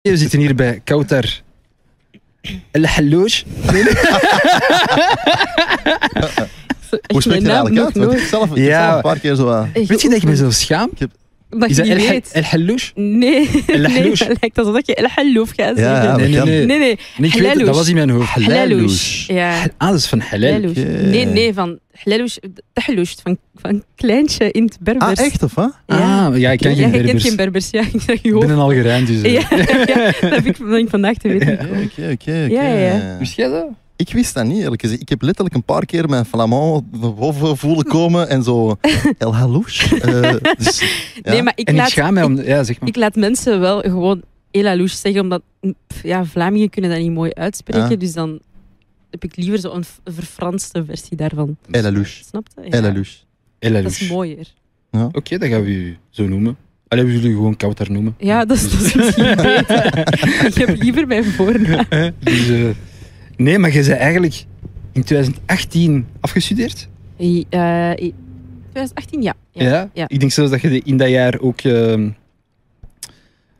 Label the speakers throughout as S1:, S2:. S1: Ja, we zitten hier bij Kouter El Hallouj.
S2: Hoe spreekt je
S3: Mijn
S2: dat
S3: naam
S2: eigenlijk
S3: nog
S2: uit? Want
S3: nooit.
S2: Ik heb zelf, ik
S1: Ja.
S2: heb zelf een paar keer zo... eh,
S1: Weet je dat ik me zo schaam?
S3: Dat
S1: Is
S3: je
S1: dat
S3: niet
S1: El, Ha-
S3: weet.
S1: El Hallouj?
S3: Nee,
S1: El
S3: nee,
S1: Hallouj.
S3: dat lijkt alsof je El Hallouf gaat
S2: Ja, ja.
S3: zeggen.
S1: nee, nee,
S2: dat kan.
S1: nee.
S3: Nee, nee,
S1: Nee, ik weet het, dat was in mijn hoofd.
S3: Hallouj. Ja,
S1: Hal- Ah, dat is van halal.
S3: Hallouj. Nee, nee, van Hallouj, Hallouj, van, van kleintje in het
S2: Ah,
S3: Berbers.
S2: echt of wat?
S3: Ja.
S1: Ah, ja, ik
S3: Ja,
S1: kan geen
S3: jij kent
S1: Berbers.
S3: geen Berbers, ja, ik zeg je
S1: Ik ben
S3: hoofd.
S1: een Algerijn, dus... eh.
S3: Ja, ja, dat heb ik, dat ik vandaag te weten.
S2: Oké, oké, oké.
S3: Ja, ja,
S2: oké.
S1: Wist jij dat?
S2: Ik wist dat niet, eerlijk gezegd. Ik heb letterlijk een paar keer mijn Flamand boven voelen komen en zo... El Halouche. eh, dus, ja.
S3: Nee, maar ik
S1: En ik
S3: laat,
S1: schaam mij om... Ja, zeg maar.
S3: ik laat mensen wel gewoon Elalouche zeggen, omdat mm, pff, ja, Vlamingen kunnen dat niet mooi uitspreken,
S2: Ja.
S3: dus dan heb ik liever zo'n v- verfranste versie daarvan.
S2: El Halouche.
S3: Snap je? Ja,
S2: El Halouche.
S1: El
S3: dat is
S1: Hallouj.
S3: mooier.
S1: Oké, dat gaan we u zo noemen. Allee, we zullen u gewoon Kouter noemen.
S3: Ja, dat is, dat is misschien beter. ik heb liever mijn voornaam.
S1: Dus, eh, nee, maar je bent eigenlijk in 2018 afgestudeerd.
S3: I- eh, i- 2018, ja. ja.
S1: Ik denk zelfs dat je de- in dat jaar ook ehm,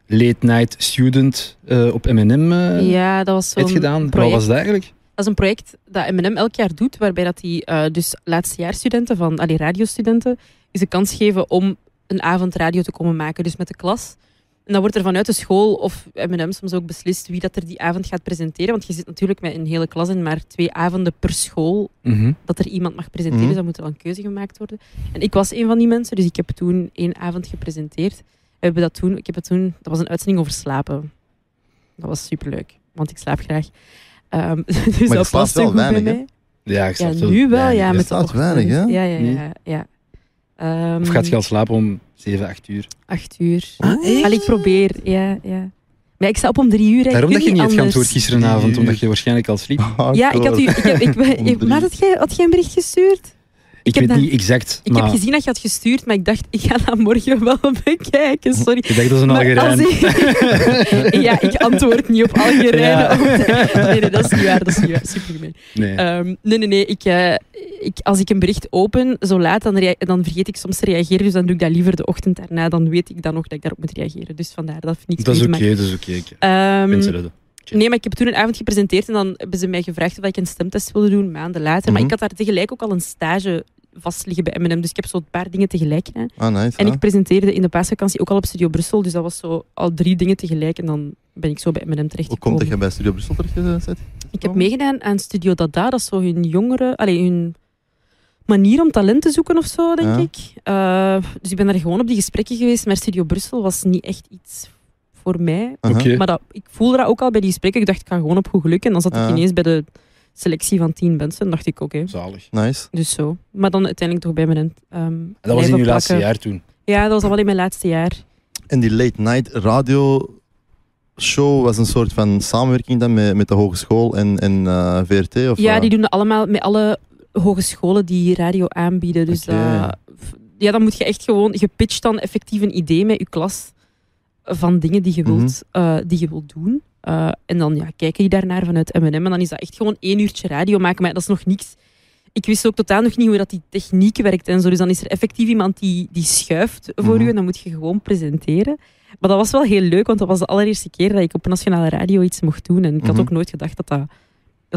S1: late night student eh, op M&M eh,
S3: Ja, dat was
S1: hebt
S3: zo'n
S1: gedaan. Wat
S3: project.
S1: was dat eigenlijk?
S3: Dat is een project dat M&M elk jaar doet, waarbij dat die eh dus laatstejaarsstudenten van, allee, radiostudenten, eens een kans geven om een avond radio te komen maken, dus met de klas. En dan wordt er vanuit de school of M&M soms ook beslist wie dat er die avond gaat presenteren, want je zit natuurlijk met een hele klas in maar twee avonden per school
S1: Mhm.
S3: dat er iemand mag presenteren,
S2: Mhm.
S3: dus dan moet er wel een keuze gemaakt worden. En ik was een van die mensen, dus ik heb toen één avond gepresenteerd. We hebben dat toen, ik heb het toen, dat was een uitzending over slapen. Dat was superleuk, want ik slaap graag. Ehm, dus
S2: je
S3: dat
S2: slaapt
S3: paste
S2: wel
S3: goed
S2: weinig, hè?
S3: bij mij.
S1: Ja, ik snap
S3: Ja,
S1: het.
S3: nu wel,
S1: Ja,
S3: ja.
S2: je
S3: Met de
S2: slaapt weinig, Mhm.
S3: ochtend. Ja, ja,
S1: Nee.
S3: ja. ja. Ehm,
S1: Of gaat je al Ah, slapen om 7, 8 uur?
S3: Acht uur. Allee, ik probeer, ja, ja. Maar ik sta op om drie uur. hè. Ik
S1: Daarom
S3: kan
S1: dat je niet hebt geantwoord
S3: anders.
S1: gisterenavond, omdat je waarschijnlijk al sliep.
S3: Ja, ik had u... Ik heb, ik,
S2: Om
S3: ik,
S2: drie
S3: maar had jij, had jij een bericht gestuurd?
S1: Ik
S3: heb
S1: weet
S3: dat-
S1: niet exact,
S3: Ik
S1: maar
S3: heb gezien dat je had gestuurd, maar ik dacht, ik ga dat morgen wel bekijken, sorry.
S1: ik dacht dat is een
S3: Maar als
S1: Algerijn.
S3: ik- ja, ik antwoord niet op
S1: Ja.
S3: Algerijnen. Nee, nee, dat is niet waar, dat is niet waar. Super gemeen.
S1: Nee.
S3: Ehm, nee, nee, nee. Ik, eh, ik, als ik een bericht open, zo laat, dan, rea- dan vergeet ik soms te reageren. Dus dan doe ik dat liever de ochtend daarna. Dan weet ik dan nog dat ik daarop moet reageren. Dus vandaar, dat vind ik
S1: dat is oké, dat is oké. Ik- Mensen redden.
S3: Ehm, Nee, maar ik heb toen een avond gepresenteerd en dan hebben ze mij gevraagd of ik een stemtest wilde doen, maanden later. Maar
S2: Mhm.
S3: ik had daar tegelijk ook al een stage vast liggen bij M&M. Dus ik heb zo een paar dingen tegelijk gedaan.
S2: Ah, nice.
S3: En
S2: ja.
S3: ik presenteerde in de paasvakantie ook al op Studio Brussel. Dus dat was zo al drie dingen tegelijk. En dan ben ik zo bij M&M
S2: Hoe komt
S3: terechtgekomen.
S2: dat je bij Studio Brussel terecht zit?
S3: Ik heb meegedaan aan Studio Dada. Dat is zo hun jongere... Allee, hun manier om talent te zoeken of zo, denk
S2: Ja.
S3: ik. Eh, dus ik ben daar gewoon op die gesprekken geweest. Maar Studio Brussel was niet echt iets voor mij.
S1: Oké.
S3: Maar dat, ik voelde dat ook al bij die gesprekken. Ik dacht, ik ga gewoon op goed geluk. En dan zat
S2: Ja.
S3: ik ineens bij de selectie van tien mensen. En dacht ik, oké,
S1: Zalig.
S2: Nice.
S3: dus zo. Maar dan uiteindelijk toch bij M&M. ehm,
S1: Dat was in
S3: blijven
S1: uw laatste
S3: plakken.
S1: jaar toen.
S3: Ja, dat was al wel in mijn laatste jaar.
S2: En die late night radio show was een soort van samenwerking dan met, met de hogeschool en, en eh, VRT? Of,
S3: Ja,
S2: eh,
S3: die doen dat allemaal met alle hogescholen die radio aanbieden. Dus
S2: Oké.
S3: dat- f- ja, dan moet je echt gewoon, je pitcht dan effectief een idee met je klas van dingen die je
S2: Mhm.
S3: wilt, eh, die je wilt doen. Eh, en dan ja, kijken die daarnaar vanuit M&M. En dan is dat echt gewoon één uurtje radio maken, maar dat is nog niks. Ik wist ook totaal nog niet hoe dat die techniek werkt en zo. Dus dan is er effectief iemand die, die schuift voor
S2: Mhm.
S3: u en dan moet je gewoon presenteren. Maar dat was wel heel leuk, want dat was de allereerste keer dat ik op nationale radio iets mocht doen. En ik had
S2: Mhm.
S3: ook nooit gedacht dat dat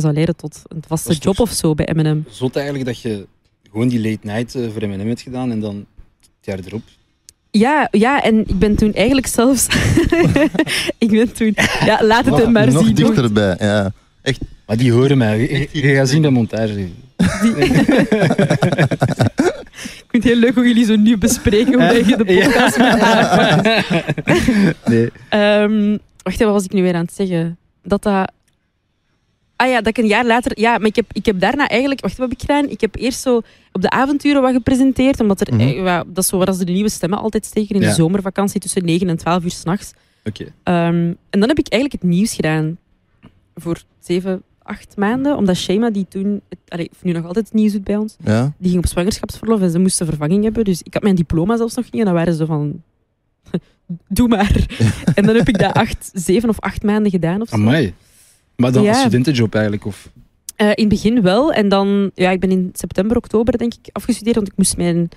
S3: zou leiden tot een vaste
S1: Dat is toch-
S3: job of zo bij M&M.
S1: Zot eigenlijk dat je gewoon die late night eh, voor M&M hebt gedaan en dan het jaar erop.
S3: Ja, ja, en ik ben toen eigenlijk zelfs... ik ben toen... Ja, laat het
S2: nog,
S3: hem maar
S2: nog
S3: zien.
S2: dichterbij. Ja.
S1: Maar die horen mij. Je, je gaat zien dat montage.
S3: Die- ik vind het heel leuk hoe jullie zo nu bespreken hoe dat je de podcast moet aanpakt.
S1: Nee.
S3: Ehm, wacht, wat was ik nu weer aan het zeggen? Dat dat... Ah ja, dat ik een jaar later... Ja, maar ik heb, ik heb daarna eigenlijk... Wacht, wat heb ik gedaan? Ik heb eerst zo op de avonturen wat gepresenteerd. Omdat er...
S2: Mhm.
S3: eh, ja, dat is zo waar ze de nieuwe stemmen altijd steken in
S1: Ja.
S3: de zomervakantie tussen 9 en 12 uur s'nachts.
S1: Oké.
S3: Ehm, en dan heb ik eigenlijk het nieuws gedaan voor zeven, acht maanden. Omdat Shema, die toen, het, allee, of nu nog altijd het nieuws doet bij ons,
S2: Ja.
S3: die ging op zwangerschapsverlof en ze moesten vervanging hebben. Dus ik had mijn diploma zelfs nog niet en dan waren ze van... Doe maar. En dan heb ik dat acht, zeven of acht maanden gedaan of zo.
S1: Amai. Maar dan
S3: Ja.
S1: een studentenjob eigenlijk? Of...
S3: Eh, in het begin wel. En dan, ja, ik ben in september, oktober denk ik afgestudeerd. Want ik moest mijn,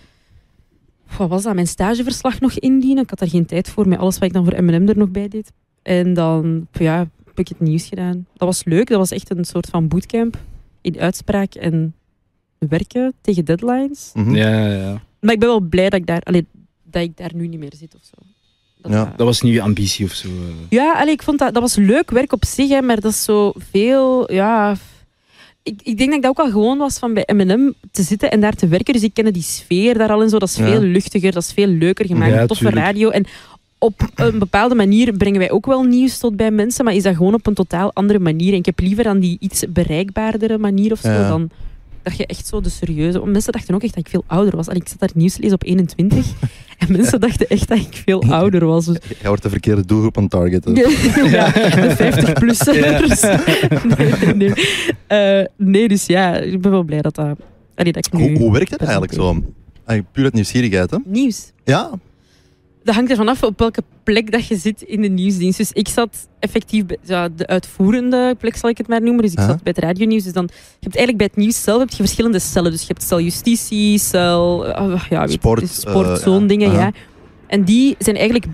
S3: wat was dat, mijn stageverslag nog indienen. Ik had daar geen tijd voor met alles wat ik dan voor M&M er nog bij deed. En dan ja, heb ik het nieuws gedaan. Dat was leuk. Dat was echt een soort van bootcamp in uitspraak en werken tegen deadlines.
S2: Mhm.
S1: Ja, ja.
S3: Maar ik ben wel blij dat ik daar, allee, dat ik daar nu niet meer zit of zo. Dat,
S2: Ja.
S3: eh,
S1: Dat was niet je ambitie of zo. eh.
S3: ja, allee, ik vond dat, dat was leuk werk op zich, hè, maar dat is zo veel. Ja, f- ik, ik denk dat ik dat ook al gewoon was van bij MM te zitten en daar te werken. Dus ik kende die sfeer daar al en zo. Dat is
S2: Ja.
S3: veel luchtiger, dat is veel leuker gemaakt.
S1: Ja,
S3: Toffe
S1: tuurlijk.
S3: radio. En op een bepaalde manier brengen wij ook wel nieuws tot bij mensen, maar is dat gewoon op een totaal andere manier. En ik heb liever dan die iets bereikbaardere manier of zo
S2: Ja.
S3: dan. Dat je echt zo de serieuze... want Mensen dachten ook echt dat ik veel ouder was. En ik zat daar nieuws te lezen op 21. en mensen dachten echt dat ik veel ouder was. Dus
S2: Jij wordt de verkeerde doelgroep aan het targeten.
S3: ja, de 50-plussers. nee, nee, nee. Eh, nee, dus ja, ik ben wel blij dat dat... Allee, dat ik nu...
S2: Hoe, hoe werkt het eigenlijk zo? Eigenlijk puur uit nieuwsgierigheid, hè?
S3: Nieuws.
S2: Ja?
S3: Dat hangt ervan af op welke plek dat je zit in de nieuwsdienst. Dus ik zat effectief bij ja, de uitvoerende plek, zal ik het maar noemen. Dus ik
S2: Aha.
S3: zat bij het radionieuws. Dus dan, je hebt eigenlijk bij het nieuws zelf heb je verschillende cellen. Dus je hebt cel justitie, cel eh, ja, weet,
S2: Sport,
S3: dus sport
S2: eh,
S3: zo'n
S2: ja.
S3: dingen.
S2: Aha.
S3: Ja. En die zijn eigenlijk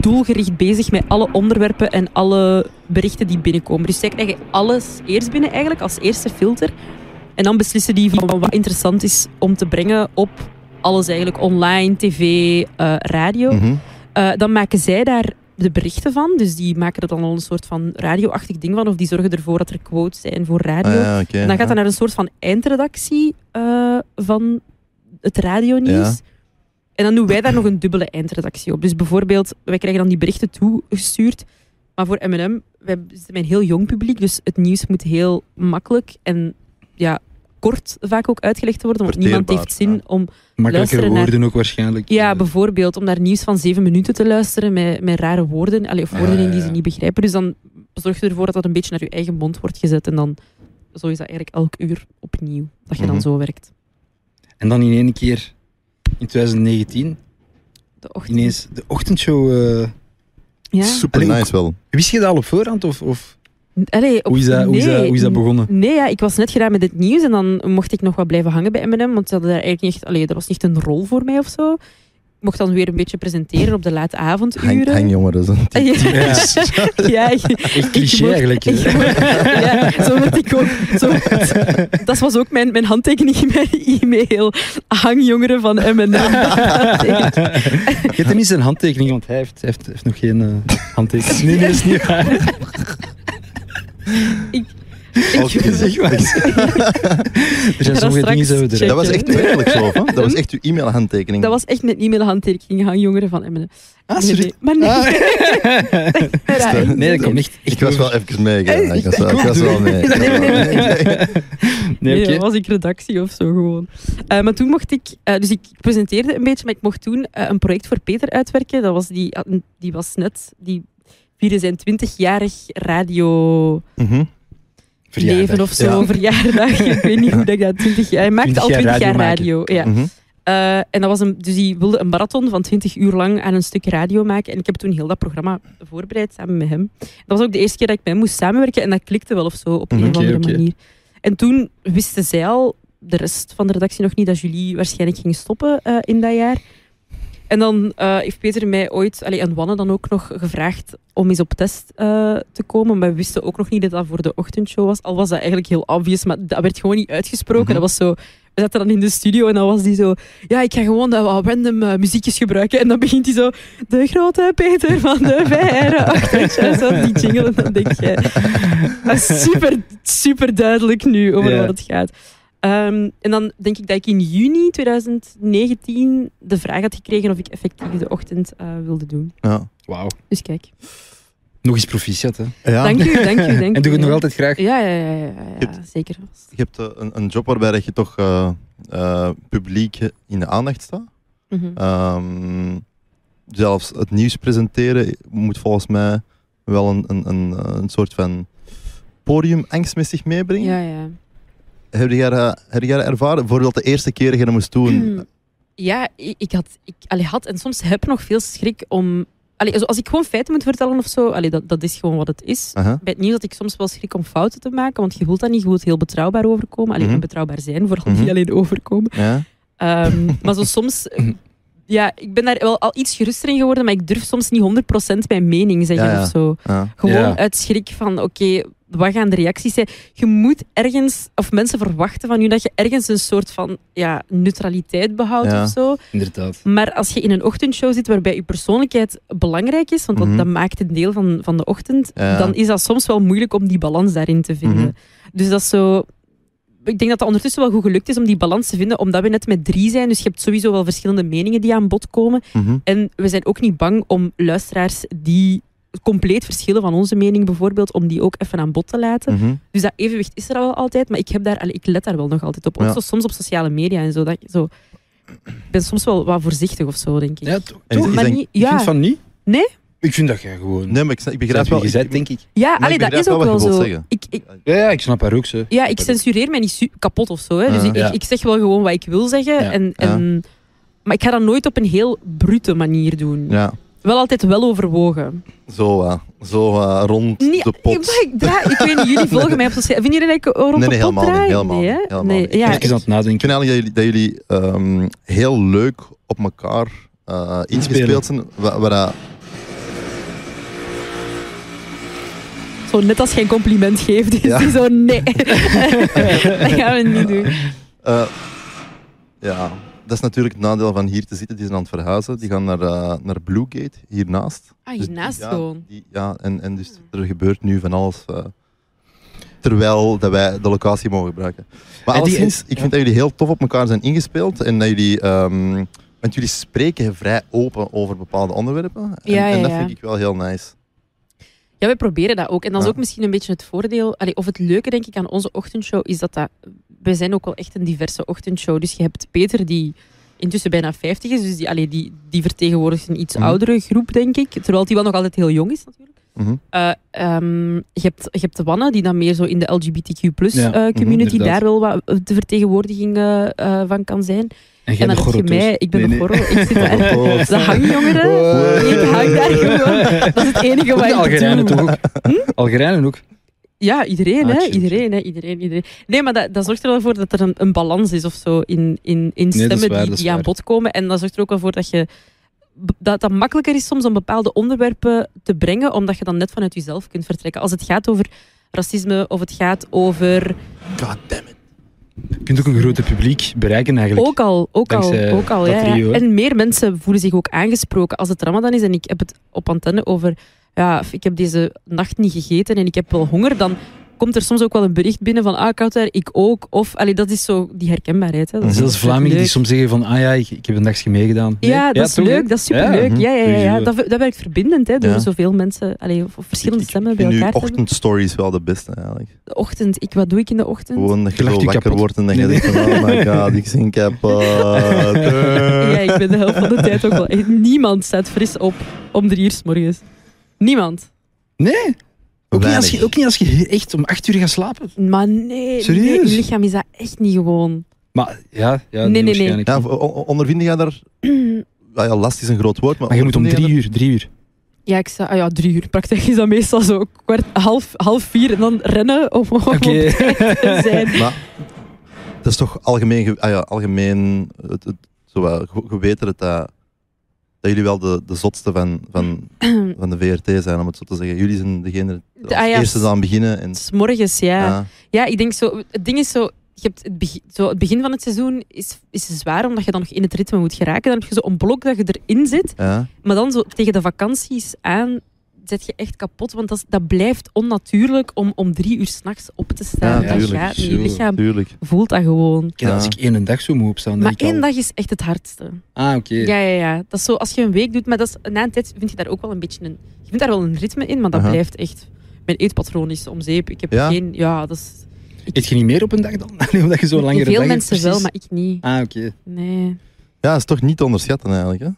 S3: doelgericht bezig met alle onderwerpen en alle berichten die binnenkomen. Dus zij krijgen alles eerst binnen eigenlijk, als eerste filter. En dan beslissen die van wat interessant is om te brengen op alles eigenlijk. Online, tv, eh, radio.
S2: Mhm.
S3: Eh, dan maken zij daar de berichten van. Dus die maken er dan al een soort van radioachtig ding van. Of die zorgen ervoor dat er quotes zijn voor radio.
S2: Ah, ja, oké.
S3: En dan gaat
S2: Ja.
S3: dat naar een soort van eindredactie eh, van het radionieuws.
S2: Ja.
S3: En dan doen wij daar nog een dubbele eindredactie op. Dus bijvoorbeeld, wij krijgen dan die berichten toegestuurd. Maar voor M&M, wij zitten met een heel jong publiek. Dus het nieuws moet heel makkelijk en ja, kort vaak ook uitgelegd worden. Want niemand heeft
S2: Verteerbaar,
S3: zin om
S1: Makkelijker
S3: Luisteren naar-
S1: woorden ook waarschijnlijk.
S3: ja,
S1: Eh,
S3: bijvoorbeeld om naar nieuws van zeven minuten te luisteren met, met rare woorden. Allee, of
S1: Ah,
S3: woorden in
S1: ja,
S3: die ze
S1: ja.
S3: niet begrijpen. Dus dan zorg je ervoor dat dat een beetje naar je eigen mond wordt gezet. En dan zo is dat eigenlijk elk uur opnieuw. Dat je
S2: Mhm.
S3: dan zo werkt.
S1: En dan in één keer, in 2019,
S3: De ochtend.
S1: ineens de ochtendshow. eh,
S3: Ja.
S2: Super
S1: Allee,
S2: nice wel.
S1: wist je dat al op voorhand? Of, of
S3: Allee, op-
S1: hoe, is dat, hoe, is dat,
S3: nee,
S1: hoe is dat begonnen?
S3: Nee, ja, ik was net gedaan met het nieuws en dan mocht ik nog wat blijven hangen bij M&M, want ze hadden daar eigenlijk niet echt, allee, er was niet echt een rol voor mij of zo. Ik mocht dan weer een beetje presenteren op de late
S2: Hang,
S3: avonduren.
S2: hang dus. jongeren. zo.
S3: Ah, ja,
S1: Ja,
S3: ja, ik-
S1: echt
S3: Ik
S1: cliché
S3: mocht-
S1: eigenlijk. hè.
S3: ik mocht- ja, zo werd ik ook. Zo, dat was ook mijn, mijn handtekening in mijn e-mail. Hangjongeren van M&M.
S1: Je hebt tenminste een handtekening, want hij heeft, heeft, heeft nog geen eh, handtekening. Nee, nee, dat is niet waar.
S2: Oké.
S1: Dat is echt waar.
S3: Dus
S1: Er zijn
S3: ga
S1: sommige
S3: straks
S1: dingen zijn we
S3: checken.
S1: eruit.
S2: Dat was echt werkelijk zo, of? hè? Dat was echt uw e-mailhandtekening.
S3: Dat was echt mijn e-mail handtekening. Hangjongeren van M&M.
S1: Ah,
S3: Nee,
S1: sorry.
S3: nee, Maar nee. Ja,
S2: Stel-
S1: Nee, dat
S3: nee.
S1: komt echt. echt
S2: Ik was
S1: over.
S2: wel even mee. ja. Ik was wel- ik
S1: ook
S2: was wel
S1: doen.
S2: mee.
S1: Nee, nee, nee, Nee,
S3: Nee,
S1: oké.
S3: dan was ik redactie of zo gewoon. Eh, maar toen mocht ik, eh, dus ik presenteerde een beetje, maar ik mocht toen eh, een project voor Peter uitwerken. Dat was die, eh, die was net, die vierde zijn 20-jarig radio.
S2: Mhm.
S1: Verjaardag.
S3: leven of zo,
S2: Ja.
S3: verjaardag. Ik weet niet hoe dat ik dat 20 jaar. Hij maakte
S1: 20
S3: al
S1: jaar
S3: 20 jaar
S1: radio
S3: radio. Ja.
S2: Mhm.
S3: Eh, en dat was een, dus die wilde een marathon van 20 uur lang aan een stuk radio maken. En ik heb toen heel dat programma voorbereid samen met hem. Dat was ook de eerste keer dat ik met hem moest samenwerken. En dat klikte wel of zo op een
S2: Mhm.
S3: of
S1: Oké,
S3: andere
S1: oké.
S3: manier. En toen wisten zij al, de rest van de redactie nog niet, dat Julie waarschijnlijk ging stoppen eh, in dat jaar. En dan eh, heeft Peter mij ooit, allee, en Wanne dan ook nog gevraagd om eens op test eh, te komen. Maar we wisten ook nog niet dat dat voor de ochtendshow was. Al was dat eigenlijk heel obvious, maar dat werd gewoon niet uitgesproken.
S2: Mhm.
S3: Dat was zo, we zaten dan in de studio en dan was die zo... Ja, ik ga gewoon dat wat random eh, muziekjes gebruiken. En dan begint hij zo... De grote Peter van de Verre ochtendshow. Zo die jingle. En dan denk je... Dat is super, super duidelijk nu over
S1: Ja.
S3: wat het gaat. Ehm, en dan denk ik dat ik in juni 2019 de vraag had gekregen of ik effectief de ochtend eh, wilde doen.
S2: Ja.
S1: Wauw.
S3: Dus kijk.
S1: Nog eens proficiat, hè.
S2: Ja.
S3: Dank u, dank u, dank u.
S1: En doe je het nog altijd graag.
S3: Ja, ja, ja, ja, ja,
S2: Je hebt-
S3: zeker.
S2: Je hebt eh, een, een job waarbij dat je toch eh, eh, publiek in de aandacht staat.
S3: Mhm.
S2: Ehm, zelfs het nieuws presenteren moet volgens mij wel een, een, een, eh, een soort van podiumangst met zich meebrengen.
S3: Ja, ja.
S2: Heb jij dat- heb jij dat ervaren? Bijvoorbeeld de eerste keer dat je dat moest doen.
S3: Mm. Ja, ik, ik had, ik allee, had en soms heb nog veel schrik om... Allee, zo als ik gewoon feiten moet vertellen of zo, allee, dat, dat is gewoon wat het is.
S2: Aha.
S3: bij het nieuws dat ik soms wel schrik om fouten te maken, want je wilt dat niet, je wilt heel betrouwbaar overkomen. Alleen
S2: Mhm.
S3: betrouwbaar zijn, vooral
S2: Mhm.
S3: niet alleen overkomen.
S2: Ja? Mhm.
S3: Ehm, maar zo soms eh, ja, ik ben daar wel al iets geruster in geworden, maar ik durf soms niet 100% mijn mening zeggen
S2: Ja, ja.
S3: of zo.
S2: Ja.
S3: Gewoon
S1: Ja.
S3: uit schrik van, oké, wat gaan de reacties zijn? Je moet ergens, of mensen verwachten van je dat je ergens een soort van ja, neutraliteit behoudt
S2: Ja.
S3: of zo.
S1: Inderdaad.
S3: Maar als je in een ochtendshow zit waarbij je persoonlijkheid belangrijk is, want dat,
S2: Mhm.
S3: dat maakt het deel van, van de ochtend,
S2: Ja.
S3: dan is dat soms wel moeilijk om die balans daarin te vinden.
S2: Mhm.
S3: Dus dat is zo. Ik denk dat dat ondertussen wel goed gelukt is om die balans te vinden, omdat we net met drie zijn. Dus je hebt sowieso wel verschillende meningen die aan bod komen.
S2: Mhm.
S3: En we zijn ook niet bang om luisteraars die compleet verschillen van onze mening bijvoorbeeld, om die ook even aan bod te laten.
S2: Mhm.
S3: Dus dat evenwicht is er al wel altijd, maar ik, heb daar, allee, ik let daar wel nog altijd op. Ook
S2: Ja.
S3: zo soms op sociale media en zo. Dat, ik zo. Ik ben soms wel wat voorzichtig of zo, denk ik.
S1: Ja, toch?
S2: En-
S1: toch?
S2: ik
S3: maar
S2: denk-
S3: niet,
S1: Ik vind
S3: ja,
S1: van niet.
S3: Nee?
S1: Ik vind dat jij gewoon...
S2: Nee, maar ik, snap- ik
S1: dat
S2: begrijp
S1: heb je
S2: wel.
S1: gezegd,
S2: ik-
S1: denk ik.
S3: ja allee,
S2: ik
S3: dat
S2: begrijp
S3: is ook
S2: wel
S3: wel
S2: wat je wilt
S3: zo.
S2: zeggen.
S3: Ik, ik,
S1: Ja, ja, ik snap haar ook. Ze.
S3: ja, ik censureer mij niet su- kapot of zo. Hè. Dus
S2: Ja.
S3: ik,
S1: Ja.
S3: ik, ik zeg wel gewoon wat ik wil zeggen.
S1: Ja.
S3: En, en, Maar ik ga dat nooit op een heel brute manier doen.
S2: Ja,
S3: Wel altijd wel overwogen.
S2: zo, eh, zo eh, rond
S3: Nee,
S2: de
S3: maar
S2: pot.
S3: ik, draai, ik weet niet, jullie volgen mij op sociale... Vinden jullie dat ik rond
S2: Nee, nee,
S3: de pot
S2: helemaal niet,
S3: draai?
S2: helemaal
S3: nee, hè?
S2: niet, helemaal
S3: nee,
S2: niet.
S3: Ja,
S1: ik is aan het
S2: Ik
S1: nadenken.
S2: vind eigenlijk dat jullie, dat jullie ehm, heel leuk op elkaar eh, ingespeeld zijn. Waar, eh, waar, dat-
S3: Zo net als je een compliment geeft, is
S2: Ja.
S3: die zo nee. dat gaan we niet doen.
S2: eh, ja, dat is natuurlijk het nadeel van hier te zitten. Die zijn aan het verhuizen. Die gaan naar, eh, naar Bluegate, hiernaast.
S3: Ah,
S2: Dus
S3: hiernaast
S2: die- ja,
S3: gewoon.
S2: die- ja, en, en dus er gebeurt nu van alles. eh, terwijl dat wij de locatie mogen gebruiken. Maar
S1: En die
S2: alleszins,
S1: is-
S2: ik vind dat jullie heel tof op elkaar zijn ingespeeld. En dat jullie... ehm, want jullie spreken vrij open over bepaalde onderwerpen. En,
S3: Ja, ja,
S2: en dat
S3: ja.
S2: vind ik wel heel nice.
S3: Ja, wij proberen dat ook. En dat is
S2: Ja.
S3: ook misschien een beetje het voordeel. Allee, of het leuke, denk ik, aan onze ochtendshow is dat dat... Wij zijn ook wel echt een diverse ochtendshow. Dus je hebt Peter, die intussen bijna 50 is. Dus die, allee, die, die vertegenwoordigt een iets
S2: Mhm.
S3: oudere groep, denk ik. Terwijl die wel nog altijd heel jong is, natuurlijk.
S2: Mhm.
S3: Eh, ehm, je, hebt, je hebt de Wanne, die dan meer zo in de LGBTQ plus eh,
S1: Ja,
S2: mhm,
S3: community
S1: inderdaad.
S3: daar wel wat eh, de vertegenwoordiging eh, eh, van kan zijn.
S1: En
S3: en
S1: jij
S3: dan
S1: nog
S3: heb je
S1: gorroto's.
S3: mij, ik ben
S1: Nee,
S3: een
S1: nee. Oh.
S3: gorro, ik zit daar.
S2: Gorroto's.
S3: De hangjongeren,
S2: Wow.
S3: ik hang daar gewoon. Dat is het enige
S1: Ook de
S3: wat ik doe.
S1: Algerijnen toch ook?
S3: Hm?
S1: Algerijnen ook.
S3: Ja, iedereen,
S1: Ah,
S3: hè?
S1: chill,
S3: Iedereen, hè? Iedereen, iedereen. Nee, maar dat, dat zorgt er wel voor dat er een, een balans is of zo in, in, in
S1: dat is
S3: stemmen
S1: waar,
S3: die,
S1: dat is
S3: die aan
S1: waar.
S3: bod komen. En dat zorgt er ook wel voor dat je dat dat makkelijker is soms om bepaalde onderwerpen te brengen, omdat je dan net vanuit jezelf kunt vertrekken. Als het gaat over racisme of het gaat over
S2: God damn it.
S1: Je kunt ook een groter publiek bereiken eigenlijk.
S3: Ook al, ook
S1: Dankzij
S3: al, ook al.
S1: dat
S3: Ja, ja.
S1: trio, hè?
S3: En meer mensen voelen zich ook aangesproken als het Ramadan is. En ik heb het op antenne over, ja, ik heb deze nacht niet gegeten en ik heb wel honger. Dan komt er soms ook wel een bericht binnen van, ah, Kouter, ik ook. Of, allee, dat is zo die herkenbaarheid. Hè. Dat is
S1: Zelfs
S3: altijd
S1: Vlamingen Mhm. die
S3: leuk.
S1: soms zeggen van, ah ja, ik, ik heb een dagje meegedaan. Nee?
S3: Ja, dat is
S1: toch, hè?
S3: leuk, dat is superleuk.
S2: mhm,
S3: Ja, ja, ja, ja.
S1: sowieso.
S3: Dat, dat werkt verbindend, hè, door
S2: Ja.
S3: zoveel mensen, allee, of, of verschillende
S2: Ik- ik-
S3: stemmen
S2: ik
S3: bij
S2: vind
S3: elkaar
S2: nu
S3: te hebben.
S2: ochtendstories wel de beste eigenlijk.
S3: De ochtend, ik, wat doe ik in de ochtend?
S2: Gewoon dat
S1: Je
S2: je
S1: lacht
S2: zo
S1: je
S2: wakker
S1: kapot.
S2: wordt en dat je
S1: Nee,
S2: denkt van, oh my god, ik zing kapot.
S3: Ja, ik ben de helft van de tijd ook wel... Niemand staat fris op om drie uur s morgens. Niemand.
S1: Nee, ook niet, als
S2: Weinig.
S1: je, ook niet als je echt om acht uur gaat slapen.
S3: Maar nee,
S1: Serieus?
S3: nee, je lichaam is dat echt niet gewoon.
S1: Maar ja, ja
S3: Nee, nee, nee.
S1: waarschijnlijk.
S2: Ja, o- o- ondervind jij daar... Ah Ja, ja, last is een groot woord, maar...
S1: Maar je moet om
S2: ondervind
S1: drie
S2: jij
S1: uur, drie uur.
S3: Ja, ik zei, ah ja, drie uur. Praktijk is dat meestal zo kwart, half, half vier en dan rennen om, om op
S1: Oké.
S3: tijd te zijn.
S2: daar- Maar dat is toch algemeen... ge- Ah ja, algemeen... Het, het, zo wel, ge- geweten dat, dat dat jullie wel de, de zotste van, van, van de VRT zijn, om het zo te zeggen. Jullie zijn degene die als
S3: Ah ja,
S2: eerste aan beginnen. En,
S3: S morgens, ja. ja.
S2: ja.
S3: ik denk zo, het ding is zo, je hebt het, begin, zo, het begin van het seizoen is, is zwaar omdat je dan nog in het ritme moet geraken. Dan heb je zo een blok dat je erin zit,
S2: ja.
S3: maar dan zo tegen de vakanties aan zet je echt kapot, want dat, is- dat blijft onnatuurlijk om om drie uur s'nachts op te staan.
S1: Ja,
S3: dat
S1: tuurlijk,
S3: gaat niet. Je lichaam
S2: Tuurlijk.
S3: voelt dat gewoon.
S1: Kijk, Als
S2: Ja.
S1: ik één dag zo moet opstaan, dan
S3: Maar
S1: ik al-
S3: één dag is echt het hardste.
S1: Ah, oké.
S3: Ja, ja, ja. Dat is zo, als je een week doet, maar dat is, na een tijd vind je daar ook wel een beetje een... Je vindt daar wel een ritme in, maar dat
S2: Aha.
S3: blijft echt... Mijn eetpatroon is om zeep. Ik heb
S2: Ja?
S3: geen... Ja, dat is...
S1: Eet je niet meer op een dag dan? Nee, Omdat je zo'n langere dag
S3: Veel
S1: hebt,
S3: mensen wel,
S1: precies.
S3: maar ik niet.
S1: Ah, oké.
S3: Nee.
S2: Ja, is toch niet te onderschatten eigenlijk, hè?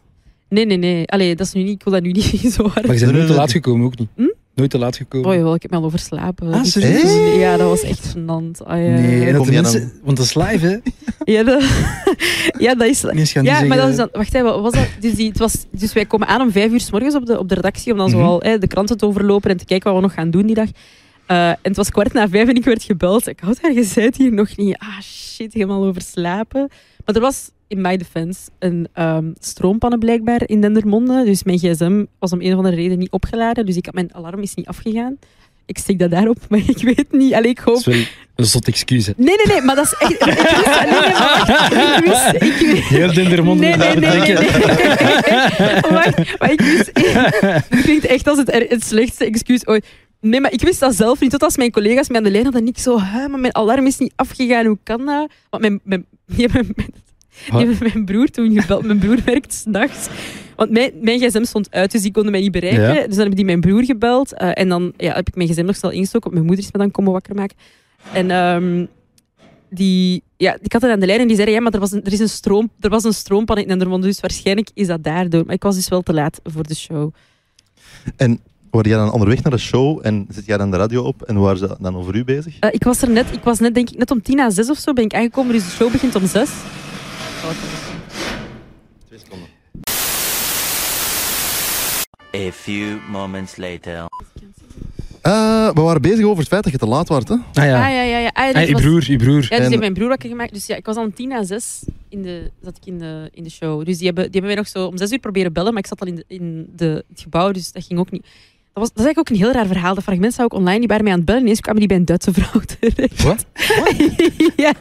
S3: Nee, nee, nee. Allee, dat is nu niet... Ik wil dat nu niet zo
S1: Maar je
S3: hard...
S2: Nee,
S1: bent
S2: nee,
S1: nooit te
S2: nee.
S1: laat gekomen, ook niet?
S3: Hm?
S1: Nooit te laat gekomen?
S3: Oh jawel, ik heb me al overslapen.
S1: Ah,
S3: Ik-
S1: serieus?
S3: Nee, Ja, dat was echt gênant. Ah, ja.
S1: Nee, en dat
S2: Kom
S1: de
S2: jij
S1: mensen... Want dat is live, hè?
S3: Ja, dat, ja, dat is...
S1: Mensen gaan
S3: Ja,
S1: niet
S3: maar dat is
S1: zeggen-
S3: dan... Wacht, hè, wat was dat? Dus, die, het was, dus wij komen aan om vijf uur s morgens op de, op de redactie om dan
S1: Mhm.
S3: zoal hè, de kranten te overlopen en te kijken wat we nog gaan doen die dag. Eh, en het was kwart na vijf en ik werd gebeld. Ik had haar gezegd hier nog niet. Ah, shit, helemaal overslapen. Maar er was in my defense een ehm, stroompannen blijkbaar in Dendermonde. Dus mijn gsm was om een of andere reden niet opgeladen. Dus ik had, mijn alarm is niet afgegaan. Ik steek dat daarop, maar ik weet niet. Allee, ik hoop...
S1: Dat is wel een zot excuus. hè.
S3: Nee, nee, nee, maar dat is echt... Ik wist, nee, nee, maar wacht, ik wist, ik wist-
S1: Heel Dendermonde.
S3: Nee, nee,
S1: aan
S3: nee,
S1: het
S3: nee.
S1: denken.
S3: nee. Wacht, maar ik wist... Het klinkt echt als het, er- het slechtste excuus ooit. Nee, maar ik wist dat zelf niet. Tot als mijn collega's mij aan de lijn hadden, en ik zo... "Hè, Maar mijn alarm is niet afgegaan, hoe kan dat? Want Oh, mijn... mijn, die hebben mijn die hebben mijn broer toen gebeld. Mijn broer werkt s'nachts. Want mijn, mijn gsm stond uit, dus die konden mij niet bereiken.
S1: Ja.
S3: Dus dan heb ik die mijn broer gebeld. eh, en dan ja, heb ik mijn gsm nog snel ingestoken. Mijn moeder is me dan komen wakker maken. En ehm, die, ja, ik had het aan de lijn en die zeiden, ja, maar er was een, er is een, stroom, er was een stroompan in Dendermonde, dus waarschijnlijk is dat daardoor. Maar ik was dus wel te laat voor de show.
S2: En word jij dan onderweg naar de show en zit jij dan de radio op en waar ze dan over u bezig?
S3: Eh, ik was er net, ik was net denk ik net om tien na zes of zo ben ik aangekomen, dus de show begint om zes.
S2: Twee seconden.
S4: A few moments later.
S2: Eh, we waren bezig over het feit dat je te laat wordt, hè?
S1: Ah ja.
S3: Ah ja, ja, ja. Ah, ja,
S1: Ah,
S3: dus
S1: je
S3: was-
S1: broer, je broer.
S3: Ja, dus
S2: En-
S3: die heeft mijn broer wakker gemaakt. Dus ja, ik was al om tien na zes in de, zat ik in de, in de show. Dus die hebben, die hebben mij nog zo om zes uur proberen bellen, maar ik zat al in, de, in de, het gebouw, dus dat ging ook niet. Dat was, dat is eigenlijk ook een heel raar verhaal. Dat fragment zou ik online, die waren mij aan het bellen. Ineens kwamen die bij een Duitse vrouw terecht.
S1: Wat?
S3: ja.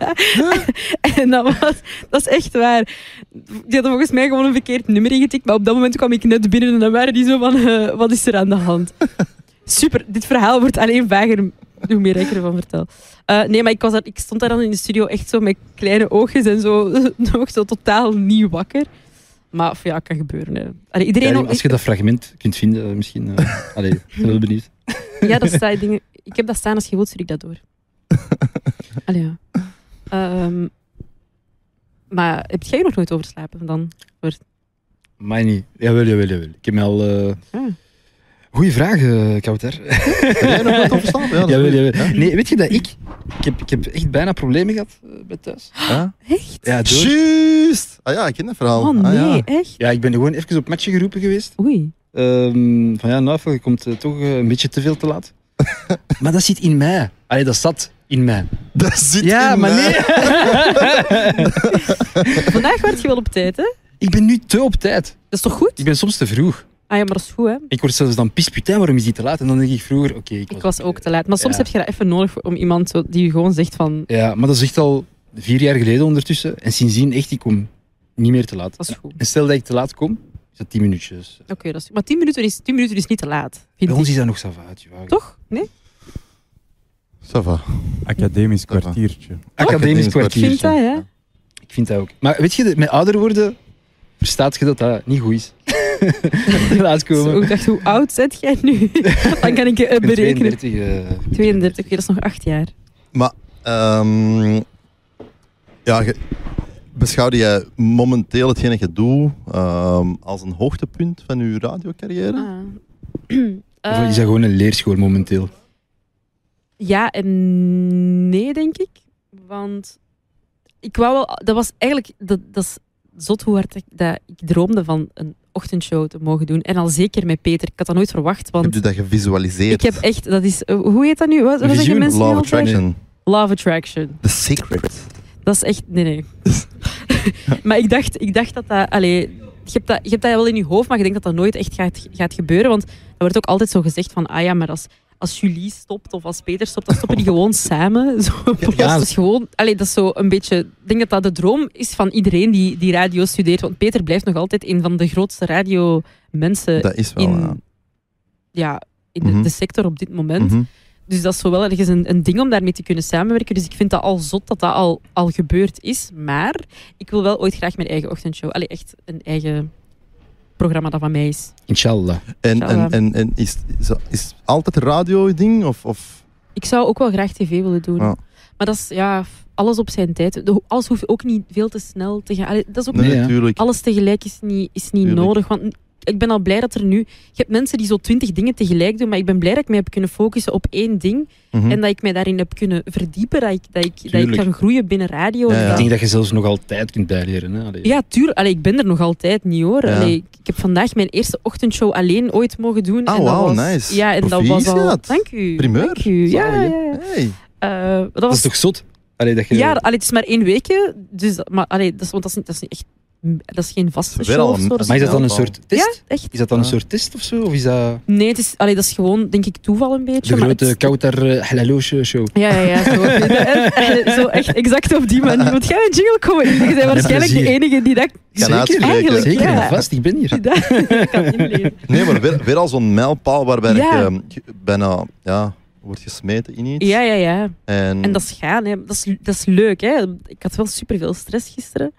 S3: En dat was, dat is echt waar. Die hadden volgens mij gewoon een verkeerd nummer ingetikt, maar op dat moment kwam ik net binnen en dan waren die zo van, eh, wat is er aan de hand? Super, dit verhaal wordt alleen vager hoe meer ik ervan vertel. Eh, nee, maar ik, was daar, ik stond daar dan in de studio echt zo met kleine oogjes en zo, nog zo totaal niet wakker. Maar of ja, kan gebeuren. Hè. Allee, iedereen
S1: Ja,
S3: ook-
S1: als je dat fragment kunt vinden, eh, misschien. eh allee, ik ben wel benieuwd.
S3: Ja, dat staat dingen. Ik heb dat staan als je wilt, stuur ik dat door. Allee, ja. Ehm, maar heb jij nog nooit overslapen dan?
S1: Maar niet. Jawel, jawel, jawel. Ik heb me al. eh
S3: Ah.
S1: Goeie vraag, eh, Kouter.
S2: Heb jij nog nooit overstaan? Ja, dat is
S1: Jawel,
S2: goed.
S1: jawel.
S2: Ja?
S1: Nee, weet je dat ik. Ik heb, ik heb echt bijna problemen gehad eh, bij thuis.
S2: Ja?
S3: Echt?
S1: Ja, door.
S2: Ah, Juist! Ah ja, ik ken dat verhaal.
S3: Oh nee,
S2: Ah, ja.
S3: echt?
S1: Ja, ik ben gewoon even op matje geroepen geweest.
S3: Oei.
S1: Ehm, van ja, nou, je komt eh, toch eh, een beetje te veel te laat. maar dat zit in mij. Allee, dat zat in mij.
S2: Dat zit
S1: Ja,
S2: in
S1: maar
S2: mij.
S1: nee.
S3: Vandaag werd je wel op tijd, hè?
S1: Ik ben nu te op tijd.
S3: Dat is toch goed?
S1: Ik ben soms te vroeg.
S3: Ah ja, maar dat is goed, hè?
S1: Ik word zelfs dan pisputain, waarom is die te laat? En dan denk ik vroeger, oké, ik,
S3: Ik was ook te laat. Maar soms
S1: Ja.
S3: heb je dat even nodig om iemand zo- die je gewoon zegt van...
S1: Ja, maar dat is echt al vier jaar geleden ondertussen. En sindsdien echt, ik kom niet meer te laat.
S3: Dat is goed.
S1: En stel dat ik te laat kom, is dat tien minuutjes.
S3: Oké, dat is... Maar 10 minuten, is, 10 minuten is niet te laat, vind
S1: Bij
S3: ik.
S1: ons is dat nog savaat.
S3: Toch? Nee?
S2: Ça va.
S5: Academisch
S2: Dat
S5: kwartiertje.
S1: Academisch kwartier.
S3: Ik vind dat, ja.
S1: Ik vind dat ook. Maar weet je, de- met ouder worden verstaat je dat dat niet goed is. te laat
S3: Zo,
S1: komen.
S3: ik dacht, hoe oud zet jij nu? Dan kan ik eh,
S1: Ik ben
S3: berekenen.
S1: 32. eh,
S3: 32, oké, dat is nog 8 jaar.
S2: Maar, ehm, ja, ge- beschouwde jij momenteel hetgene dat je doet ehm, als een hoogtepunt van je radiocarrière?
S3: Ah, Eh,
S1: Of is dat gewoon een leerschool momenteel?
S3: Ja en nee, denk ik. Want ik wou wel... Dat was eigenlijk... Dat, dat is zot hoe hard ik, dat ik droomde van een ochtendshow te mogen doen. En al zeker met Peter. Ik had dat nooit verwacht, want...
S2: Heb je dat gevisualiseerd?
S3: Ik heb echt, dat is, eh, hoe heet dat nu? Wat, wat zeggen
S1: Visioen?
S3: mensen
S2: Law
S3: nu
S2: of
S3: altijd?
S2: Attraction.
S3: Love Attraction.
S2: The Secret.
S3: Dat is echt, nee, nee. maar ik dacht, ik dacht dat dat, allee, je hebt dat, je hebt dat wel in je hoofd, maar je denkt dat dat nooit echt gaat, gaat gebeuren. Want er wordt ook altijd zo gezegd van, ah ja, maar als, als Julie stopt of als Peter stopt, dan stoppen die gewoon samen. Zo, Dat is dus gewoon, allee, dat is zo een beetje, ik denk dat dat de droom is van iedereen die, die radio studeert. Want Peter blijft nog altijd een van de grootste radiomensen
S2: Dat is wel...
S3: Eh, in,
S2: ja.
S3: ja. in de,
S2: Mhm.
S3: de sector op dit moment.
S2: Mhm.
S3: Dus dat is zo wel ergens een, een ding om daarmee te kunnen samenwerken. Dus ik vind dat al zot dat dat al, al gebeurd is. Maar ik wil wel ooit graag mijn eigen ochtendshow. Allee, echt een eigen programma dat van mij is.
S1: Inshallah.
S2: En,
S3: Zou,
S2: en, en, en is, is, is altijd radio je ding? Of, of
S3: Ik zou ook wel graag tv willen doen.
S2: Ja.
S3: Maar dat is ja, f- alles op zijn tijd. De- alles hoeft ook niet veel te snel te gaan. Allee, dat is ook
S2: nee,
S1: Nee, ja.
S2: natuurlijk.
S3: alles tegelijk is niet, is niet
S2: Tuurlijk.
S3: nodig. Want ik ben al blij dat er nu. Je hebt mensen die zo twintig dingen tegelijk doen. Maar ik ben blij dat ik mij heb kunnen focussen op één ding.
S2: Mhm.
S3: En dat ik mij daarin heb kunnen verdiepen. Dat ik, dat ik, dat ik
S1: Tuurlijk.
S3: kan groeien binnen radio.
S2: Ja,
S3: en
S2: ja.
S1: Ik
S3: dat-
S1: denk dat je zelfs nog altijd kunt bijleren. Hè? Allee.
S3: Ja, tuurlijk. Allee, ik ben er nog altijd niet hoor.
S2: Ja.
S3: Allee, ik- ik heb vandaag mijn eerste ochtendshow alleen ooit mogen doen.
S2: Ah,
S3: en dat
S2: wauw,
S3: was,
S2: nice.
S3: Ja, en dat was al...
S2: Proficiat.
S3: Dank u.
S2: Primeur.
S3: Dank u. Ja,
S2: Zalig, hè?
S3: ja, ja.
S2: Hey.
S3: Eh, dat
S1: Dat is
S3: was...
S1: toch zot? Allee, dat je,
S3: Ja, allee, het is maar één weekje. Dus, dat- maar allee, dat, is, want dat, is niet, dat is niet echt... Dat is geen vaste
S2: Het is wel
S3: show
S2: al
S3: of
S2: een-
S3: zo. dus
S2: een-
S1: maar is dat dan een
S2: Ja.
S1: soort
S3: Ja,
S1: test?
S3: echt.
S1: Is dat dan een
S2: Ja.
S1: soort test of zo? Of is dat
S3: Nee, het is, allee, dat is gewoon, denk ik, toeval een beetje.
S1: de
S3: maar
S1: grote
S3: het-
S1: Kouter eh, Halaloosje show?
S3: Ja, ja, ja. Zo, Eh, zo echt exact op die manier. Want jij bent jingle comedy. Je bent waarschijnlijk de
S1: plezier.
S3: enige die dat
S2: Kan uitspreken.
S3: Eigenlijk,
S1: Zeker,
S3: ja.
S1: en vast, ik ben hier.
S3: die dat kan inleven.
S2: Nee, maar weer, weer al zo'n mijlpaal waarbij
S3: Ja.
S2: je eh, bijna ja, wordt gesmeten in iets.
S3: Ja, ja, ja.
S2: En,
S1: Mm.
S3: En dat is gaan. Hè. Dat, is, dat is leuk. Hè. Ik had wel superveel stress gisteren.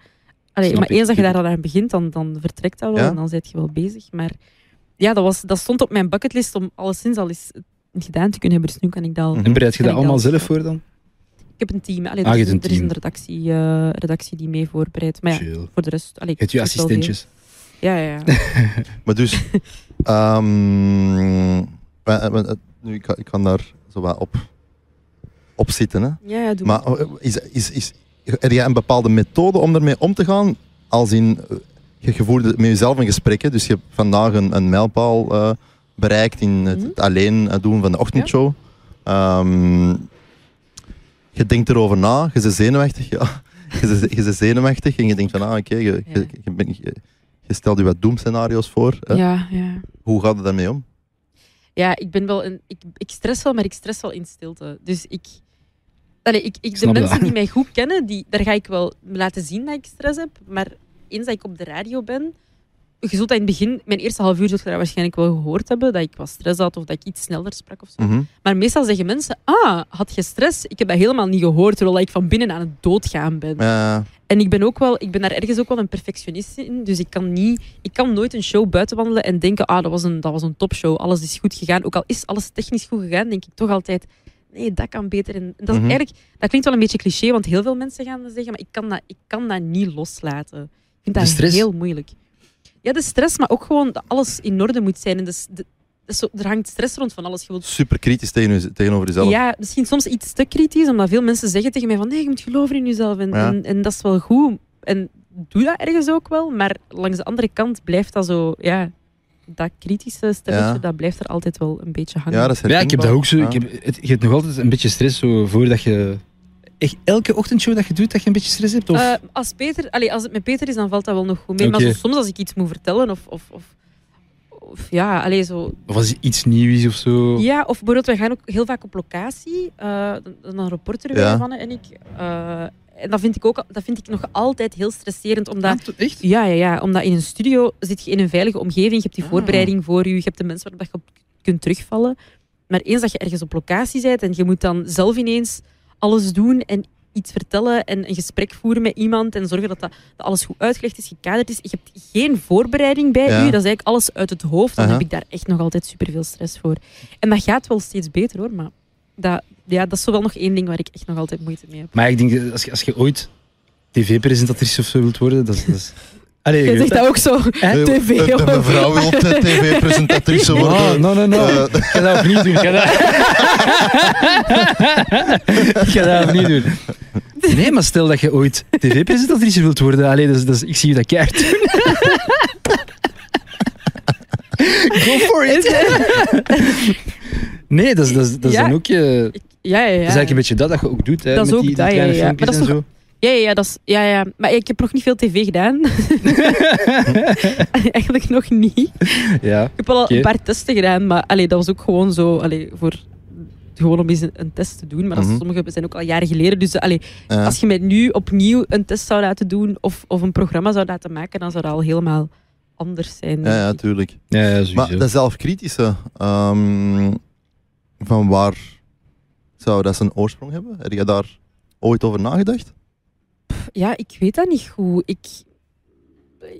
S3: Allee,
S1: Snap
S3: maar
S1: ik.
S3: eens dat je daar al aan begint, dan, dan vertrekt dat wel.
S2: Ja?
S3: En dan ben je wel bezig. Maar ja, dat, was, dat stond op mijn bucketlist om alleszins al eens gedaan te kunnen hebben. Dus nu kan ik dat al...
S2: Mhm.
S1: En bereid je
S3: Kan
S1: dat
S3: ik
S1: allemaal
S3: dat-
S1: zelf voor dan?
S3: Ik heb een team. Allee,
S1: Mm. Ah,
S3: er
S1: je
S3: is een,
S1: hebt een
S3: er is
S1: team.
S3: een redactie, eh, redactie die mee voorbereidt. Maar ja,
S1: Chill.
S3: voor de rest... Allee, ik
S1: Het je
S3: doe wel veel.
S1: assistentjes.
S3: Ja, ja, ja.
S2: Maar dus, ehm, eh, eh, eh, nu, ik, kan- ik kan daar zo wat op, op zitten. Hè.
S3: ja, ja doe
S2: Maar eh, is, is, is, heb jij een bepaalde methode om ermee om te gaan? Als in, eh, je, je voerde met jezelf een gesprek, hè, dus je hebt vandaag een, een mijlpaal eh, bereikt in het,
S3: Mhm.
S2: het alleen eh, doen van de ochtendshow. Ehm, je denkt erover na, je bent zenuwachtig, ja. Je bent, je bent zenuwachtig en je denkt van, ah, oké, je, je, je, bent- je- je stelt je wat doemscenario's voor.
S1: eh,
S2: hè.
S3: Ja, ja.
S2: Hoe gaat het daarmee om?
S3: Ja, ik ben wel een... Ik, ik stress wel, maar ik stress wel in stilte. Dus ik... Allee, ik, ik de
S1: Snap dat.
S3: mensen die mij goed kennen, die, daar ga ik wel laten zien dat ik stress heb. Maar eens dat ik op de radio ben... Je zult dat in het begin... Mijn eerste half uur zult je dat waarschijnlijk wel gehoord hebben. Dat ik wat stress had of dat ik iets sneller sprak of zo.
S2: Mhm.
S3: Maar meestal zeggen mensen... Ah, had je stress? Ik heb dat helemaal niet gehoord, terwijl ik van binnen aan het doodgaan ben.
S2: Ja,
S3: En ik ben ook wel, ik ben daar ergens ook wel een perfectionist in. Dus ik kan niet, ik kan nooit een show buiten wandelen en denken, ah, dat was een, dat was een topshow. Alles is goed gegaan. Ook al is alles technisch goed gegaan, denk ik toch altijd, nee, dat kan beter. En dat is
S2: Mhm.
S3: eigenlijk, dat klinkt wel een beetje cliché, want heel veel mensen gaan dat zeggen, maar ik kan dat, ik kan dat niet loslaten. Ik vind
S1: De
S3: dat
S1: stress?
S3: heel moeilijk. Ja, de stress, maar ook gewoon dat alles in orde moet zijn. En dus, de, dat is zo- er hangt stress rond van alles. Je wilt
S2: super kritisch tegen, je- tegenover jezelf.
S3: ja, misschien soms iets te kritisch, omdat veel mensen zeggen tegen mij van nee, je moet geloven in jezelf en,
S2: Ja.
S3: en, en dat is wel goed. En doe dat ergens ook wel, maar langs de andere kant blijft dat zo, ja, dat kritische stelletje,
S2: Ja.
S3: dat blijft er altijd wel een beetje hangen.
S2: Ja, dat is
S1: Ja, ik heb dat ook zo. Ik
S2: herkenbaar.
S1: heb, het, je hebt nog altijd een beetje stress zo, voordat je... Echt elke ochtendshow dat je doet, dat je een beetje stress hebt? Of?
S3: Eh, als, Peter, allee, als het met Peter is, dan valt dat wel nog goed mee. Maar
S1: Oké.
S3: zo soms als ik iets moet vertellen of... of, of of ja, allee, zo.
S1: Of als iets nieuws is of zo.
S3: ja, of bijvoorbeeld, wij gaan ook heel vaak op locatie. eh, dan, dan reporter
S2: Ja.
S3: wij mannen en ik. Eh, en dat vind ik, ook, dat vind ik nog altijd heel stresserend, omdat
S1: Ah, to- echt?
S3: Ja, ja, ja, omdat in een studio zit je in een veilige omgeving. Je hebt die
S1: Ah.
S3: voorbereiding voor je. Je hebt de mensen waarop je op kunt terugvallen. Maar eens dat je ergens op locatie bent en je moet dan zelf ineens alles doen en iets vertellen en een gesprek voeren met iemand en zorgen dat, dat, dat alles goed uitgelegd is, gekaderd is. Je hebt geen voorbereiding bij
S2: Ja.
S3: u. Dat is eigenlijk alles uit het hoofd. Dan
S2: Aha.
S3: heb ik daar echt nog altijd superveel stress voor. En dat gaat wel steeds beter hoor, maar dat, ja, dat is wel nog één ding waar ik echt nog altijd moeite mee heb.
S1: Maar ik denk, dat als je, als je ooit tv-presentatrice of zo wilt worden, dat is... Dat is... Allee,
S3: Jij
S1: je
S3: zegt
S1: weet
S3: dat ook
S2: Eh,
S3: zo.
S1: Hè?
S3: TV
S2: De, de
S3: hoor. nou.
S2: mevrouw wil tv-presentatrice
S1: Oh,
S2: worden.
S1: no, no, no.
S2: Eh.
S1: Ik ga dat opnieuw doen. Ik ga dat... ik ga dat opnieuw doen. Nee, maar stel dat je ooit tv-presentatrice wilt worden. Allee, dat is, dat is- ik zie je dat keihard doen. Go for Nee, dat is, dat is, dat is
S3: Ja.
S1: dan ook... eh,
S3: Ja, ja, ja.
S1: dat is eigenlijk een beetje dat dat je ook doet, hè,
S3: Dat is
S1: met
S3: ook
S1: die, die
S3: dat, ja,
S1: kleine
S3: ja, ja. Maar
S1: filmpjes
S3: dat is
S1: en
S3: toch-
S1: zo.
S3: Ja, ja, ja, dat is, ja, ja. Maar ik heb nog niet veel tv gedaan. Eigenlijk nog niet.
S1: Ja.
S3: Ik heb wel al
S1: Oké.
S3: een paar testen gedaan, maar allee, dat was ook gewoon zo... Allee, voor, gewoon om eens een, een test te doen. Maar dat
S2: Mhm.
S3: sommige zijn ook al jaren geleden. Dus allee,
S2: Ja.
S3: als je mij nu opnieuw een test zou laten doen of, of een programma zou laten maken, dan zou dat al helemaal anders zijn.
S2: Ja, ja,
S3: denk ik.
S2: tuurlijk.
S1: Ja, ja, sowieso.
S2: Maar dat zelfkritische, ehm, van waar zou dat zijn oorsprong hebben? Heb je daar ooit over nagedacht?
S3: ja, ik weet dat niet goed. Ik,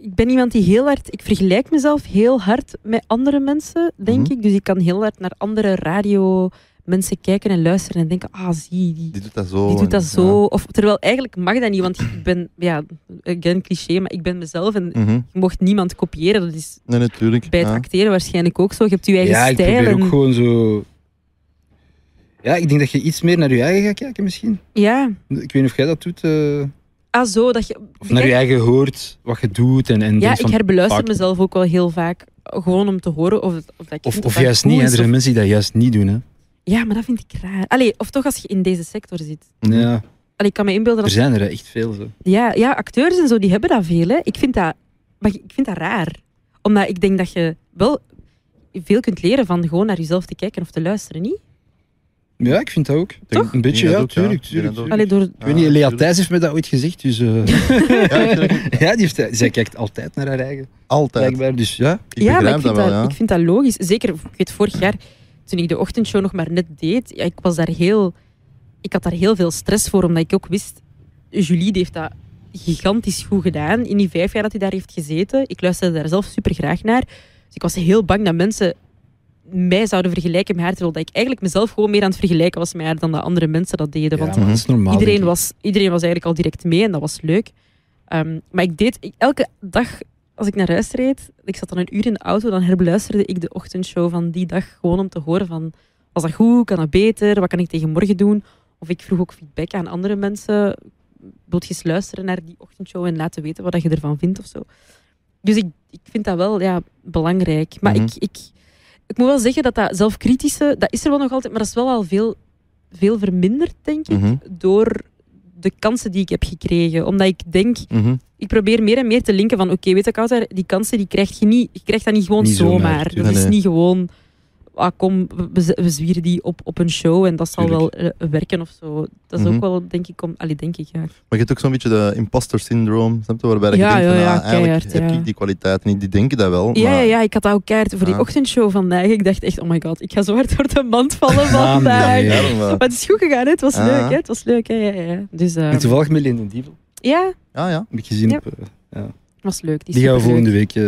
S3: ik ben iemand die heel hard... Ik vergelijk mezelf heel hard met andere mensen, denk
S2: Mhm.
S3: ik. Dus ik kan heel hard naar andere radio mensen kijken en luisteren en denken... Ah, zie, die,
S2: Die doet dat zo.
S3: die doet
S2: en-
S3: dat zo. Of, terwijl eigenlijk mag dat niet, want ik ben... Ja, again, cliché, maar ik ben mezelf en
S2: Ja. Mhm.
S3: je mocht niemand kopiëren. Dat is
S2: Nee, natuurlijk.
S3: bij het
S2: ja.
S3: acteren waarschijnlijk ook zo. Je hebt je eigen
S1: ja, ik
S3: stijl.
S1: probeer
S3: en-
S1: ook gewoon zo... Ja, ik denk dat je iets meer naar je eigen gaat kijken misschien.
S3: Ja,
S1: Ik weet niet of jij dat doet. eh,
S3: ah, zo. Dat je,
S1: Of naar je eigen hoort, wat je doet en, en
S3: ja,
S1: denkt
S3: ik
S1: van,
S3: herbeluister
S1: fuck.
S3: mezelf ook wel heel vaak. Gewoon om te horen of, het- of dat ik
S1: Of,
S3: vind
S1: of
S3: dat
S1: juist
S3: goed
S1: niet, hè.
S3: is
S1: er
S3: of-
S1: zijn mensen die dat juist niet doen. Hè.
S3: Ja, maar dat vind ik raar. Allee, of toch als je in deze sector zit.
S2: Mhm.
S1: Ja.
S3: Allee, ik kan me inbeelden
S1: Er
S3: dat...
S1: zijn er hè, echt veel. Zo.
S3: Ja, ja, acteurs en zo, die hebben dat veel. Hè. Ik, vind dat, maar ik vind dat raar. Omdat ik denk dat je wel veel kunt leren van gewoon naar jezelf te kijken of te luisteren, niet?
S1: Ja, ik vind dat ook.
S2: denk-
S1: Een beetje,
S2: ik
S1: ja,
S2: denk dat ook,
S1: tuurlijk. tuurlijk,
S2: ja. Ik denk dat ook.
S1: tuurlijk.
S3: Allee, door...
S1: Ik weet niet, Lea
S2: tuurlijk.
S1: Thijs heeft me dat ooit gezegd, dus... eh,
S2: Ja, tuurlijk.
S1: ja, die heeft, zij kijkt altijd naar haar eigen,
S2: Altijd.
S1: blijkbaar. Dus ja,
S2: Ik
S3: ja, maar
S2: begrijp
S3: ik vind
S2: dat wel, ja.
S3: ik vind dat logisch. Zeker, ik weet, vorig jaar, toen ik de ochtendshow nog maar net deed, ja, ik was daar heel... Ik had daar heel veel stress voor, omdat ik ook wist... Julie die heeft dat gigantisch goed gedaan in die vijf jaar dat hij daar heeft gezeten. Ik luisterde daar zelf super graag naar. Dus ik was heel bang dat mensen mij zouden vergelijken met haar, terwijl dat ik eigenlijk mezelf gewoon meer aan het vergelijken was met haar dan dat andere mensen dat deden.
S1: ja
S3: want
S1: maar dat is normaal.
S3: iedereen,
S1: denk ik.
S3: was, iedereen was eigenlijk al direct mee en dat was leuk. Ehm, maar ik deed ik- elke dag als ik naar huis reed, ik zat dan een uur in de auto, dan herbeluisterde ik de ochtendshow van die dag gewoon om te horen van was dat goed, kan dat beter, wat kan ik tegen morgen doen? Of ik vroeg ook feedback aan andere mensen, wilt je eens luisteren naar die ochtendshow en laten weten wat dat je ervan vindt of zo. Dus ik, ik vind dat wel ja, belangrijk. Maar
S2: Mhm.
S3: ik, ik, ik moet wel zeggen dat dat zelfkritische, dat is er wel nog altijd, maar dat is wel al veel, veel verminderd, denk ik
S2: Mhm,
S3: door de kansen die ik heb gekregen. Omdat ik denk,
S2: mhm.
S3: ik probeer meer en meer te linken van oké, weet ik altijd, die kansen die krijg je niet, je krijgt dat niet gewoon
S1: Niet zomaar,
S3: zomaar. Dat
S1: tuurlijk.
S3: is
S2: Nee, nee.
S3: niet gewoon, ah kom, we- we, z- we zwieren die op, op een show en dat zal wel eh, werken of zo. Dat is
S2: Mhm.
S3: ook wel, denk ik, om, allee, denk ik, ja.
S2: Maar je hebt ook zo'n beetje de imposter syndroom, snap je? Waarbij dat
S3: Ja,
S2: je
S3: ja,
S2: denkt van,
S3: ja,
S2: ah, eigenlijk
S3: keihard,
S2: heb
S3: ja.
S2: ik die kwaliteit niet. Die denken dat wel,
S3: ja.
S2: maar...
S3: Ja, ja, ik had dat ook keihard voor die
S2: Ah.
S3: ochtendshow vandaag. Ik dacht echt, oh my god, ik ga zo hard door de mand vallen
S1: Ah, nee.
S3: vandaag.
S1: Ja,
S2: Daarom wel.
S3: Maar het is goed gegaan, hè. het was
S2: Ah.
S3: leuk, hè. het was leuk. Hè. Ja, ja, ja. Dus eh,
S1: En toevallig met Linden Dievel.
S3: ja,
S2: Ja, ja.
S1: Heb ik gezien
S3: Ja.
S1: op... eh,
S3: het was leuk. Die, is
S1: die gaan we
S3: superleuk.
S1: volgende week eh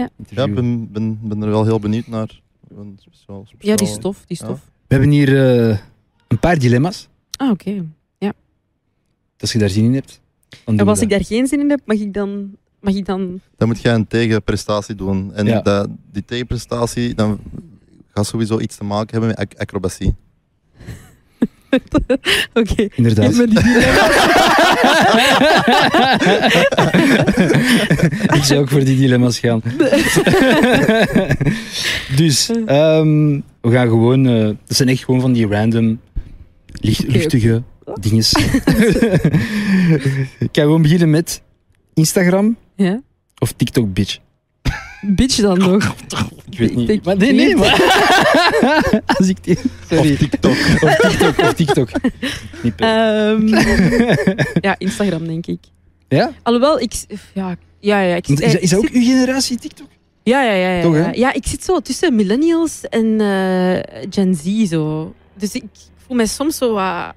S3: Ja.
S2: Ja, ik
S1: interviewen.
S2: ben, ben, ben er wel heel benieuwd naar. Een speciaal-
S3: Ja, die is
S2: speciaal-
S3: tof, die is
S2: Ja.
S3: tof.
S1: We hebben hier eh, een paar dilemma's,
S3: Ah, oké.
S1: als je daar zin in hebt. dan doen we
S3: En als
S1: dat.
S3: ik daar geen zin in heb, mag ik dan. Mag ik dan...
S2: Dan moet jij een tegenprestatie doen. En
S1: Ja.
S2: dat, die tegenprestatie dan gaat sowieso iets te maken hebben met ac- acrobatie.
S3: Oké.
S1: Inderdaad.
S3: Ik ben die
S1: ik zou ook voor die dilemma's gaan. dus, ehm, we gaan gewoon... eh, dat zijn echt gewoon van die random, licht,
S3: Oké,
S1: luchtige dinges. ik ga gewoon beginnen met Instagram
S3: Ja?
S1: of TikTok, bitch.
S3: Bitch dan nog.
S1: Ik weet niet.
S3: denk-
S1: maar nee, nee, maar... Als ik... die- Sorry.
S2: Of TikTok.
S1: Of TikTok, of TikTok. Niet per-
S3: Ehm, ja, Instagram denk ik.
S1: Ja?
S3: Alhoewel, ik. Ja, ja, ja. Ik,
S1: Want is, dat- is dat ook
S3: ik Eh, zit-
S1: uw generatie TikTok?
S3: Ja, ja, ja. Ja,
S1: Toch, hè?
S3: ja. ja, ik zit zo tussen millennials en eh, Gen Z zo. Dus ik voel mij soms zo. wat-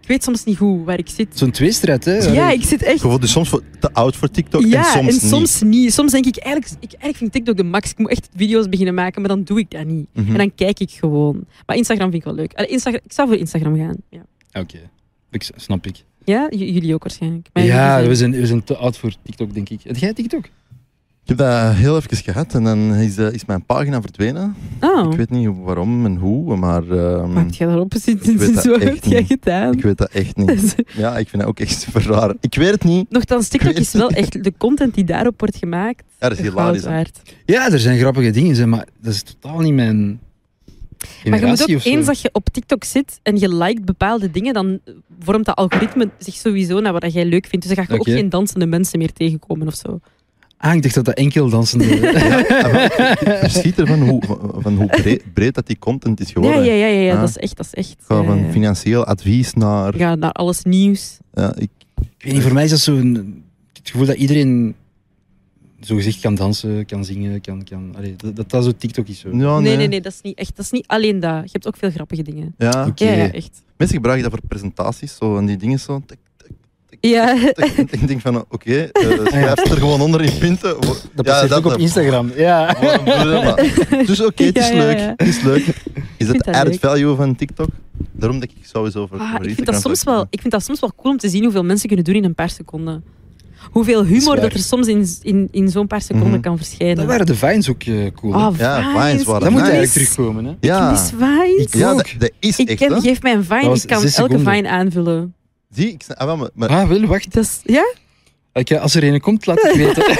S3: ik weet soms niet hoe waar ik zit.
S1: Zo'n tweestrijd, hè?
S3: Ja, ik zit echt.
S2: Gewoon dus soms voor- te oud voor TikTok
S3: ja,
S2: en soms
S3: en soms niet. Soms denk ik eigenlijk, ik eigenlijk vind TikTok de max. Ik moet echt video's beginnen maken, maar dan doe ik dat niet.
S2: niet. Mhm.
S3: En dan kijk ik gewoon. Maar Instagram vind ik wel leuk. Allee, Instagram, ik zou voor Instagram gaan. Ja,
S1: Ah, Oké, ik s- snap ik.
S3: ja j- jullie ook waarschijnlijk. Maar
S1: ja,
S3: jullie
S1: we
S3: zijn-
S1: zijn, we zijn te oud voor TikTok, denk ik. Heb jij TikTok?
S2: Ik heb dat heel even gehad en dan is, eh, is mijn pagina verdwenen.
S3: Oh,
S2: Ik weet niet waarom en hoe, maar ehm,
S3: wat heb jij daarop sinds, sinds,
S2: weet dat
S3: wat
S2: echt
S3: heb jij
S2: niet.
S3: gedaan?
S2: ik weet dat echt niet. Ja, ik vind dat ook echt super raar. Ik weet het niet.
S3: Nochtans,
S2: Ik
S3: TikTok
S2: weet
S3: is wel echt de content die daarop wordt gemaakt.
S2: Ja, dat is
S3: goud
S2: hilarisch. hè.
S3: waard.
S1: Ja, er zijn grappige dingen, hè, maar dat is totaal niet mijn generatie
S3: Maar je moet
S1: of
S3: ook
S1: zo.
S3: eens dat je op TikTok zit en je liked bepaalde dingen, dan vormt dat algoritme zich sowieso naar wat jij leuk vindt. Dus dan ga je
S1: Oké.
S3: ook geen dansende mensen meer tegenkomen of zo.
S1: Ah, ik dacht dat dat enkel dansende...
S2: Ja, maar ik- ik verschiet ervan hoe, van hoe breed, breed dat die content is
S3: Ja,
S2: geworden.
S3: ja, ja, ja, ja,
S2: Ah.
S3: dat is echt. Dat is echt
S2: Gewoon
S3: eh,
S2: van financieel advies naar...
S3: ja, naar alles nieuws.
S2: ja, ik,
S1: ik weet niet, voor mij is dat zo'n... Het gevoel dat iedereen zogezegd kan dansen, kan zingen, kan... kan allee, dat, dat dat zo TikTok is. Zo.
S2: ja,
S3: nee, nee, nee, dat is niet echt. Dat is niet alleen dat. Je hebt ook veel grappige dingen.
S2: Ja.
S1: Oké.
S3: Ja, ja, echt.
S2: Mensen gebruiken dat voor presentaties zo, en die dingen zo. Tik, tik, tik,
S3: Ja. Ah,
S2: tik, tik. ik denk van, oké, eh, schrijf het er gewoon onder in punten. Wo-
S1: Dat bestaat ook op Instagram. Ja.
S2: Waarom doe je dat maar? Dus oké, het is
S3: Ja, ja,
S2: leuk.
S3: ja.
S2: Het is leuk. Is
S3: vind
S2: het
S3: dat
S2: added
S3: leuk.
S2: value van TikTok? Daarom denk ik sowieso voor,
S3: Ah,
S2: voor
S3: ik, vind dat
S2: Instagram
S3: soms
S2: zou
S3: wel, ik vind dat soms wel cool om te zien hoeveel mensen kunnen doen in een paar seconden. Hoeveel
S1: is
S3: humor
S1: waar.
S3: dat er soms in, in, in zo'n paar seconden
S2: Mhm.
S3: kan verschijnen.
S1: Dat waren de Vines ook eh, cool. hè.
S3: Ah,
S2: Ja,
S3: Vines.
S2: Vines waren
S1: dat moet
S2: nice.
S1: eigenlijk terugkomen, hè?
S2: Ja,
S3: Ik mis Vines.
S1: Ik-
S2: ja
S1: ook.
S2: dat, dat is
S3: Ik
S2: echt,
S3: ken,
S2: hè.
S3: geef mij een Vine,
S1: was
S3: ik kan elke
S1: zes seconden.
S3: Vine aanvullen.
S2: Zie, ik snap- ah, wel, maar, maar
S1: Ah, wel, wacht.
S3: Dat is, ja?
S1: Ik, eh, als er een komt, laat het weten.
S2: ik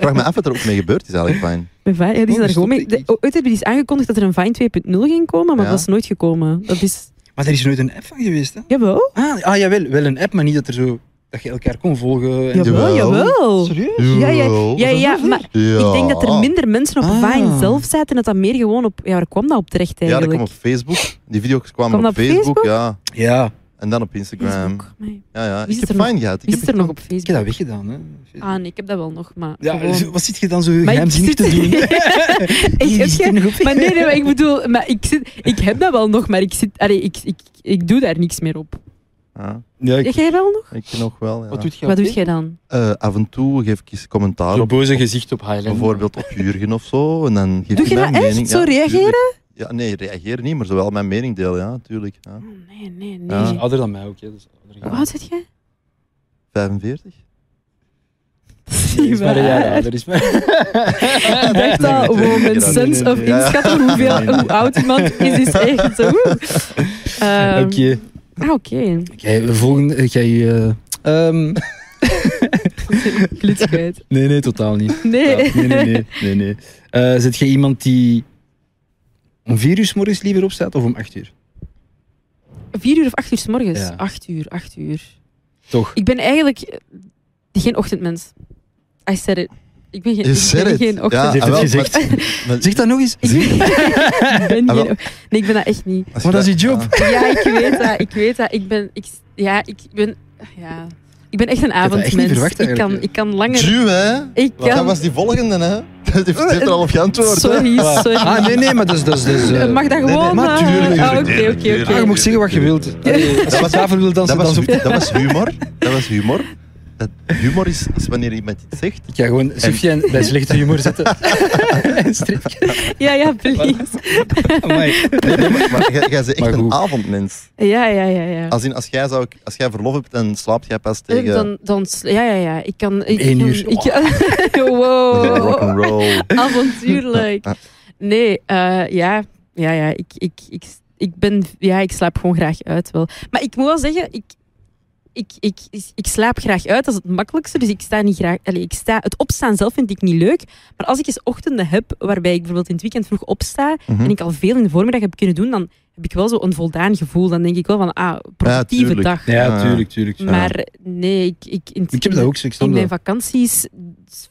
S2: vraag me af wat er ook mee gebeurd is eigenlijk, Vine.
S3: Met Vine, ja, die
S1: Oh,
S3: zijn
S1: dat
S3: er gewoon mee.
S1: stopte ik.
S3: De- ooit hebben die eens aangekondigd dat er een Vine 2.0 ging komen, maar
S2: Ja.
S3: dat is nooit gekomen. Dat is...
S1: Maar er is nooit een app van geweest, hè?
S3: Jawel.
S1: Ah, ah jawel, wel een app, maar niet dat, er zo, dat je elkaar kon volgen. En
S3: Jawel,
S2: Jawel.
S3: jawel.
S1: Serieus?
S3: Ja, ja, ja, ja, maar ik denk dat er minder mensen op
S1: Ah.
S3: Vine zelf zaten en dat dat meer gewoon op... Ja, waar kwam dat op terecht
S2: Ja, dat
S3: eigenlijk?
S2: kwam op Facebook. Die video's kwamen
S3: Kwam
S2: op,
S3: dat op
S2: Facebook, ja.
S1: Ja,
S2: En dan op Instagram.
S3: Facebook. Amai.
S2: Ja, ja.
S3: Wie
S2: Ik
S3: zit
S2: heb
S3: er nog-
S2: fijn gehad. Ik
S3: Wie
S2: heb
S3: zit er nog op Facebook?
S1: ik heb dat weggedaan, hè?
S3: Ah, nee, ik heb dat wel nog, maar
S1: Ja,
S3: gewoon...
S1: zo- wat zit je dan zo
S3: Maar ik
S1: geheimzinnig
S3: zit-
S1: te doen?
S3: Ik,
S1: Hier
S3: heb
S1: zit
S3: geen-
S1: er nog op.
S3: maar nee, nee, maar ik bedoel, maar ik, zit, ik heb dat wel nog, maar ik, zit, allee, ik, ik, ik doe daar niks meer op.
S2: Ja,
S1: Ja, ik-
S3: Ja, jij wel nog?
S2: ik nog wel, ja.
S1: Wat doet je?
S3: Wat doe jij dan?
S2: Eh, af en toe geef ik eens commentaar
S1: Zo
S2: op,
S1: boze gezicht op Highland.
S2: bijvoorbeeld op Jurgen of zo. En dan geef
S3: Doe
S2: ik
S3: je
S2: mijn
S3: dat echt?
S2: mening.
S3: Zo
S2: tuurlijk.
S3: reageren?
S2: Ja, nee, reageer niet, maar zowel mijn mening delen, ja, tuurlijk. Ja.
S3: Oh, nee, nee, nee.
S1: Dat
S2: Ja.
S1: is ouder dan mij ook, hè? Dat is ouder dan
S3: Hoe
S1: mij.
S3: oud zit jij?
S2: 45?
S3: Dat is
S1: Dat
S3: niet
S1: is maar een
S3: waar.
S1: jaar ouder. is maar-
S3: Ik dacht
S2: Nee,
S3: al,
S2: nee, nee,
S3: wow,
S2: nee,
S3: mijn
S2: nee,
S3: sense
S1: nee,
S3: of
S1: nee.
S3: inschatten hoeveel,
S2: Nee, nee.
S3: hoe oud iemand is, is echt zo. Ehm,
S1: Oké.
S3: Ah, oké.
S1: Jij, de volgende, jij... eh, ehm,
S3: Glitsigheid.
S1: nee, nee, totaal niet.
S3: Nee.
S1: Ja, nee, nee, nee. nee, nee. Eh, zit jij iemand die om vier uur s morgens liever opstaat of om acht uur?
S3: Vier uur of acht uur s morgens?
S1: Ja.
S3: Acht uur, acht uur.
S1: Toch?
S3: Ik ben eigenlijk eh, geen ochtendmens. I said it. Ik ben geen,
S2: Je
S3: ik
S2: zegt
S3: ben
S2: het.
S3: geen
S2: Ja,
S3: ochtend.
S1: Ze heeft het
S2: ah, wel,
S1: gezegd.
S2: maar- maar-
S1: Zeg dat nog eens.
S3: Ik ben
S2: Ah, wel.
S3: geen, nee, ik ben dat echt niet.
S2: als je
S1: Maar dat is je job.
S3: Ja, ik weet dat. Ik weet dat. Ik ben, ik, ja, ik ben, ja. Ik ben echt een
S1: had dat echt niet
S3: avondmens.
S1: verwacht
S3: ik, kan,
S1: eigenlijk.
S3: ik kan
S2: Ja.
S3: langer.
S2: Ju, hè?
S3: Ik
S2: Dat
S3: kan,
S2: was die volgende, hè? Die heeft, die heeft er al op geantwoord, hè?
S3: sorry, sorry.
S1: Ah, nee, nee, maar dat is... Dat is, dat is, eh,
S3: Eh, Mag dat
S2: nee,
S3: gewoon?
S2: nee, maar
S3: eh,
S2: tuurlijk,
S3: ah,
S2: tuurlijk.
S3: Oké, oké,
S1: ah, je
S3: oké.
S1: mag zeggen wat je wilt. Allee, Als je
S2: was-
S1: daarvoor wil dansen,
S2: Dat was,
S1: dan
S2: hu- dat was humor. Dat was humor. Dat humor is, is wanneer iemand iets zegt.
S1: Ik ga gewoon Sufjan bij slechte humor zetten.
S3: Ja, ja, please.
S1: Amai.
S2: Nee, nee, maar maar jij jij
S1: Maar
S2: bent echt een
S1: goed.
S2: avondmens.
S3: Ja, ja, ja, ja.
S2: Als, in, als, jij zou, als jij verlof hebt, dan slaapt jij pas
S3: Eh,
S2: tegen
S3: Dan, dan, sl- ja, ja, ja. Ik kan. Ik,
S1: Eén
S3: kan-
S1: uur.
S3: Ik,
S2: rock
S3: wow,
S2: eh, rock'n'roll.
S3: avontuurlijk. Nee, eh, ja, ja, ja. Ik, ik, ik, ik ben, ja, ik slaap gewoon graag uit wel. Maar ik moet wel zeggen, ik, ik, ik, ik slaap graag uit. Dat is het makkelijkste. Dus ik sta niet graag. Allee, ik sta, het opstaan zelf vind ik niet leuk. Maar als ik eens ochtenden heb waarbij ik bijvoorbeeld in het weekend vroeg opsta
S2: Mhm.
S3: en ik al veel in de voormiddag heb kunnen doen, dan heb ik wel zo een voldaan gevoel. Dan denk ik wel van, ah, productieve
S2: tuurlijk.
S3: dag.
S1: Ja, tuurlijk, tuurlijk. tuurlijk.
S3: Maar nee, ik, ik, in,
S1: Ik heb dat ook, zo, ik
S3: in
S1: snap
S3: mijn
S1: dat.
S3: vakanties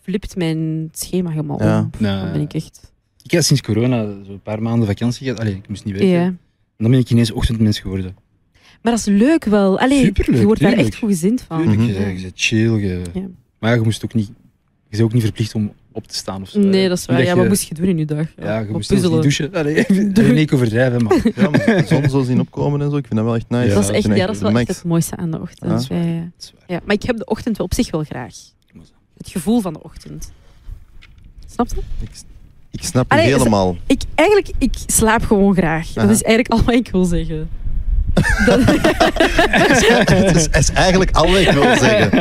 S3: flipt mijn schema helemaal
S2: Ja.
S3: om. Dan ben ik echt...
S1: Ik had sinds corona zo'n paar maanden vakantie gehad. Allee, ik moest niet werken.
S3: Ja.
S1: En dan ben ik ineens ochtendmens geworden.
S3: Maar dat is leuk wel. Allee,
S1: Superleuk,
S3: je wordt daar
S1: tuurlijk.
S3: echt goed gezind van.
S1: Tuurlijk,
S2: Mhm.
S1: je, bent- je bent chill. Je...
S3: Ah. Ja.
S1: Maar je moest ook niet... Je bent ook niet verplicht om op te staan of zo.
S3: Nee, dat is waar.
S1: Niet
S3: Ja,
S1: je-
S3: wat moest je doen in je dag?
S1: Ja, je
S3: wat
S1: moest zelfs niet douchen. Allee,
S3: Doe-
S1: nee, ik overdrijf, hè, maar...
S2: Ja, maar de zon zo zien opkomen en zo, ik vind dat wel echt nice.
S1: Ja,
S3: dat is echt,
S2: vind ik
S3: ja, dat is wel
S2: de
S3: echt
S2: max.
S3: het mooiste aan de
S2: Ja, dat
S3: ochtend.
S2: is
S3: Ja, ja, ja.
S1: Dat is waar.
S3: Ja, maar ik heb de ochtend wel op zich wel graag. Het gevoel van de ochtend. Snap je?
S2: Ik, ik snap je
S3: Allee, is-
S2: helemaal.
S3: Ik, eigenlijk, ik slaap gewoon graag. Dat
S2: Aha.
S3: is eigenlijk al wat ik wil zeggen.
S2: Het is, is eigenlijk al wat ik wil zeggen.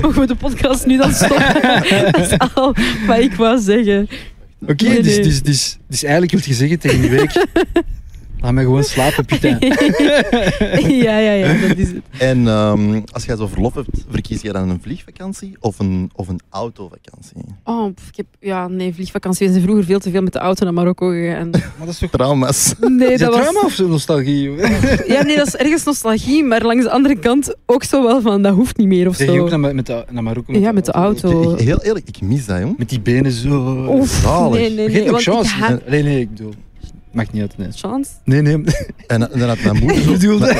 S3: Mogen we de podcast nu dan stoppen? dat is al wat ik wou zeggen.
S1: Oké,
S3: Nee,
S1: dus,
S3: nee.
S1: dus, dus, dus eigenlijk wil je zeggen tegen je werk... Laat mij gewoon slapen, Pieter.
S3: ja, ja, ja, dat is het.
S2: En ehm, als jij zo verlof hebt, verkies jij dan een vliegvakantie of een, of een autovakantie?
S3: Oh, pff, ik heb, ja, nee, vliegvakantie. We zijn vroeger veel te veel met de auto naar Marokko gegaan.
S1: Maar dat is toch...
S2: Trauma's.
S3: Nee,
S1: Is dat
S3: dat was,
S1: trauma of zo nostalgie?
S3: ja, nee, dat is ergens nostalgie, maar langs de andere kant ook zo wel van, dat hoeft niet meer of
S1: Zeg je
S3: zo.
S1: ook naar, met de, naar Marokko?
S3: Ja, met de auto.
S2: Ik- ik- heel eerlijk, ik mis dat, jong.
S1: Met die benen zo...
S3: Oef,
S2: Zalig.
S3: nee, nee,
S1: Vergeet
S3: nee.
S1: ook
S3: Want ik
S1: chance.
S3: haat
S1: Nee, nee, ik bedoel... Maakt niet uit, nee.
S3: chance.
S1: Nee, nee.
S2: En, en dan had mijn moeder, zo, dan,
S1: bedoelde...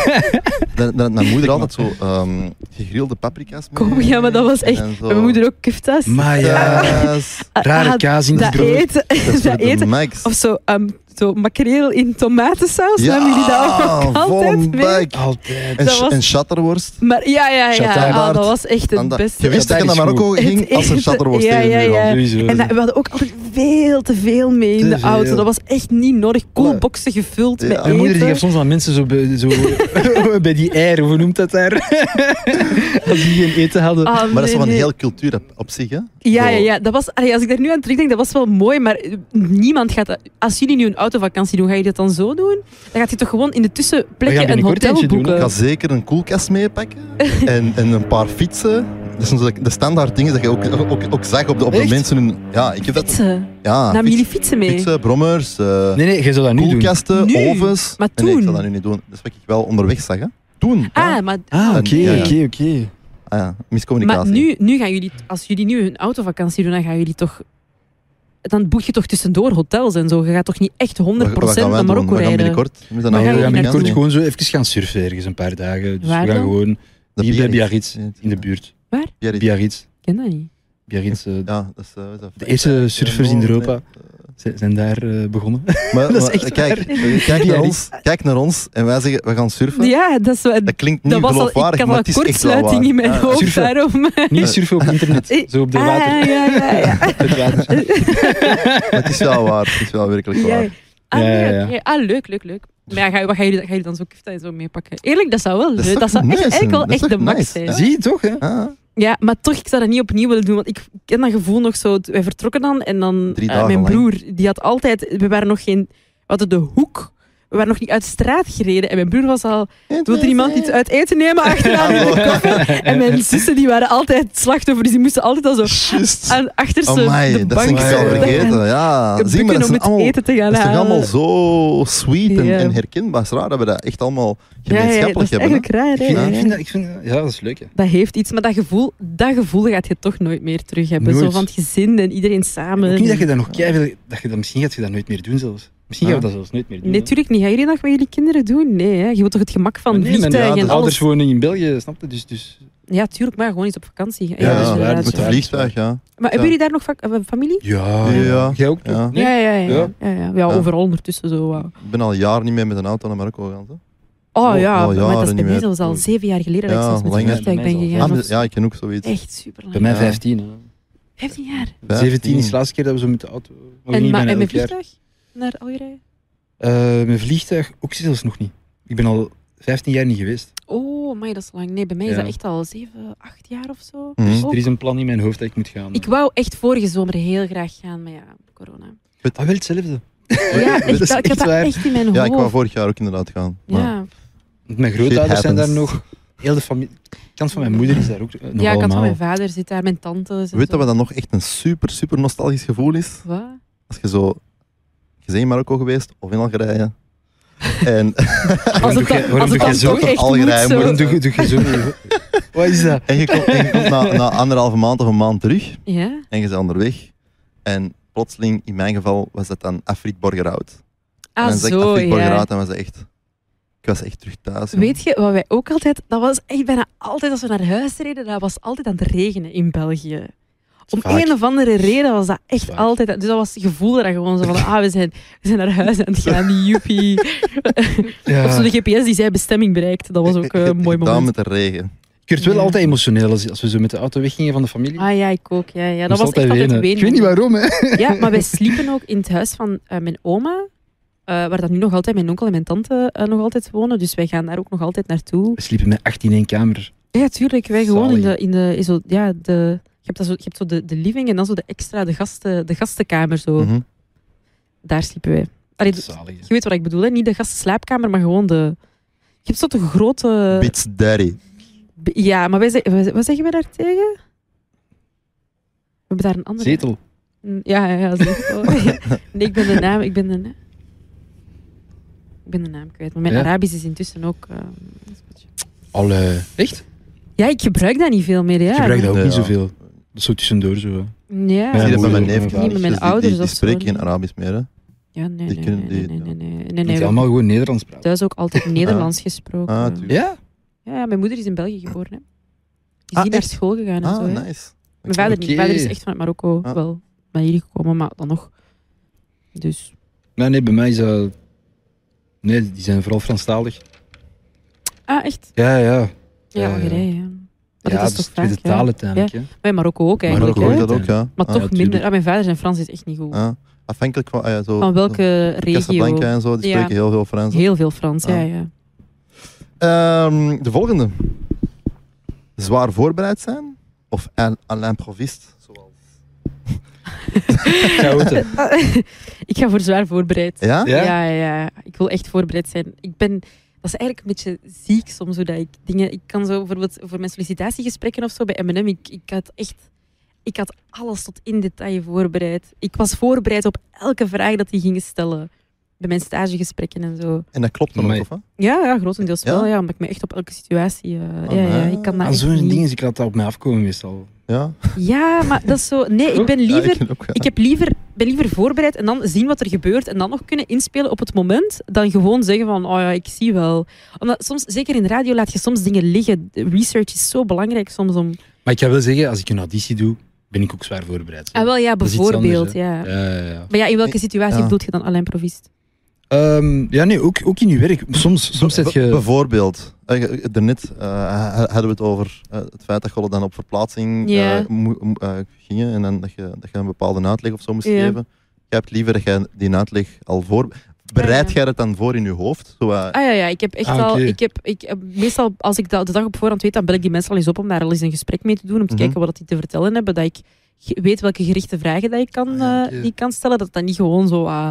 S2: dan had mijn moeder altijd zo ehm, gegrilde paprika's mee.
S3: Kom, ja, maar dat was echt-
S2: En zo-
S3: Mijn moeder ook kiftas.
S1: Maar ja...
S2: Paprika's.
S3: Ah,
S1: Rare
S3: ah,
S1: kaas in het
S3: Dat
S1: brood.
S3: eten,
S2: Dat is voor
S3: dat
S2: de
S3: eten.
S2: max.
S3: Of zo, ehm, zo makreel in tomatensaus,
S2: Ja,
S3: namen jullie dat ook
S2: vol een
S3: altijd mee? Oh,
S2: buik.
S1: Altijd.
S2: En,
S3: Dat
S2: sh-
S3: was-
S2: en chatterworst.
S3: Maar ja, ja, ja,
S2: Chataard.
S3: ah, dat was echt
S2: En
S3: het
S2: dat-
S3: beste.
S2: Je wist dat je naar
S1: Chataard is
S2: Marokko
S3: goed.
S2: ging als er
S3: Het-
S2: chatterworst
S3: ja,
S2: tegen
S3: ja,
S2: je
S3: ja.
S1: Sowieso.
S3: En dat- we hadden ook altijd veel te veel mee
S1: Te
S3: in de auto.
S1: veel.
S3: Dat was echt niet nodig. Koelboxen gevuld
S2: Ja.
S3: met
S1: Mijn
S3: eten.
S1: moeder die gaf soms aan mensen zo bij, zo bij die eieren, hoe noemt dat daar? Als die geen eten hadden.
S3: Ah,
S2: Maar dat is
S3: nee,
S2: wel een
S3: nee.
S2: heel cultuur op, op zich, hè?
S3: Ja,
S2: Zo.
S3: ja, ja. Dat was, allee, als ik daar nu aan terugdenk, dat was wel mooi, maar eh, niemand gaat... dat- Als jullie nu een autovakantie doen, ga je dat dan zo doen? Dan gaat je toch gewoon in de
S1: We gaan
S3: tussenplekken een
S1: binnenkort
S3: hotel
S1: eentje
S3: boeken?
S1: doen, hè.
S2: Ik ga zeker een koelkast meepakken en, en een paar fietsen. Dat zijn zo de- de standaard dingen dat je ook, ook, ook zag op de, op de
S1: Echt?
S2: mensen hun... Ja, ik heb dat...
S3: Fietsen.
S2: Ja,
S3: Nam
S2: fiets-
S3: jullie fietsen mee?
S2: fietsen, brommers, eh,
S1: Nee, nee, je zou dat nu doen.
S2: koelkasten,
S3: Nu?
S2: ovens.
S3: Maar
S2: Nee, nee, ik
S3: toen?
S2: zal dat nu niet doen. Dat is wat ik wel onderweg zag, hè. Toen? ja.
S3: Ah, maar,
S1: Ah,
S2: En- ja,
S1: oké,
S2: ja.
S1: oké, oké.
S2: Ah ja, miscommunicatie.
S3: maar nu, nu gaan jullie, als jullie nu hun autovakantie doen, dan gaan jullie toch. Dan boek je toch tussendoor hotels en zo. Je gaat toch niet echt 100%
S2: Wat- wat gaan wij
S3: naar
S2: doen?
S3: Marokko
S2: We gaan
S3: rijden?
S2: binnenkort. We zijn
S3: Maar
S1: Nou,
S3: gaan
S2: aan
S1: we
S2: het
S1: gaan
S3: jullie
S1: binnenkort
S3: naartoe?
S2: vakantie.
S1: gewoon zo even gaan surfen ergens een paar dagen. Dus
S3: Waar
S1: we gaan
S3: dan?
S1: gewoon
S2: De
S1: hier bij
S2: Biarritz.
S1: Biarritz, in de buurt.
S2: Biarritz.
S1: Biarritz.
S3: Ik ken dat niet.
S1: Biarritz eh,
S2: Ja, dat is, eh, wat is dat?
S1: De eerste surfers in Europa z- zijn daar eh, begonnen.
S2: Maar,
S1: Dat is
S2: maar,
S1: echt
S2: kijk, eh, kijk, naar
S1: Biarritz.
S2: ons, kijk naar ons en wij zeggen, we gaan surfen.
S3: Ja, dat is wel-
S2: Dat klinkt niet
S3: Dat was al, ik
S2: geloofwaardig,
S3: had
S2: maar
S3: al
S2: het
S3: een
S2: is echt wel waar.
S3: kortsluiting in mijn
S2: Ja.
S3: hoofd
S1: Surfen.
S3: daarom.
S1: Niet surfen op internet, zo op de
S3: Ah,
S1: water.
S3: ja, ja, ja.
S1: op het water.
S2: Maar het is wel waar, het is wel werkelijk
S3: Ja.
S2: waar.
S3: Ah,
S1: Ja, ja,
S3: leuk.
S1: ja.
S3: Ja, ah, leuk, leuk, leuk. Maar ja, ga, wat gaan jullie, gaan jullie dan zo kufta en zo meepakken? Eerlijk, dat zou wel
S2: Dat
S3: leuk. Dat,
S2: is toch
S3: zou echt,
S2: nice,
S3: eigenlijk wel
S2: dat is
S3: echt de
S2: toch
S3: max
S2: nice,
S3: zijn.
S2: hè?
S1: Zie je toch? Hè?
S2: Ah,
S3: Ja, maar toch, ik zou dat niet opnieuw willen doen. Want ik ken dat gevoel nog zo. Wij vertrokken dan en dan...
S2: Drie
S3: eh,
S2: dagen
S3: mijn
S2: lang.
S3: broer, die had altijd... We waren nog geen... We hadden de hoek. We waren nog niet uit de straat gereden. En mijn broer was al... Wil er iemand iets uit eten nemen achteraan in de koffer? En mijn zussen, die waren altijd slachtoffers. Die moesten altijd al zo
S2: Just.
S3: aan achterste
S2: Amai,
S3: de
S2: Oh dat zijn
S3: bank
S2: ik wel
S1: eh,
S3: zitten
S2: vergeten. Ja,
S3: en
S2: zie
S3: bukken
S2: maar, dat
S3: om
S2: zijn
S3: het
S2: allemaal...
S3: eten te gaan
S2: Dat is toch
S3: halen.
S2: allemaal zo sweet en,
S3: eh, Ja.
S2: en herkenbaar. Het is raar dat we dat echt allemaal
S3: Ja, ja, dat
S2: gemeenschappelijk
S3: is
S2: hebben. hè.
S3: eigenlijk raar.
S1: Ik vind,
S3: hè?
S1: ik
S3: Ja.
S1: vind dat, ik vind, dat- ja, dat is leuk. Hè.
S3: Dat heeft iets, maar dat gevoel, dat gevoel gaat je toch nooit meer terug hebben.
S1: Nooit.
S3: Zo van het gezin en iedereen samen.
S1: Ook niet dat je dat nog keihard... Dat je dat, misschien gaat je dat nooit meer doen zelfs. Misschien gaan we dat zelfs nooit meer doen.
S3: Nee,
S1: hè.
S3: natuurlijk niet. Ga jullie dat met jullie kinderen doen? Nee, hè. je wilt toch het gemak van
S1: Maar nee, mijn
S3: vliegtuigen
S1: ja,
S3: en
S1: de
S3: alles.
S1: ouders wonen in België, snap je? Dus, dus
S3: Ja, tuurlijk, maar gewoon eens op vakantie. Ja,
S1: Ja,
S3: dat is
S1: ja,
S3: inderdaad
S1: dat
S2: met
S1: moet
S3: zo.
S2: het vliegtuig, ja.
S3: Maar hebben jullie daar nog vak- eh, familie?
S1: ja,
S2: Ja.
S1: jij ook toch?
S2: Ja.
S1: Nee?
S3: Ja, ja, ja, ja.
S1: Ja.
S3: ja, ja. Ja,
S2: Ja.
S3: overal ondertussen zo. wauw.
S2: Ik ben al jaren niet meer met een auto naar Marokko gegaan. hè.
S3: Oh
S2: Al-
S3: ja,
S2: al
S3: maar dat is
S2: jaren
S3: bij
S2: niet
S3: mij
S2: meer.
S3: zelfs al zeven jaar geleden dat
S2: Ja,
S3: ik zelfs met
S2: lang,
S3: het
S1: hè.
S3: vliegtuig ben
S1: Bij mij is
S3: gegaan.
S1: al,
S2: Ah,
S3: of
S2: dus-
S3: zo.
S2: ja, ik ken ook zoiets.
S3: Echt super
S1: Bij mij
S2: Ja.
S1: 15. Hè.
S3: 15 jaar.
S1: 17 is de laatste keer dat we zo met de auto... nog
S3: En,
S1: niet
S3: maar,
S1: bijna
S3: en
S1: elk
S3: met
S1: jaar.
S3: vliegtuig naar Algerije?
S1: Eh, mijn vliegtuig ook zelfs nog niet. Ik ben al 15 jaar niet geweest.
S3: Oh, maar dat is lang. Nee, bij mij is
S1: Ja.
S3: dat echt al 7, 8 jaar of zo.
S2: Mhm.
S1: Dus
S3: Ook.
S1: er is een plan in mijn hoofd dat ik moet gaan.
S3: Ik wou echt vorige zomer heel graag gaan, maar ja, corona.
S1: Ah, wel hetzelfde.
S3: Ja, echt,
S1: is
S3: dat- ik had
S1: echt
S3: dat
S1: waar.
S3: echt in mijn hoofd.
S2: Ja, ik wou vorig jaar ook inderdaad gaan. Maar
S3: ja.
S1: Mijn grootouders zijn daar
S2: happens.
S1: nog. Heel de familie. kant van mijn moeder is daar ook eh, nog
S3: ja, ik had van
S1: allemaal.
S3: mijn vader zit daar, mijn tante.
S2: weet dat wat dan nog echt een super, super nostalgisch gevoel is?
S3: Wat?
S2: Als je zo... Je bent in Marokko geweest, of in Algerije. En,
S3: Als
S1: doe
S3: het dan,
S1: jij- waarom
S3: als het
S1: doe
S3: dan
S1: jij zo
S3: toch
S2: tot
S3: echt
S2: Algerije?
S3: moet, zo.
S1: Waarom doe, je- doe je zo? Wat is dat?
S2: en je komt, en je komt na, na anderhalve maand of een maand terug.
S3: Ja? Ah,
S2: En je bent onderweg. En plotseling, in mijn geval, was dat dan Afrit Borgerhout. en
S3: Ah,
S2: dan zeg ik
S3: zo,
S2: Afrit
S3: ja.
S2: Borgerhout, dan was dat echt... Ik was echt terug thuis. joh.
S3: Weet je, wat wij ook altijd... Dat was echt bijna altijd, als we naar huis reden, dat was altijd aan het regenen in België. Om
S1: Vaak.
S3: een of andere reden was dat echt
S1: Vaak.
S3: altijd... Dus dat was het gevoel dat gewoon zo van... Ah, we zijn, we zijn naar huis aan het gaan, joepie. Of zo
S1: Ja.
S3: de GPS die zij bestemming bereikt. Dat was ook eh,
S2: Ik- ik-
S3: een mooi
S2: ik- gedaan
S3: moment.
S2: met de regen.
S1: Ik werd wel
S3: Ja.
S1: altijd emotioneel als, als we zo met de auto weggingen van de familie.
S3: Ah ja, ik ook. Ja, ja.
S1: Ik
S3: Dat
S1: moest
S3: was echt altijd wenen.
S1: Ik weet niet waarom, hè?
S3: Ja, maar wij sliepen ook in het huis van eh, mijn oma. eh, waar dat nu nog altijd mijn onkel en mijn tante eh, nog altijd wonen. Dus wij gaan daar ook nog altijd naartoe.
S1: We sliepen met 18 in één kamer.
S3: Ja, tuurlijk. Wij gewoon in de...
S1: Zalig.
S3: In de in zo, ja, de, je hebt, dat zo, je hebt zo de, de living en dan zo de extra, de, gasten, de gastenkamer. Zo.
S2: Mhm.
S3: Daar sliepen wij. Allee, d-
S1: Zalig. hè.
S3: je weet wat ik bedoel, hè? niet de gastenslaapkamer, maar gewoon de... Je hebt zo de grote...
S2: Bits Daddy.
S3: B- Ja, maar wij, ze- wij- wat zeggen we daar tegen? We hebben daar een andere...
S1: Zetel.
S3: Mm, Ja, ja, ja, zetel. nee, ik ben de naam... Ik ben de, na- ik ben de naam kwijt. Maar mijn
S1: Ja?
S3: Arabisch is intussen ook... eh,
S1: Alle. Echt?
S3: ja, ik gebruik dat niet veel meer. Ja.
S1: Ik eh, gebruik dat ook
S2: Ja.
S1: niet zoveel. Dat is zo tussendoor zo. hè.
S3: Ja.
S2: Ik
S1: Ja,
S2: zie dat
S1: moeder,
S2: bij mijn
S1: mijn
S2: neefjes. Dus
S1: vader.
S3: Met mijn
S2: Die- die-
S3: ouders
S2: Die,
S3: of zo,
S2: spreken geen
S3: nee.
S2: Arabisch meer. Hè?
S3: Ja, nee, nee,
S2: Die
S3: nee,
S2: kunnen
S3: nee,
S2: die-
S3: nee, nee, nee, nee,
S1: Die
S3: nee.
S1: hebben allemaal gewoon Nederlands praten.
S3: Thuis ook altijd Nederlands gesproken.
S2: Ah, tuurlijk.
S1: Ja?
S3: ja, ja, mijn moeder is in België geboren. Hè. Die is
S2: Ah,
S3: niet naar
S2: echt?
S3: school gegaan en
S2: Ah,
S3: zo. hè.
S2: nice.
S3: Mijn vader niet. Mijn vader is
S1: Oké.
S3: echt vanuit Marokko
S2: Ah.
S3: wel naar hier gekomen, maar dan nog. Dus...
S1: Nee, nee, bij mij is dat... Nee, die zijn vooral Franstalig.
S3: Ah, echt?
S1: Ja, ja.
S3: Ja,
S1: Ja, ja.
S3: Algerije, ja. Maar
S1: ja, dus
S3: dat is
S1: dat
S2: dus
S3: toch
S1: is tweede
S3: vaak, ja.
S1: taal uiteindelijk. hè.
S3: Bij Marokko ook
S2: Maar
S3: eigenlijk.
S2: ook
S1: Marokko
S3: hè?
S2: hoor
S1: hè?
S2: dat ook, ja.
S3: Maar
S2: Ah,
S3: toch
S1: ja, tuurlijk.
S3: minder. Ah, mijn vader zijn Frans is echt niet goed.
S2: ah. Afhankelijk van, ah, ja, zo,
S3: Van welke
S2: zo-
S3: regio?
S2: Casablanca en zo, die
S3: Ja.
S2: spreken heel veel Frans.
S3: Heel veel Frans, ja.
S2: Ah.
S3: ja.
S2: Ehm, de volgende. Zwaar voorbereid zijn of à à l'improviste? zoals-
S1: Ja, goed, hè.
S3: Ik ga voor zwaar voorbereid.
S2: Ja?
S1: Ja?
S3: Ja, ja, ja. Ik wil echt voorbereid zijn. Ik ben Dat is eigenlijk een beetje ziek soms, hoe dat ik dingen... Ik kan zo bijvoorbeeld voor mijn sollicitatiegesprekken of zo bij M&M, ik, ik had echt... Ik had alles tot in detail voorbereid. Ik was voorbereid op elke vraag dat die gingen stellen. Bij mijn stagegesprekken en zo.
S2: En dat klopt dan ook,
S1: Amai.
S2: of wat?
S3: Ja, ja grotendeels
S2: Ja?
S3: wel. Ja, omdat ik me echt op elke situatie... eh,
S2: Ah,
S3: ja, ja,
S2: maar-
S3: ik kan dat
S1: Aan
S3: echt
S1: zo'n
S3: niet.
S1: ding is, ik laat dat op mij afkomen meestal.
S2: Ja.
S3: Ja, maar dat is zo... Nee, ik ben
S2: Ja,
S3: liever...
S2: ik ook, ja.
S3: Ik heb liever, ben liever voorbereid en dan zien wat er gebeurt en dan nog kunnen inspelen op het moment dan gewoon zeggen van, oh ja, ik zie wel. Omdat soms, zeker in radio, laat je soms dingen liggen. De Research is zo belangrijk soms om...
S1: Maar ik ga wel zeggen, als ik een auditie doe, ben ik ook zwaar voorbereid.
S3: Ah, wel ja,
S1: Dat is iets
S3: bijvoorbeeld,
S1: anders, hè.
S3: ja.
S1: Ja, ja, ja.
S3: Maar ja, in welke situatie
S2: Ja.
S3: bedoel je dan alleen provist?
S1: Ehm, ja, nee, ook, ook in je werk. Soms, soms
S2: Be-
S1: zet je...
S2: Bijvoorbeeld, eh, je- daarnet eh, hadden we het over eh, het feit dat je dan op verplaatsing eh,
S3: Ja.
S2: moe- mo- eh, gingen en dan dat, je, dat je een bepaalde uitleg of zo moest
S3: Ja.
S2: geven. Je hebt liever dat je die uitleg al voor... Bereid
S3: ja.
S2: jij dat dan voor in je hoofd? Zo, eh,
S3: Ah ja, ja ik heb echt
S1: Ah,
S3: al...
S1: oké.
S3: Ik heb, ik, heb- meestal, als ik dat de dag op voorhand weet, dan bel ik die mensen al eens op om daar al eens een gesprek mee te doen, om te
S2: Mhm.
S3: kijken wat die te vertellen hebben, dat ik ge- weet welke gerichte vragen dat ik kan,
S1: Ah, ja,
S3: eh,
S1: oké.
S3: die ik kan stellen, dat dat niet gewoon zo... ah,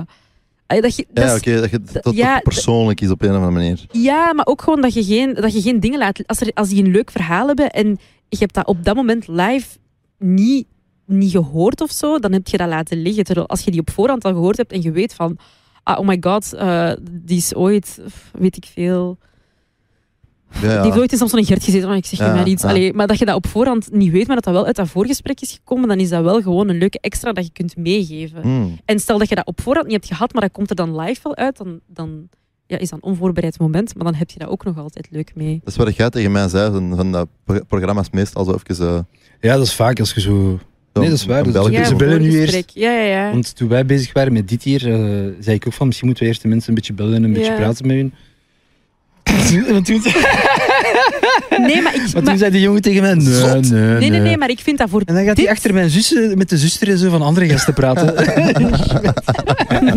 S3: ah, dat je, dat
S2: ja,
S3: is-
S2: oké, dat, je- dat dat
S3: ja,
S2: persoonlijk is op een of andere manier.
S3: Ja, maar ook gewoon dat je geen, dat je geen dingen laat. Als, er, als die een leuk verhaal hebben en je hebt dat op dat moment live niet, niet gehoord of zo, dan heb je dat laten liggen. Terwijl als je die op voorhand al gehoord hebt en je weet van, ah, oh my god, eh, die is ooit, pff, weet ik veel.
S2: Ja, ja.
S3: Die heeft ooit eens op zo'n gert gezeten, maar ik zeg
S2: Ja,
S3: niet meer iets.
S2: ja.
S3: Allee, maar dat je dat op voorhand niet weet, maar dat dat wel uit dat voorgesprek is gekomen, dan is dat wel gewoon een leuke extra dat je kunt meegeven.
S1: Hm.
S2: Hmm.
S3: En stel dat je dat op voorhand niet hebt gehad, maar dat komt er dan live wel uit, dan, dan ja, is dat een onvoorbereid moment. Maar dan heb je dat ook nog altijd leuk mee.
S2: Dat is wat jij tegen mij zei, van, van dat pro- programma's meestal zo even... eh,
S1: Ja, dat is vaak als je zo...
S2: zo
S1: Nee, dat is waar,
S2: een
S1: dat-
S2: belletje
S1: Ja,
S2: zo-
S1: ze bellen nu
S3: voorgesprek. Ja, ja, ja.
S1: Want toen wij bezig waren met dit hier, eh, zei ik ook van, misschien moeten we eerst de mensen een beetje bellen en een beetje
S3: Ja.
S1: praten met hun. En toen, Hm.
S3: Nee, maar ik...
S1: maar
S3: maar-
S1: toen zei die jongen tegen mij, nee,
S2: Zot.
S1: nee,
S3: nee, nee, nee, maar ik vind dat voor...
S1: En dan gaat
S3: Dit-
S1: hij achter mijn zus, eh, met de zuster en zo van andere gasten praten.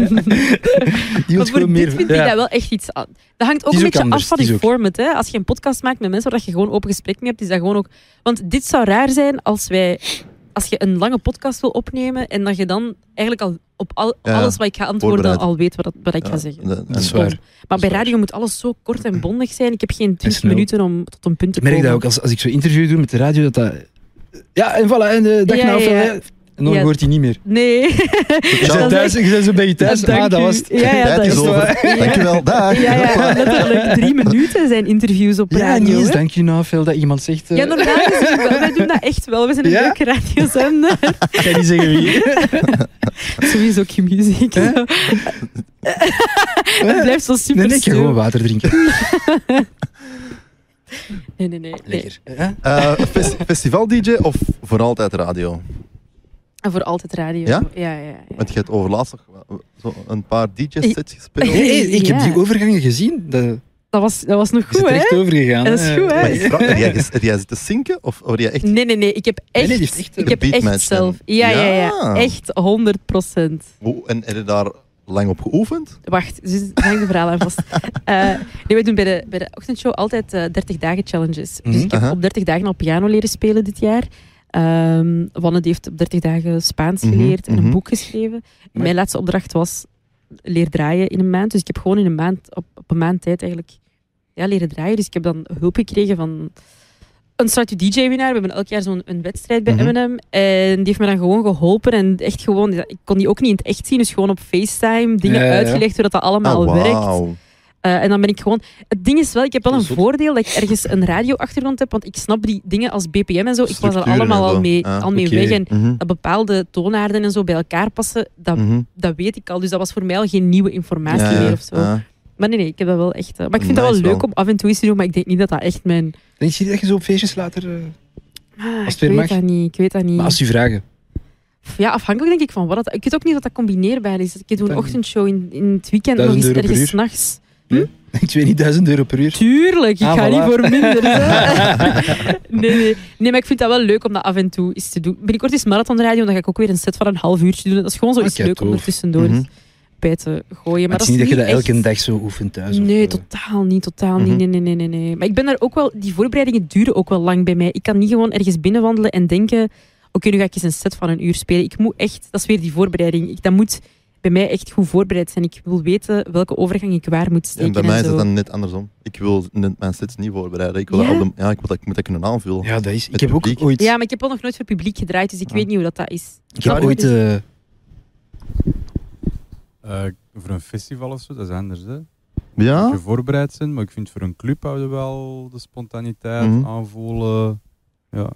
S1: Die
S3: Maar
S1: wil
S3: voor dit
S1: gewoon meer...
S3: vind
S1: ja.
S3: ik dat wel echt iets aan. Dat hangt ook
S1: Die is
S3: een
S1: ook
S3: beetje
S1: anders,
S3: af van
S1: die is
S3: je
S1: ook-
S3: format. Hè? Als je een podcast maakt met mensen waar je gewoon open gesprek mee hebt, is dat gewoon ook... Want dit zou raar zijn als wij... Als je een lange podcast wil opnemen en dat je dan eigenlijk al op al,
S2: Ja,
S3: alles wat ik ga antwoorden
S2: voorbereid.
S3: al weet wat, dat- wat ik
S2: Ja,
S3: ga zeggen.
S2: de-
S1: Dat is
S2: en-
S1: waar.
S3: Maar bij
S1: waar.
S3: radio moet alles zo kort en bondig zijn. Ik heb geen 20
S1: snel.
S3: minuten om tot een punt te
S1: Ik merk
S3: komen.
S1: dat ook, als, als ik zo interview doe met de radio, dat dat... Ja, en voilà, en de dag
S3: Ja,
S1: na of
S3: ja, ja.
S1: En dan
S3: Ja.
S1: hoort hij niet meer.
S3: Nee.
S1: Je
S3: Dat
S1: bent
S3: is
S1: thuis, je bent zo bij je thuis.
S3: Dank
S1: Ah, dat
S3: u.
S1: was het.
S3: Ja, ja,
S2: Tijd
S3: dat
S2: is
S3: is
S2: over.
S3: waar. Ja.
S2: Dankjewel, dag.
S3: Ja, ja, letterlijk drie minuten zijn interviews op
S1: Ja, niet
S3: radio.
S1: eens
S3: hè.
S1: dank je nou veel dat iemand zegt... eh,
S3: ja, normaal gezien wel. Wij doen dat echt wel. We zijn een
S1: Ja?
S3: leuke radiozender.
S1: ik ga niet zeggen wie.
S3: Sowieso geen muziek.
S1: Hè?
S3: Het blijft zo super
S1: Nee, nee, ik ga
S3: stil.
S1: gewoon water drinken.
S3: Nee, nee, nee. nee.
S1: Lekker. Hè?
S2: Eh, fes- Festival-dj of voor altijd radio?
S3: En voor altijd radio.
S2: Ja?
S3: Ja, ja, ja.
S2: Want je hebt overlaatst nog wel- zo een paar DJ-sets gespeeld.
S1: Hey, hey, ik heb
S3: Ja.
S1: die overgangen gezien. Dat is
S3: Dat, was, dat was nog goed,
S1: er
S3: hè?
S1: echt overgegaan.
S3: Dat is
S1: hè.
S3: goed, hè?
S2: Maar ik vraag, heb, jij, ges- heb jij zitten zinken? Of word jij echt...
S3: Nee, nee, nee. Ik heb
S1: Nee,
S3: echt,
S1: nee, die heeft echt
S3: ik
S1: een
S3: heb echt
S2: beatmatch
S3: zelf.
S2: en-
S3: Ja, ja,
S2: Ja.
S3: ja. Echt 100 procent.
S2: Hoe- En heb je daar lang op geoefend?
S3: Wacht, dus hang de verhaal aan vast. Eh, nee, wij doen bij de, bij de ochtendshow altijd eh, 30 dagen challenges. Dus
S1: Mhm.
S3: ik heb
S2: Aha.
S3: op 30 dagen al piano leren spelen dit jaar. Ehm Wanne die heeft op 30 dagen Spaans
S2: Mhm,
S3: geleerd en een
S2: mhm.
S3: boek geschreven.
S1: Maar-
S3: Mijn laatste opdracht was leer draaien in een maand. Dus ik heb gewoon in een maand, op, op een maand tijd eigenlijk ja, leren draaien. Dus ik heb dan hulp gekregen van een Start DJ-winnaar. We hebben elk jaar zo'n een wedstrijd bij
S2: Mhm.
S3: M&M. En die heeft me dan gewoon geholpen. En echt gewoon, ik kon die ook niet in het echt zien. Dus gewoon op FaceTime dingen
S1: Ja, ja, ja.
S3: uitgelegd hoe dat, dat allemaal
S2: Ah,
S3: werkt.
S2: wauw.
S3: Eh, en dan ben ik gewoon... Het ding is wel, ik heb wel
S1: Dat
S3: een
S1: is zot.
S3: voordeel dat ik ergens een radioachtergrond heb. Want ik snap die dingen als BPM en zo. Ik was er
S2: Structuren
S3: allemaal
S2: en
S3: al
S2: zo.
S3: mee,
S2: Ah,
S3: al mee
S1: oké.
S3: weg. En
S2: Mhm,
S3: dat bepaalde toonaarden en zo bij elkaar passen, dat,
S2: mhm.
S3: dat weet ik al. Dus dat was voor mij al geen nieuwe informatie
S2: Ja, ja,
S3: meer of zo.
S2: ja.
S3: Maar nee, nee, ik heb dat wel echt... eh, maar ik vind dat
S2: Nice
S3: wel leuk
S2: wel.
S3: om af en toe eens te doen. Maar ik denk niet dat dat echt mijn...
S1: Denk je dat je zo op feestjes later... eh,
S3: Ah,
S1: het
S3: ik
S1: weer
S3: weet
S1: mag.
S3: dat niet. Ik weet dat niet.
S1: Maar als je vragen...
S3: Ja, afhankelijk denk ik van wat dat... Ik weet ook niet wat dat combineerbaar is. Ik doe een
S1: Dan-
S3: ochtendshow in, in het weekend, nog
S1: Duizend
S3: eens
S1: euro per
S3: ergens
S1: uur.
S3: s'nachts.
S1: Ik weet niet, duizend euro per uur.
S3: Tuurlijk, ik
S1: Ah,
S3: ga
S1: voilà.
S3: niet voor minder. hè. nee, nee. nee, maar ik vind dat wel leuk om dat af en toe eens te doen. Binnenkort is marathonradio, en dan ga ik ook weer een set van een half uurtje doen. Dat is gewoon zo iets
S1: Oké,
S3: leuk om
S1: tof.
S3: er tussendoor
S2: Mhm.
S3: eens bij te gooien.
S1: Maar
S3: Maar
S1: het is niet dat je dat elke
S3: echt-
S1: dag zo oefent thuis. of,
S3: Nee,
S1: eh,
S3: totaal niet, totaal
S2: Mhm.
S3: niet. Nee, nee, nee, nee, nee. Maar ik ben daar ook wel... Die voorbereidingen duren ook wel lang bij mij. Ik kan niet gewoon ergens binnenwandelen en denken... Oké, nu ga ik eens een set van een uur spelen. Ik moet echt... Dat is weer die voorbereiding. Ik, dat moet bij mij echt goed voorbereid zijn. Ik wil weten welke overgang ik waar moet steken.
S2: En bij mij is
S3: zo.
S2: het dan net andersom. Ik wil net mijn sets niet voorbereiden. Ik, wil
S3: Ja?
S2: dat op de- ja, ik, wil dat, ik moet dat kunnen aanvullen.
S1: Ja, dat is. Ik
S2: Het
S1: heb ook
S2: publiek.
S1: ooit.
S3: Ja, maar ik heb al nog nooit voor publiek gedraaid, dus ik
S1: Ja.
S3: weet niet hoe dat, dat is.
S1: ik heb
S3: maar-
S1: ooit. eh,
S5: Eh, voor een festival of zo, dat is anders. Hè? Moet
S2: Ja?
S5: je voorbereid zijn, maar ik vind voor een club houden wel de spontaniteit
S2: Mhm.
S5: aanvoelen. Ja.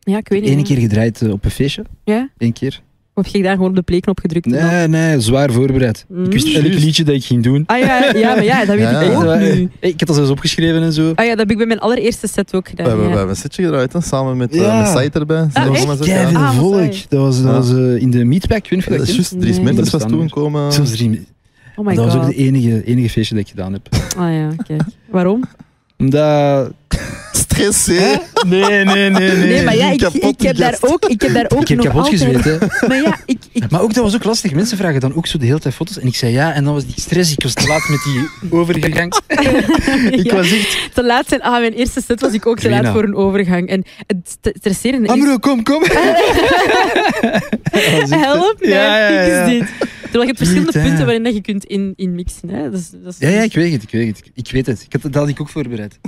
S3: Ja, ik weet niet.
S1: Eén
S3: ja.
S1: keer gedraaid eh, op een feestje.
S3: Ja?
S1: Eén keer.
S3: Of heb je daar gewoon op de playknop gedrukt? en dan-
S1: Nee, nee, zwaar voorbereid.
S3: Mm.
S1: Ik wist elk
S2: Juist.
S1: liedje dat ik ging doen.
S3: Ah ja, ja, maar ja, dat weet
S2: Ja,
S3: ik
S1: Echt
S2: ja.
S1: waar,
S3: ook
S1: eh,
S3: Ah. nu.
S1: Ik had dat zelfs opgeschreven en zo.
S3: Ah ja, dat heb ik bij mijn allereerste set ook
S2: We hebben,
S3: gedaan.
S2: we
S3: Ja.
S2: hebben een setje gedraaid, hè, samen met, eh,
S1: Ja.
S2: met Site erbij. Zijn er
S3: echt?
S2: allemaal sets, ja.
S1: Keiveel
S3: Ah, wat saai.
S1: volk. Dat was, dat
S2: Ja.
S1: was eh, in de meetback, ik weet niet of je
S2: Dat
S1: dat
S2: is
S1: kent.
S2: juist, Dries
S3: Nee.
S2: Mertens was
S1: Dat bestaan
S2: toegekomen.
S1: Zelfs drie-
S3: Oh my
S1: Dat was ook
S3: god.
S1: het enige, enige feestje dat ik gedaan heb.
S3: Ah ja, kijk. Waarom?
S1: Omdat...
S2: Stress, hè?
S1: Nee, nee, nee,
S3: Nee, maar ja, ik,
S2: kapot,
S3: ik, heb,
S2: die
S3: daar
S2: gast.
S3: ook, ik heb daar ook
S1: Ik heb
S3: nog
S1: kapot
S3: altijd...
S1: gezweet, hè.
S3: Maar ja, ik, ik,
S1: Maar ook, dat was ook lastig. Mensen vragen dan ook zo de hele tijd foto's. En ik zei ja, en dan was die stress. Ik was te laat met die overgang. Ik
S3: ja,
S1: was echt...
S3: te laat zijn. Ah, mijn eerste set was ik ook te laat
S1: Rina.
S3: voor een overgang. En het st- stresseren is...
S1: Amro, kom, kom. Dat was echt-
S3: Help mij,
S1: Ja, ja, ja.
S3: fix dit. Terwijl je hebt verschillende
S1: Niet, hè.
S3: punten waarin dat je kunt in, inmixen. Hè. Dat is, dat is,
S1: Ja, ja, ik weet het, ik weet het. Ik weet het. Ik had, dat had ik ook voorbereid.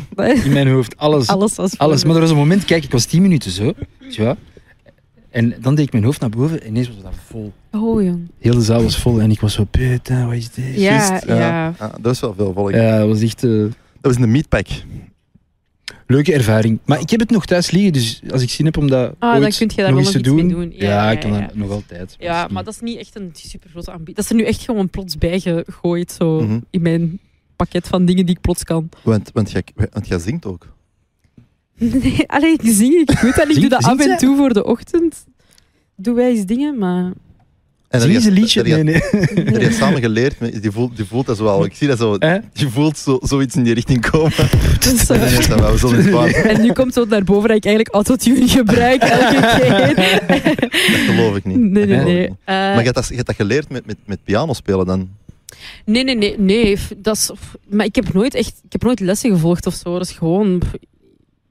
S1: In mijn hoofd, alles.
S3: Alles was
S1: Alles.
S3: voorbereid.
S1: Maar er was een moment, kijk, ik was tien minuten zo. Tja. En dan deed ik mijn hoofd naar boven en ineens was dat vol.
S3: Oh, jong.
S1: Heel de zaal was vol en ik was zo, putain, wat is dit?
S3: Ja,
S2: Juist,
S3: ja.
S2: Ah, dat is wel veel volk.
S1: Ja, dat was echt eh, een
S2: Dat was in de meatpack.
S1: leuke ervaring. Maar ik heb het nog thuis liggen, dus als ik zin heb om dat
S3: Ah,
S1: ooit
S3: dan kun je daar
S1: nog
S3: wel
S1: eens
S3: nog
S1: te
S3: iets
S1: doen,
S3: mee doen. Ja,
S1: Ja,
S3: ja,
S1: ik kan
S3: ja.
S1: dat nog altijd.
S3: Ja, maar dat is niet echt een super grote ambitie. Dat is er nu echt gewoon plots bijgegooid zo
S2: Mhm.
S3: in mijn pakket van dingen die ik plots kan.
S2: Want, want, jij, want jij zingt ook.
S3: Nee, alleen ik zing, ik weet dat. Ik doe
S1: Zingt-
S3: dat af
S1: zingt
S3: en
S1: zij?
S3: toe voor de ochtend. Doen wij eens dingen, maar...
S2: En
S1: Zie
S2: heb
S1: eens
S2: je-
S1: een liedje.
S2: heb je-
S1: Nee, nee.
S2: heb je samen geleerd, met- die voelt, die voelt dat zo wel. Ik zie dat
S3: Eh.
S2: zo.
S1: Hè?
S2: Je voelt zo, zoiets in die richting komen.
S3: Dus,
S2: En
S3: eh,
S2: dan is dat wel, we zullen het sparen.
S3: En nu komt het naar boven dat ik eigenlijk autotune gebruik elke keer.
S2: Dat geloof ik niet.
S3: Nee, nee,
S2: Dat geloof
S3: nee.
S2: ik
S3: Eh,
S2: niet. Maar je hebt dat, je hebt dat geleerd met, met, met piano spelen dan?
S3: nee, nee, nee. nee f- dat is, f- maar ik heb nooit echt ik heb nooit lessen gevolgd of zo. Dat is gewoon... pff,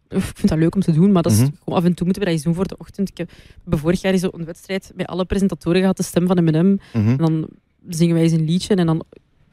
S3: pff, Ik vind dat leuk om te doen, maar dat is
S2: Mhm.
S3: gewoon af en toe moeten we dat eens doen voor de ochtend. Ik heb bij vorig jaar zo een wedstrijd met alle presentatoren gehad, de stem van M&M.
S2: Mhm.
S3: En dan zingen wij eens een liedje. En dan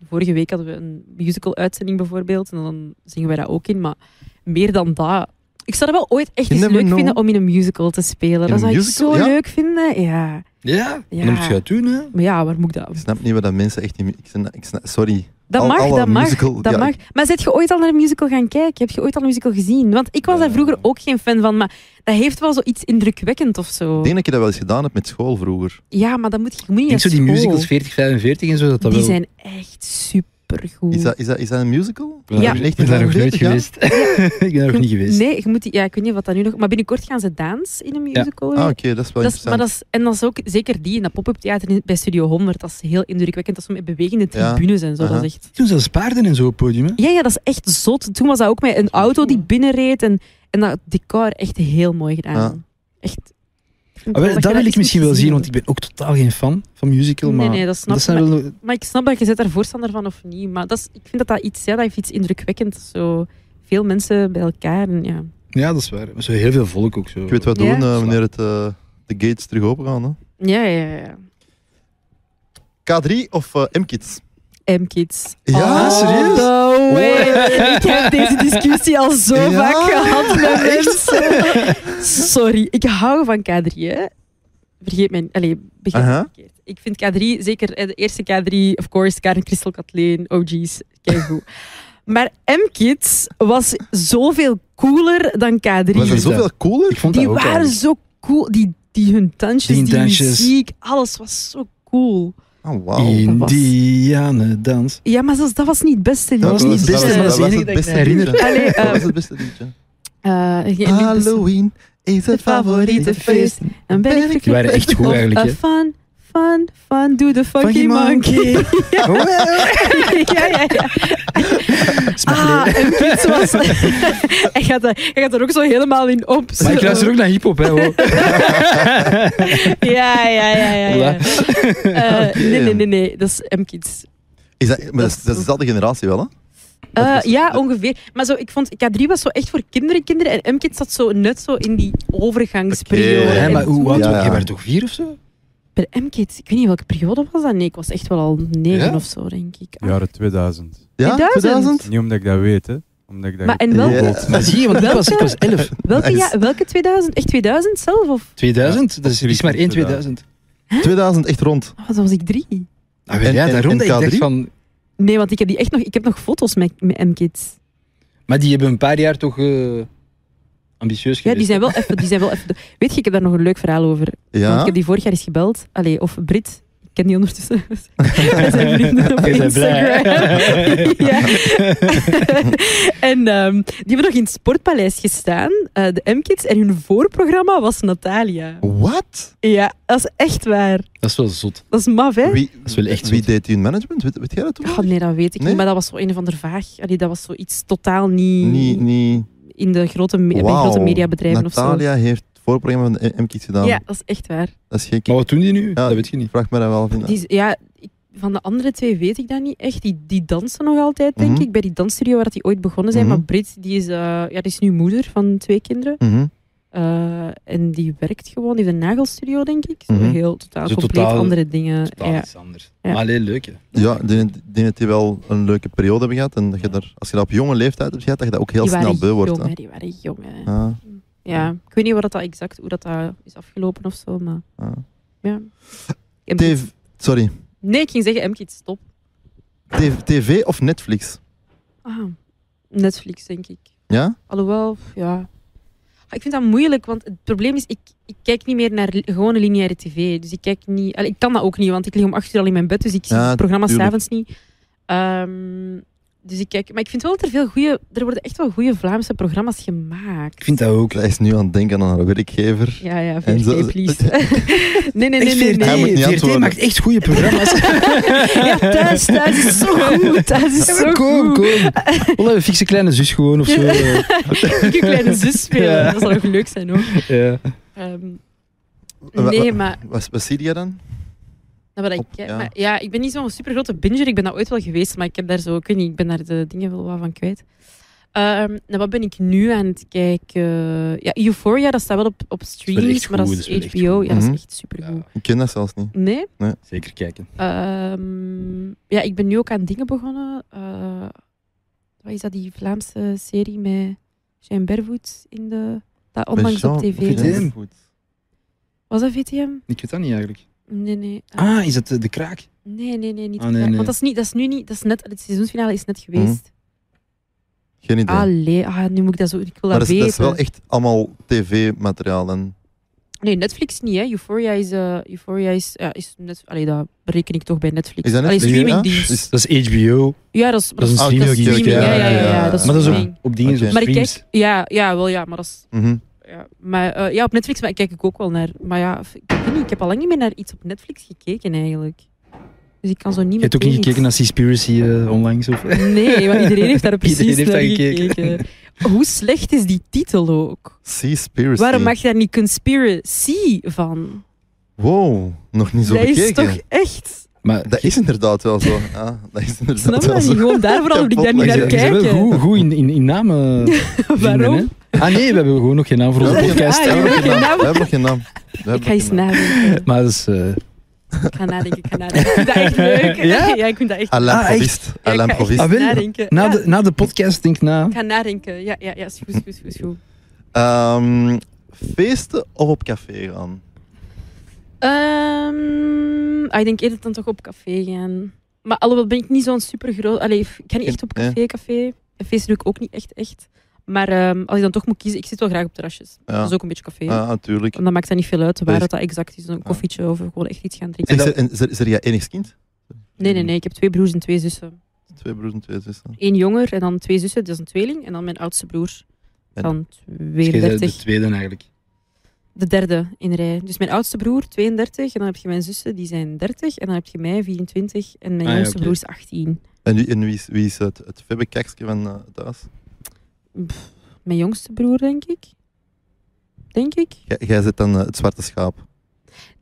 S3: vorige week hadden we een musical-uitzending bijvoorbeeld. En dan zingen wij dat ook in. Maar meer dan dat. Ik zou dat wel ooit echt
S2: You
S3: eens
S2: never
S3: leuk
S2: know.
S3: vinden om in een musical te spelen.
S2: In
S3: dat
S2: een
S3: zou ik
S2: musical,
S3: zo
S2: ja?
S3: leuk vinden. Ja.
S1: Ja,
S3: Ja.
S1: dan moet je het doen, hè.
S3: Maar ja, waar moet ik
S2: Ik
S3: dat?
S2: snap niet wat dat mensen echt niet... Ik snap, ik snap- sorry.
S3: Dat
S2: Al-
S3: mag,
S2: alle
S3: dat mag.
S2: musical-
S3: dat
S2: ja,
S3: mag. Maar zet je ooit al naar een musical gaan kijken? Heb je ooit al een musical gezien? Want ik was daar vroeger ook geen fan van. Maar dat heeft wel zoiets indrukwekkend of zo.
S2: Ik denk dat je dat wel eens gedaan hebt met school vroeger.
S3: Ja, maar dat moet je, je moet
S1: Ik
S3: niet
S1: denk zo
S3: naar
S1: die
S3: school.
S1: musicals 4045 en zo, dat dat
S3: Die
S1: wel...
S3: zijn echt supergoed.
S2: Is dat, is dat, is dat een musical?
S3: Ja.
S1: Ik ben daar nog nooit
S2: 1945, ja?
S1: geweest. ik ben daar nog niet geweest.
S3: Nee, je moet die, ja, ik weet niet wat dat nu nog... Maar binnenkort gaan ze dans in een musical.
S2: Ah,
S3: weer.
S2: oké, dat is wel
S3: dat is, maar
S2: interessant.
S3: dat is, en dat is ook zeker die in dat pop-up theater in- bij Studio 100. Dat is heel indrukwekkend. Dat is zo met bewegende
S2: Ja.
S3: tribunes en zo. Dat
S2: Aha.
S3: is echt,
S1: Toen zelfs paarden en zo op het podium, hè. Ah,
S3: ja, ja, dat is echt zot. Toen was dat ook met een auto die binnenreed. En, en dat decor echt heel mooi gedaan.
S2: Ja.
S3: Echt.
S1: Ah, wel, dat,
S3: je
S1: wil
S3: iets
S1: ik misschien
S3: moet
S1: wel zien,
S3: zien.
S1: want ik ben ook totaal geen fan van musical,
S3: Nee,
S1: maar
S3: nee, dat snap
S1: dat
S3: ik.
S1: zijn
S3: Maar,
S1: wel...
S3: maar ik snap dat je zet daar voorstander van of niet. Maar dat is, ik vind dat dat iets... Ja, dat heeft iets indrukwekkend. Zo veel mensen bij elkaar. En, ja.
S1: Ja, dat is waar. Maar zo heel veel volk ook zo.
S2: Ik weet wat
S3: Ja.
S2: doen eh, wanneer het, eh, de gates terug open gaan. Hè.
S3: Ja, ja, ja, ja.
S2: K3 of eh, M-Kids?
S3: M-Kids.
S2: Ja,
S3: oh,
S2: serieus?
S3: No way. Ik heb deze discussie al zo
S2: Ja?
S3: vaak gehad met mensen. Sorry, ik hou van K3. Hè. Vergeet mij. Allee, begrijp me
S2: Aha.
S3: niet verkeerd. Ik vind K3, zeker eh, de eerste K3, of course, Karen Christel Kathleen, OG's, keigoed. Maar M-Kids was zoveel cooler dan K3.
S2: Was er
S1: dat-
S2: zoveel cooler?
S1: Ik vond
S3: Die
S1: dat ook
S3: waren
S1: eigenlijk.
S3: zo cool. Die, die hun dansjes,
S1: Die
S3: die,
S1: dansjes.
S3: muziek, alles was zo cool.
S2: Oh, wauw.
S3: was-
S1: Indianendans.
S3: Ja, maar zelfs dat was niet het beste lied.
S1: Dat was niet het beste, maar dat is het enige dat ik me herinner.
S2: liedje.
S3: Allee, eh,
S2: Dat was het beste liedje.
S3: Eh, geen lied beste-
S2: Halloween is het favoriete feest.
S3: Dan ben ik
S1: Die waren echt goed
S3: Of,
S1: eigenlijk,
S3: eh,
S1: hè?
S3: Fun, fun, fun, do the funky
S1: Funky
S3: monkey.
S1: monkey.
S3: ja, ja, ja.
S1: Smaakleer.
S3: Ah, en Kids was... hij, gaat er, hij gaat er ook zo helemaal in op.
S1: Maar ik
S3: zo.
S1: luister ook naar hip-hop, hè? hoor.
S3: Ja, ja, ja, ja. ja.
S1: Voilà.
S3: Eh,
S1: Oh,
S3: nee, nee, nee, nee. Dat is M-Kids.
S2: Is dat, maar dat, is, dat is dezelfde generatie wel, hè?
S3: Eh,
S2: Dat is-
S3: ja,
S2: dat-
S3: ongeveer. Maar zo, ik vond K3 was zo echt voor kinderen, kinderen. En M-Kids zat zo net zo in die overgangsperiode.
S2: Oké.
S1: Hè,
S3: En
S1: maar hoe oud
S2: Ja,
S1: was
S2: ja.
S1: je? werd toch vier of zo?
S3: bij de MKT, ik weet niet welke periode was dat. Nee, ik was echt wel al negen
S1: Ja?
S3: of zo, denk ik. Ah.
S5: Jaren 2000.
S2: Ja,
S3: 2000?
S5: Niet omdat ik dat weet, hè. Omdat ik dat
S3: Maar en wel,
S2: Ja.
S5: gegoogeld
S1: Maar zie je, want ik was, ik was 11.
S3: welke,
S2: Nice.
S3: ja, welke 2000? Echt 2000 zelf? Of
S1: 2000? dat is, er is maar één
S5: 2000.
S1: 2000.
S2: 2000 echt rond.
S3: oh, dan was ik drie?
S1: Ah, wel,
S2: En-
S1: ja,
S2: en-
S1: daarom
S2: en
S1: dat ik dacht
S2: K3?
S1: van...
S3: Nee, want ik heb, die echt nog, ik heb nog foto's met, met M-Kids.
S1: Maar die hebben een paar jaar toch eh, ambitieus geweest.
S3: Ja, die zijn wel even... Die zijn wel even weet je, ik heb daar nog een leuk verhaal over. Want
S2: Ja.
S3: ik heb die vorig jaar eens gebeld. Allee, of Brit. Ik ken die ondertussen. We zijn vrienden op
S1: Wij zijn blij.
S3: Instagram. ja. en ehm, die hebben nog in het Sportpaleis gestaan, eh, de M-Kids. En hun voorprogramma was Natalia.
S2: Wat?
S3: Ja, dat is echt waar.
S1: Dat is wel zot.
S3: Dat is maf, hè?
S2: Wie,
S1: is wel echt
S2: wie
S1: zot.
S2: deed die in management? Weet, weet jij dat toen?
S3: Oh, nee, dat weet ik
S2: Nee?
S3: niet. Maar dat was zo een of ander vaag. Allee, dat was zoiets totaal niet,
S2: Niet, niet.
S3: in de grote, me- bij
S2: Wauw.
S3: grote mediabedrijven of zo.
S2: Natalia heeft het voorprogramma van de M-Kids gedaan.
S3: Ja, dat is echt waar.
S2: Dat is gek.
S1: Maar wat doen die nu?
S2: Ja.
S1: Oh, Dat weet je niet.
S2: Vraag me dat wel af.
S3: Die, is- ja, ik- van de andere twee weet ik dat niet echt. Die, die dansen nog altijd, denk
S2: Mhm.
S3: ik, bij die dansstudio waar dat die ooit begonnen zijn.
S2: Mhm.
S3: Maar Brit, die is, eh, ja, die is nu moeder van twee kinderen.
S2: Mhm.
S3: Eh, en die werkt gewoon, die heeft een nagelstudio, denk ik. Zo
S2: Mhm.
S3: Heel totaal,
S1: Zo
S3: compleet
S1: totaal-
S3: andere dingen.
S1: Totaal
S3: Ja.
S1: iets anders.
S3: Ja.
S1: Maar alleen leuk, hè.
S2: Ja, ik denk- ik denk dat die wel een leuke periode hebben gehad. En dat je daar, als je dat op jonge leeftijd hebt gehad, dat je dat ook heel
S3: die
S2: snel
S3: waren
S2: beu wordt.
S3: jong,
S2: hè.
S3: hè, die waren jong. hè.
S2: Ja,
S3: Ja, ik weet niet waar dat exact, hoe dat, dat is afgelopen of zo, maar...
S2: ja.
S3: Ja. M-Kids.
S2: TV, sorry.
S3: Nee, ik ging zeggen MKIT, stop.
S2: TV, TV of Netflix?
S3: Ah, Netflix, denk ik.
S2: Ja?
S3: Alhoewel, ja... Ah, Ik vind dat moeilijk, want het probleem is, ik, ik kijk niet meer naar li- gewone lineaire tv. Dus ik kijk niet... Allee, ik kan dat ook niet, want ik lig om acht uur al in mijn bed, dus ik zie
S2: Ja,
S3: het programma
S2: tuurlijk.
S3: s'avonds niet. Ehm, dus ik kijk... Maar ik vind wel dat er veel goede... Er worden echt wel goede Vlaamse programma's gemaakt.
S1: Ik vind dat ook.
S2: Zij is nu aan het denken aan haar werkgever.
S3: Ja, ja,
S2: En zo-
S3: VRT, please. nee, nee, nee,
S1: Echt
S3: nee,
S1: VRT.
S2: Hij
S3: nee.
S2: moet niet
S1: VRT
S2: antwoorden.
S1: maakt echt goede programma's.
S3: Ja, thuis, thuis is zo goed. Thuis is zo
S1: kom,
S3: goed.
S1: kom. Wel een fikse kleine zus gewoon of zo. eh,
S3: Ik een kleine zus spelen.
S1: Ja.
S3: Dat zou nog leuk zijn hoor.
S1: Ja.
S3: Ehm,
S2: Wa- wa-
S3: nee, maar,
S2: Wat, wat zie je dan?
S3: nou, wat ik,
S2: op-
S3: kijk,
S2: ja.
S3: maar ja, ik ben niet zo'n super grote binger. Ik ben dat ooit wel geweest, maar ik heb daar zo, ik weet niet, ik ben daar de dingen wel wat van kwijt. Ehm, nou, wat ben ik nu aan het kijken? Ja, Euphoria, dat staat wel op, op
S1: wel
S3: streams,
S1: echt
S3: maar dat
S1: goed,
S3: is
S1: dat is wel echt
S3: HBO.
S1: goed.
S3: Ja, dat
S2: Mhm.
S3: is echt super goed.
S2: Ik ken dat zelfs niet.
S3: Nee?
S1: Zeker kijken.
S3: Ehm, ja, ik ben nu ook aan dingen begonnen. Eh, wat is dat, die Vlaamse serie met Jean Bervoet in de... Dat onlangs
S2: Jean-
S3: op tv
S1: VTM?
S3: was. Was dat VTM?
S1: Ik weet dat niet eigenlijk.
S3: Nee, nee.
S1: Ah, is dat eh, de kraak?
S3: Nee, nee, nee, niet.
S1: Ah, nee, nee.
S3: Want dat is, niet, dat is nu niet... Dat is net, het seizoensfinale is
S2: Hm,
S3: net geweest.
S2: Geen idee.
S3: Allee, ah, nu moet ik dat zo... Ik wil
S2: maar
S3: dat,
S2: dat is,
S3: weten.
S2: dat is wel echt allemaal tv-materiaal. En...
S3: Nee, Netflix niet, hè. Euphoria is... eh, Euphoria is... Ja, is net, allee, dat bereken ik toch bij Netflix.
S2: Is dat
S3: Allee,
S2: Netflix, ja?
S3: streamingdienst.
S2: Is-
S1: Dus- Dat is HBO.
S3: Ja, dat is...
S1: Dat is een
S2: Ah,
S1: streaming.
S2: oké, oké,
S3: streaming, ja, ja, ja,
S2: ja.
S3: ja, dat is
S1: maar dat is
S3: streaming.
S1: op, op dingen
S2: Oké.
S1: op
S3: Maar ik
S1: streams.
S3: kijk... Ja, ja, wel ja, maar dat is...
S2: Mhm.
S3: Ja, maar, eh, ja, op Netflix maar kijk ik ook wel naar. Maar ja, f- ik, weet niet, ik heb al lang niet meer naar iets op Netflix gekeken eigenlijk. Dus ik kan zo niet meer.
S1: Je hebt ook niet gekeken naar Seaspiracy eh, onlangs? Of...
S3: Nee, want iedereen heeft daar precies
S1: Iedereen heeft
S3: naar
S1: daar gekeken.
S3: Hoe slecht is die titel ook?
S2: Seaspiracy.
S3: Waarom mag je daar niet conspiracy van?
S2: Wow, nog niet zo
S3: dat
S2: bekeken.
S3: is toch echt.
S1: Maar
S2: Dat is inderdaad wel zo. Ja, dat is
S3: Snap
S2: inderdaad
S3: je
S2: wel
S3: dat niet?
S2: zo.
S3: Gewoon daarvoor al moet ik daar niet
S2: Ja,
S1: ze
S3: naar
S2: maar
S1: ze zijn wel
S3: kijken.
S1: goed, goed in, in, in namen vinden,
S3: Waarom?
S1: hè? Ah nee, we hebben gewoon nog geen naam voor onze
S2: We hebben
S1: podcast.
S3: geen- ah,
S1: hè.
S3: ja.
S2: We
S3: geen naam.
S2: hebben nog geen naam. We hebben
S3: Ik ga
S2: nog
S3: eens
S2: geen naam.
S3: nadenken.
S1: Maar dat is... eh,
S3: Ik ga nadenken, ik ga nadenken. Ik vind dat echt leuk.
S1: Ja?
S3: ik vind dat echt
S2: À
S1: Ah, echt?
S3: Ja, ik
S2: l'improviste. À
S3: ga echt
S2: l'improviste.
S1: Ah, wil je?
S3: nadenken.
S1: na,
S3: Ja,
S1: de, na de podcast denk ik na.
S3: Ik ga nadenken. Ja, ja, ja. Is goed, is goed, is goed, is goed.
S2: Ehm, feesten of op café gaan?
S3: Ehm, ah, ik denk eerder dan toch op café gaan. Maar alhoewel ben ik niet zo'n super groot. Allee, ik ga niet echt op café, café. En feesten doe ik ook niet echt, echt. Maar ehm, als ik dan toch moet kiezen, ik zit wel graag op terrasjes.
S2: Ja.
S3: Dat is ook een beetje café.
S2: Ah, natuurlijk.
S3: En dan maakt dat niet veel uit waar
S2: Dus-
S3: dat, dat exact is. Een koffietje of gewoon echt iets gaan drinken.
S2: Zeg,
S1: dat-
S2: en- en- Zeg, zeg jij enig kind?
S3: Nee, nee, nee. Ik heb twee broers en twee zussen.
S2: Twee broers en twee zussen.
S3: Eén jonger en dan twee zussen, dat is een tweeling. En dan mijn oudste broer
S2: En-
S3: van
S1: Dus jij bent
S3: 32.
S1: De tweede eigenlijk.
S3: De derde in rij. Dus mijn oudste broer, 32. En dan heb je mijn zussen, die zijn 30. En dan heb je mij, 24. En mijn
S1: Ah, ja,
S3: jongste
S1: oké.
S3: broer is 18.
S2: En wie, en wie is, wie is het, het febbekekske van eh, thuis?
S3: Mijn jongste broer, denk ik. Denk ik?
S2: Jij- Jij zit dan eh, het zwarte schaap.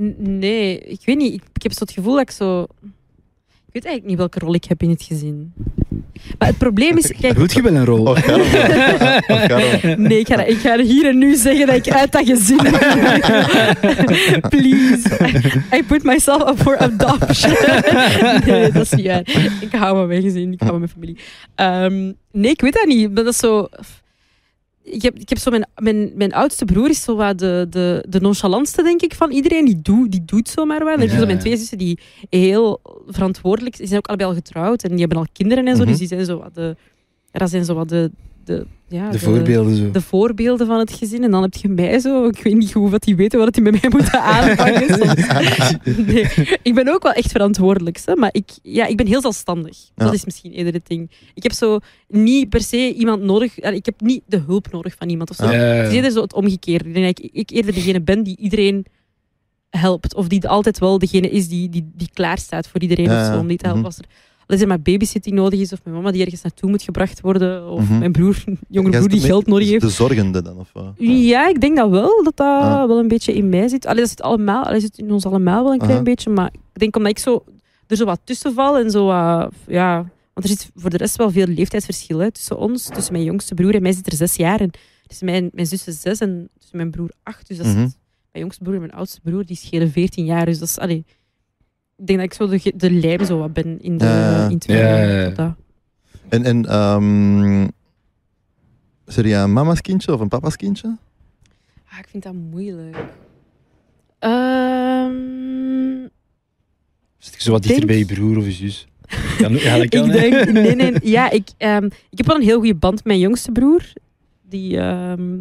S3: N- nee, ik weet niet. Ik, ik heb zo het gevoel dat ik zo... Ik weet eigenlijk niet welke rol ik heb in het gezin. Maar het probleem is, kijk,
S1: Wilt je wel een rol?
S2: Oh, Karel. Oh, Karel.
S3: Nee, ik ga, ik ga hier en nu zeggen dat ik uit dat gezin ben. Please. I put myself up for adoption. Nee, dat is niet waar. Ik hou van mijn gezin, ik hou van mijn familie. Ehm, nee, ik weet dat niet. Maar dat is zo... Ik heb, ik heb zo mijn, mijn, mijn oudste broer is zo wat de, de, de nonchalantste, denk ik, van iedereen. Die, doet die doet zomaar wel. Er zijn
S1: Ja,
S3: zo mijn
S1: ja.
S3: twee zussen die heel verantwoordelijk zijn. Ze zijn ook allebei al getrouwd en die hebben al kinderen en zo.
S2: Mhm.
S3: Dus die zijn zo wat de... Dat zijn zo wat de... de ja,
S1: De voorbeelden zo.
S3: de voorbeelden van het gezin. En dan heb je mij zo. Ik weet niet hoe wat die weten wat die met mij moeten aanpakken. soms. nee. Ik ben ook wel echt verantwoordelijk. Hè? Maar ik, ja, ik ben heel zelfstandig. Dus
S2: Ja.
S3: Dat is misschien eerder het ding. Ik heb zo niet per se iemand nodig. eh, Ik heb niet de hulp nodig van iemand of zo.
S1: Ja, ja, ja.
S3: Het is eerder zo het omgekeerde. Ik denk dat ik, ik eerder degene ben die iedereen helpt. Of die altijd wel degene is die, die, die klaar staat voor iedereen.
S2: Ja,
S3: of zo, om die te helpen.
S2: mhm.
S3: Als er, als er maar babysit die nodig is, of mijn mama die ergens naartoe moet gebracht worden, of
S2: Mhm.
S3: mijn broer, jongere
S2: Jij
S3: broer
S2: is
S3: die
S2: de-
S3: geld nodig heeft.
S2: De zorgende dan, of wat?
S3: Ja, ik denk dat wel, dat dat
S2: Ah.
S3: wel een beetje in mij zit. Allee, dat zit, allemaal, allee, dat zit in ons allemaal wel een klein
S2: Aha.
S3: beetje, maar ik denk omdat ik zo, er zo wat tussen val en zo wat, ja... Want er zit voor de rest wel veel leeftijdsverschil hè, tussen ons, tussen mijn jongste broer en mij zit er zes jaar in. Tussen mijn, mijn zus is zes en tussen mijn broer acht. Dus dat is
S2: Mhm.
S3: mijn jongste broer en mijn oudste broer, die schelen veertien jaar. Dus dat is, allee, ik denk dat ik zo de, ge- de lijm zo wat ben in, de,
S2: Ja.
S3: in het
S1: Ja, ja, ja.
S3: tot dat.
S2: En, en ehm Serie jij een mama's kindje of een papa's kindje?
S3: Ah, ik vind dat moeilijk. Ehm...
S1: Zit je zo wat dichter
S3: Denk-
S1: bij je broer of je zus? Ja, nu- ja, dat kan,
S3: ik
S1: hè.
S3: denk, nee, nee, ja, ik, ehm, ik heb wel een heel goede band met mijn jongste broer. Die, ehm,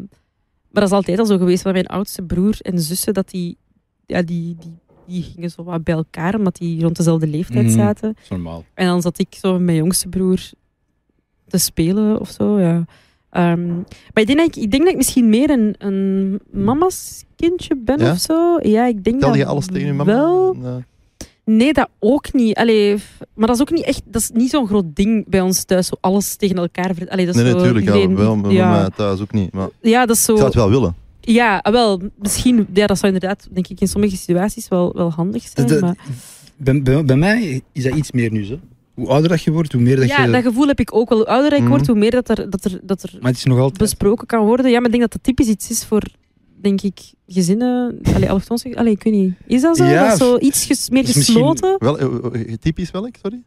S3: maar dat is altijd al zo geweest met mijn oudste broer en zussen, dat die, ja, die, die, die gingen zo wat bij elkaar, omdat die rond dezelfde leeftijd
S1: Mhm.
S3: zaten.
S1: Dat is normaal.
S3: En dan zat ik zo met mijn jongste broer te spelen of zo, ja. Ehm, maar ik denk, dat ik, ik denk dat ik misschien meer een, een mama's kindje ben
S2: Ja?
S3: of zo. Ja, ik denk
S2: Tel
S3: dat
S2: je alles tegen je mama? eh,
S3: wel.
S2: Nee.
S3: Nee, dat ook niet. Allee, f- maar dat is ook niet echt, dat is niet zo'n groot ding bij ons thuis, zo alles tegen elkaar. ver- Allee, dat is
S2: Nee,
S3: zo
S2: natuurlijk. Ja,
S3: iedereen-
S2: wel, maar bij
S3: ja.
S2: mij thuis ook niet. Maar
S3: ja, dat is
S2: ik
S3: zo.
S2: zou het wel willen.
S3: Ja, ah, wel, misschien, ja, dat zou inderdaad, denk ik, in sommige situaties wel, wel
S2: Dus
S3: handig zijn.
S1: Dat-
S3: maar...
S1: eh, Bij, bij, bij mij is dat iets meer nu. Zo. Hoe ouder dat je wordt, hoe meer dat
S3: Ja,
S1: je...
S3: dat gevoel heb ik ook wel. Hoe ouder ik
S2: Mhm.
S3: word, hoe meer dat er, dat er, dat er
S1: Maar het is nog altijd...
S3: besproken kan worden. Ja, maar ik denk dat dat typisch iets is voor, denk ik, gezinnen. Allee, allochtans, allee, ik weet niet. Is dat zo?
S1: Ja,
S3: dat is zo iets ges- meer
S2: dus
S1: is misschien-
S3: gesloten?
S2: Wel, eh, eh, typisch welk, sorry?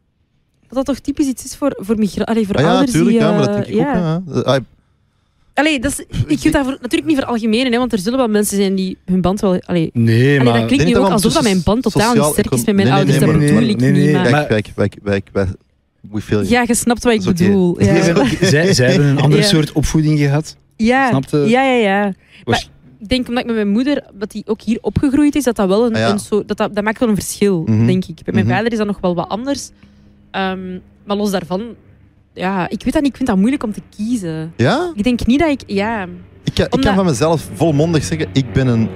S3: Dat dat toch typisch iets is voor, voor migranten? Allee, voor
S2: Ah ja,
S3: ouders
S2: natuurlijk.
S3: die...
S2: Ja, maar dat
S3: eh,
S2: denk ik
S3: ja.
S2: ook. Ja. Ah,
S3: Allee, dat is, ik wil dat voor- natuurlijk niet voor algemeen, hè, want er zullen wel mensen zijn die hun band wel. Allee,
S1: Nee,
S3: allee,
S1: maar...
S3: dat klinkt
S2: denk
S3: nu
S2: dat
S3: ook
S2: wel
S3: alsof dat mijn band totaal niet
S2: sociaal-
S3: sterk is met mijn
S2: nee, nee,
S3: ouders.
S2: nee,
S3: dat
S2: maar-
S3: bedoel ik
S1: nee, nee,
S3: niet.
S1: nee.
S3: Maar,
S1: Maar-
S2: Kijk, kijk, kijk, kijk, wij- We feel you.
S3: ja, je snapt wat ik
S2: Dat is oké.
S3: bedoel.
S2: Dat is
S3: Ja.
S2: oké.
S1: zij, zij hebben een andere
S3: Ja.
S1: soort opvoeding gehad.
S3: Ja.
S1: Snapte?
S3: ja, ja, ja. Maar
S1: Was-
S3: ik denk omdat ik met mijn moeder, dat die ook hier opgegroeid is, dat dat wel een,
S2: Ah, ja.
S3: een soort. Dat, dat, dat maakt wel een verschil,
S2: Mhm.
S3: denk ik. Bij mijn
S2: Mhm.
S3: vader is dat nog wel wat anders. Ehm, maar los daarvan, ja, ik weet dat niet. Ik vind dat moeilijk om te kiezen.
S2: Ja?
S3: Ik denk niet dat ik. Ja,
S2: Ik kan, ik
S3: Omdat-
S2: kan van mezelf volmondig zeggen, ik ben een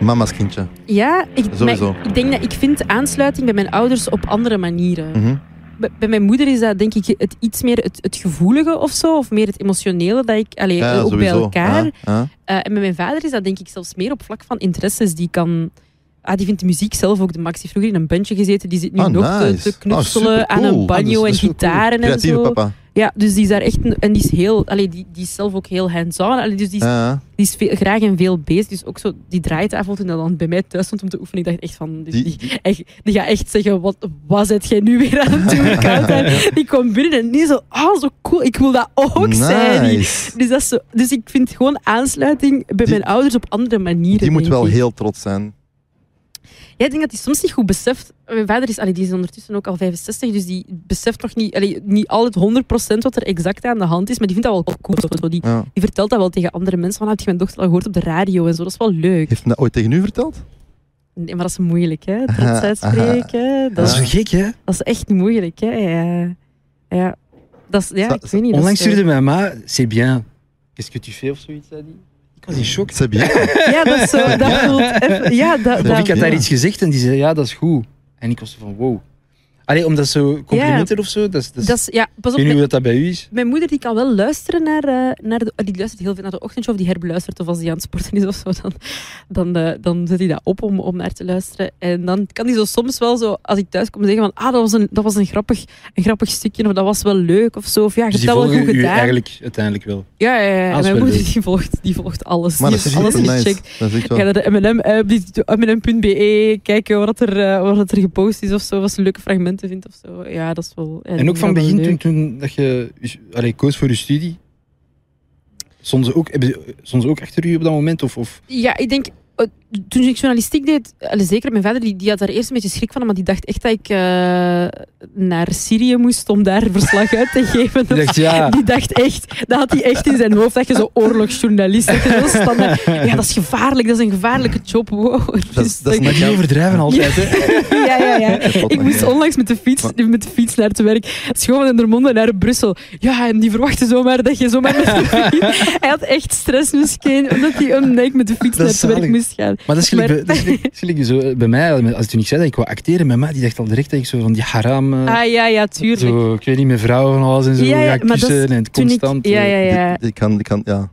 S2: mama's kindje.
S3: ja ik, maar
S2: Sowieso.
S3: ik denk dat ik vind aansluiting bij mijn ouders op andere manieren.
S2: Mhm.
S3: Bij- Bij mijn moeder is dat denk ik het iets meer het, het gevoelige of zo, of meer het emotionele dat ik allee,
S2: Ja,
S3: ook bij
S2: sowieso.
S3: elkaar.
S2: Ja, ja.
S3: Eh, en met mijn vader is dat denk ik zelfs meer op vlak van interesses die kan. Ah, die vindt de muziek zelf ook de max. Die heeft vroeger in een bandje gezeten. Die zit nu
S2: Ah,
S3: nog te-
S2: nice.
S3: te,
S2: Ah,
S3: knutselen aan
S2: supercool.
S3: een
S2: Ah, dat is-
S3: banjo
S2: dat
S3: en
S2: is wel cool.
S3: gitaren en
S2: Creatieve
S3: zo.
S2: papa.
S3: Ja, dus die is daar echt. een- En die is heel. Allee, die, die is zelf ook heel hands-on. Allee, Dus die is,
S2: Ja, ja.
S3: die is veel- graag en veel bezig. Dus ook zo die draaitafel toen dat dan bij mij thuis stond om te oefenen. Ik dacht echt van. die-
S2: Die-
S3: die- echt, die gaat echt zeggen, wat was het jij nu weer aan het doen? Kouter? Die kwam binnen en die zo, oh, zo cool, ik wil dat ook zijn. Die-
S2: Nice.
S3: Dus, dat is zo, dus ik vind gewoon aansluiting bij
S2: Die-
S3: mijn ouders op andere manieren.
S2: Die moet
S3: denk
S2: wel
S3: ik.
S2: heel trots zijn.
S3: Ja, ik denk dat hij soms niet goed beseft. Mijn vader is, allee, die is ondertussen ook al 65, dus die beseft nog niet, allee, niet altijd 100% wat er exact aan de hand is. Maar die vindt dat wel cool. zo. Die,
S2: Ja.
S3: die vertelt dat wel tegen andere mensen. Van, heb je mijn dochter al gehoord op de radio en zo? Dat is wel leuk.
S2: Heeft hij dat ooit tegen u verteld?
S3: Nee, maar dat is moeilijk, hè? Trots uitspreken.
S1: Ah. Dat is
S3: dat-
S1: zo gek, hè?
S3: Dat is echt moeilijk, hè? Ja, ja. Dat is, ja
S2: Zou-
S3: ik weet niet. dat
S1: Onlangs
S3: is, eh,
S1: stuurde mijn ma... C'est bien. Qu'est-ce que tu fais? Of zoiets, zei die. Ik was in shock.
S2: C'est bien.
S3: eh, Ja, dat is zo. Dat voelt even, ja, dat,
S2: Ja.
S1: Of ik
S3: dat,
S1: had daar
S2: Ja.
S1: iets gezegd en die zei, ja, dat is goed. En ik was zo van, wow. Allee, omdat zo complimenten of zo, dat is... Dat is-
S3: Dat is, ja, pas
S1: ik
S3: op,
S1: weet niet
S3: mijn,
S1: hoe dat, dat bij u is.
S3: mijn moeder die kan wel luisteren naar, eh, naar de... Die luistert heel veel naar de ochtendshow, of die herbeluistert, of als die aan het sporten is of zo, dan, dan, eh, dan zet hij dat op om, om naar te luisteren. En dan kan die zo soms wel zo, als ik thuis kom, zeggen van ah, dat was een, dat was een, grappig, een grappig stukje, of dat was wel leuk, of zo. Of ja, je
S1: Dus
S3: hebt
S1: die
S3: dat wel goed
S1: volgen u
S3: gedaan.
S1: eigenlijk uiteindelijk wel.
S3: Ja, ja, ja.
S1: Ah, dat is
S3: mijn
S1: wel
S3: moeder
S1: leuk.
S3: die volgt, die volgt alles.
S2: Maar
S3: die
S2: dat is
S3: heeft alles
S2: super nice.
S3: gecheckt.
S2: Dat is echt
S3: Ga
S2: wel...
S3: naar de MLM-app, MLM.be, E kijken wat er, eh, wat er gepost is of zo, wat ze leuke fragmenten vindt of zo. Ja, dat is wel... ja,
S1: En
S3: ik
S1: ook
S3: vind
S1: van
S3: dat wel
S1: begin,
S3: leuk.
S1: toen, toen dat je dus, allee, koos voor je studie, stond ze ook, hebben ze- stond ze ook achter u op dat moment? Of, of
S3: Ja, ik denk... eh, Toen ik journalistiek deed, allee, zeker mijn vader, die, die had daar eerst een beetje schrik van, maar die dacht echt dat ik eh, naar Syrië moest om daar verslag uit te geven.
S1: die dacht, ja,
S3: Die dacht echt, dat had hij echt in zijn hoofd, dat je zo oorlogsjournalist dat je zo standaard- Ja, dat is gevaarlijk, dat is een gevaarlijke job. Wow.
S2: dat
S3: Dus
S2: is
S3: dat-
S1: maar die overdrijven altijd, hè.
S3: ja, ja, ja.
S2: Kapot,
S3: Ik
S2: man.
S3: moest onlangs met de fiets, met de fiets naar te werk. Schoon en Dermonde naar Brussel. Ja, en die verwachten zomaar dat je zomaar met de fiets... Hij had echt stress misschien, omdat hij om nek met de fiets
S1: Dat
S3: naar
S1: is
S3: te werk
S1: zalig.
S3: moest gaan.
S1: Maar dat is gelijk,
S3: Maar-
S1: bij- dat is gelijk- dat is gelijk zo, eh, bij mij, als toen ik zei dat ik wou acteren, mijn ma die dacht al direct dat ik zo van die haram, eh,
S3: Ah ja, ja, tuurlijk.
S1: zo, ik weet niet, mijn vrouw van alles en zo,
S3: Ja, ja,
S1: ga
S3: maar dat is
S1: kussen en het
S3: Toen ik...
S1: constant.
S3: Ja,
S1: eh,
S3: ja, ja.
S2: Dit- Ik kan, ik kan, ja.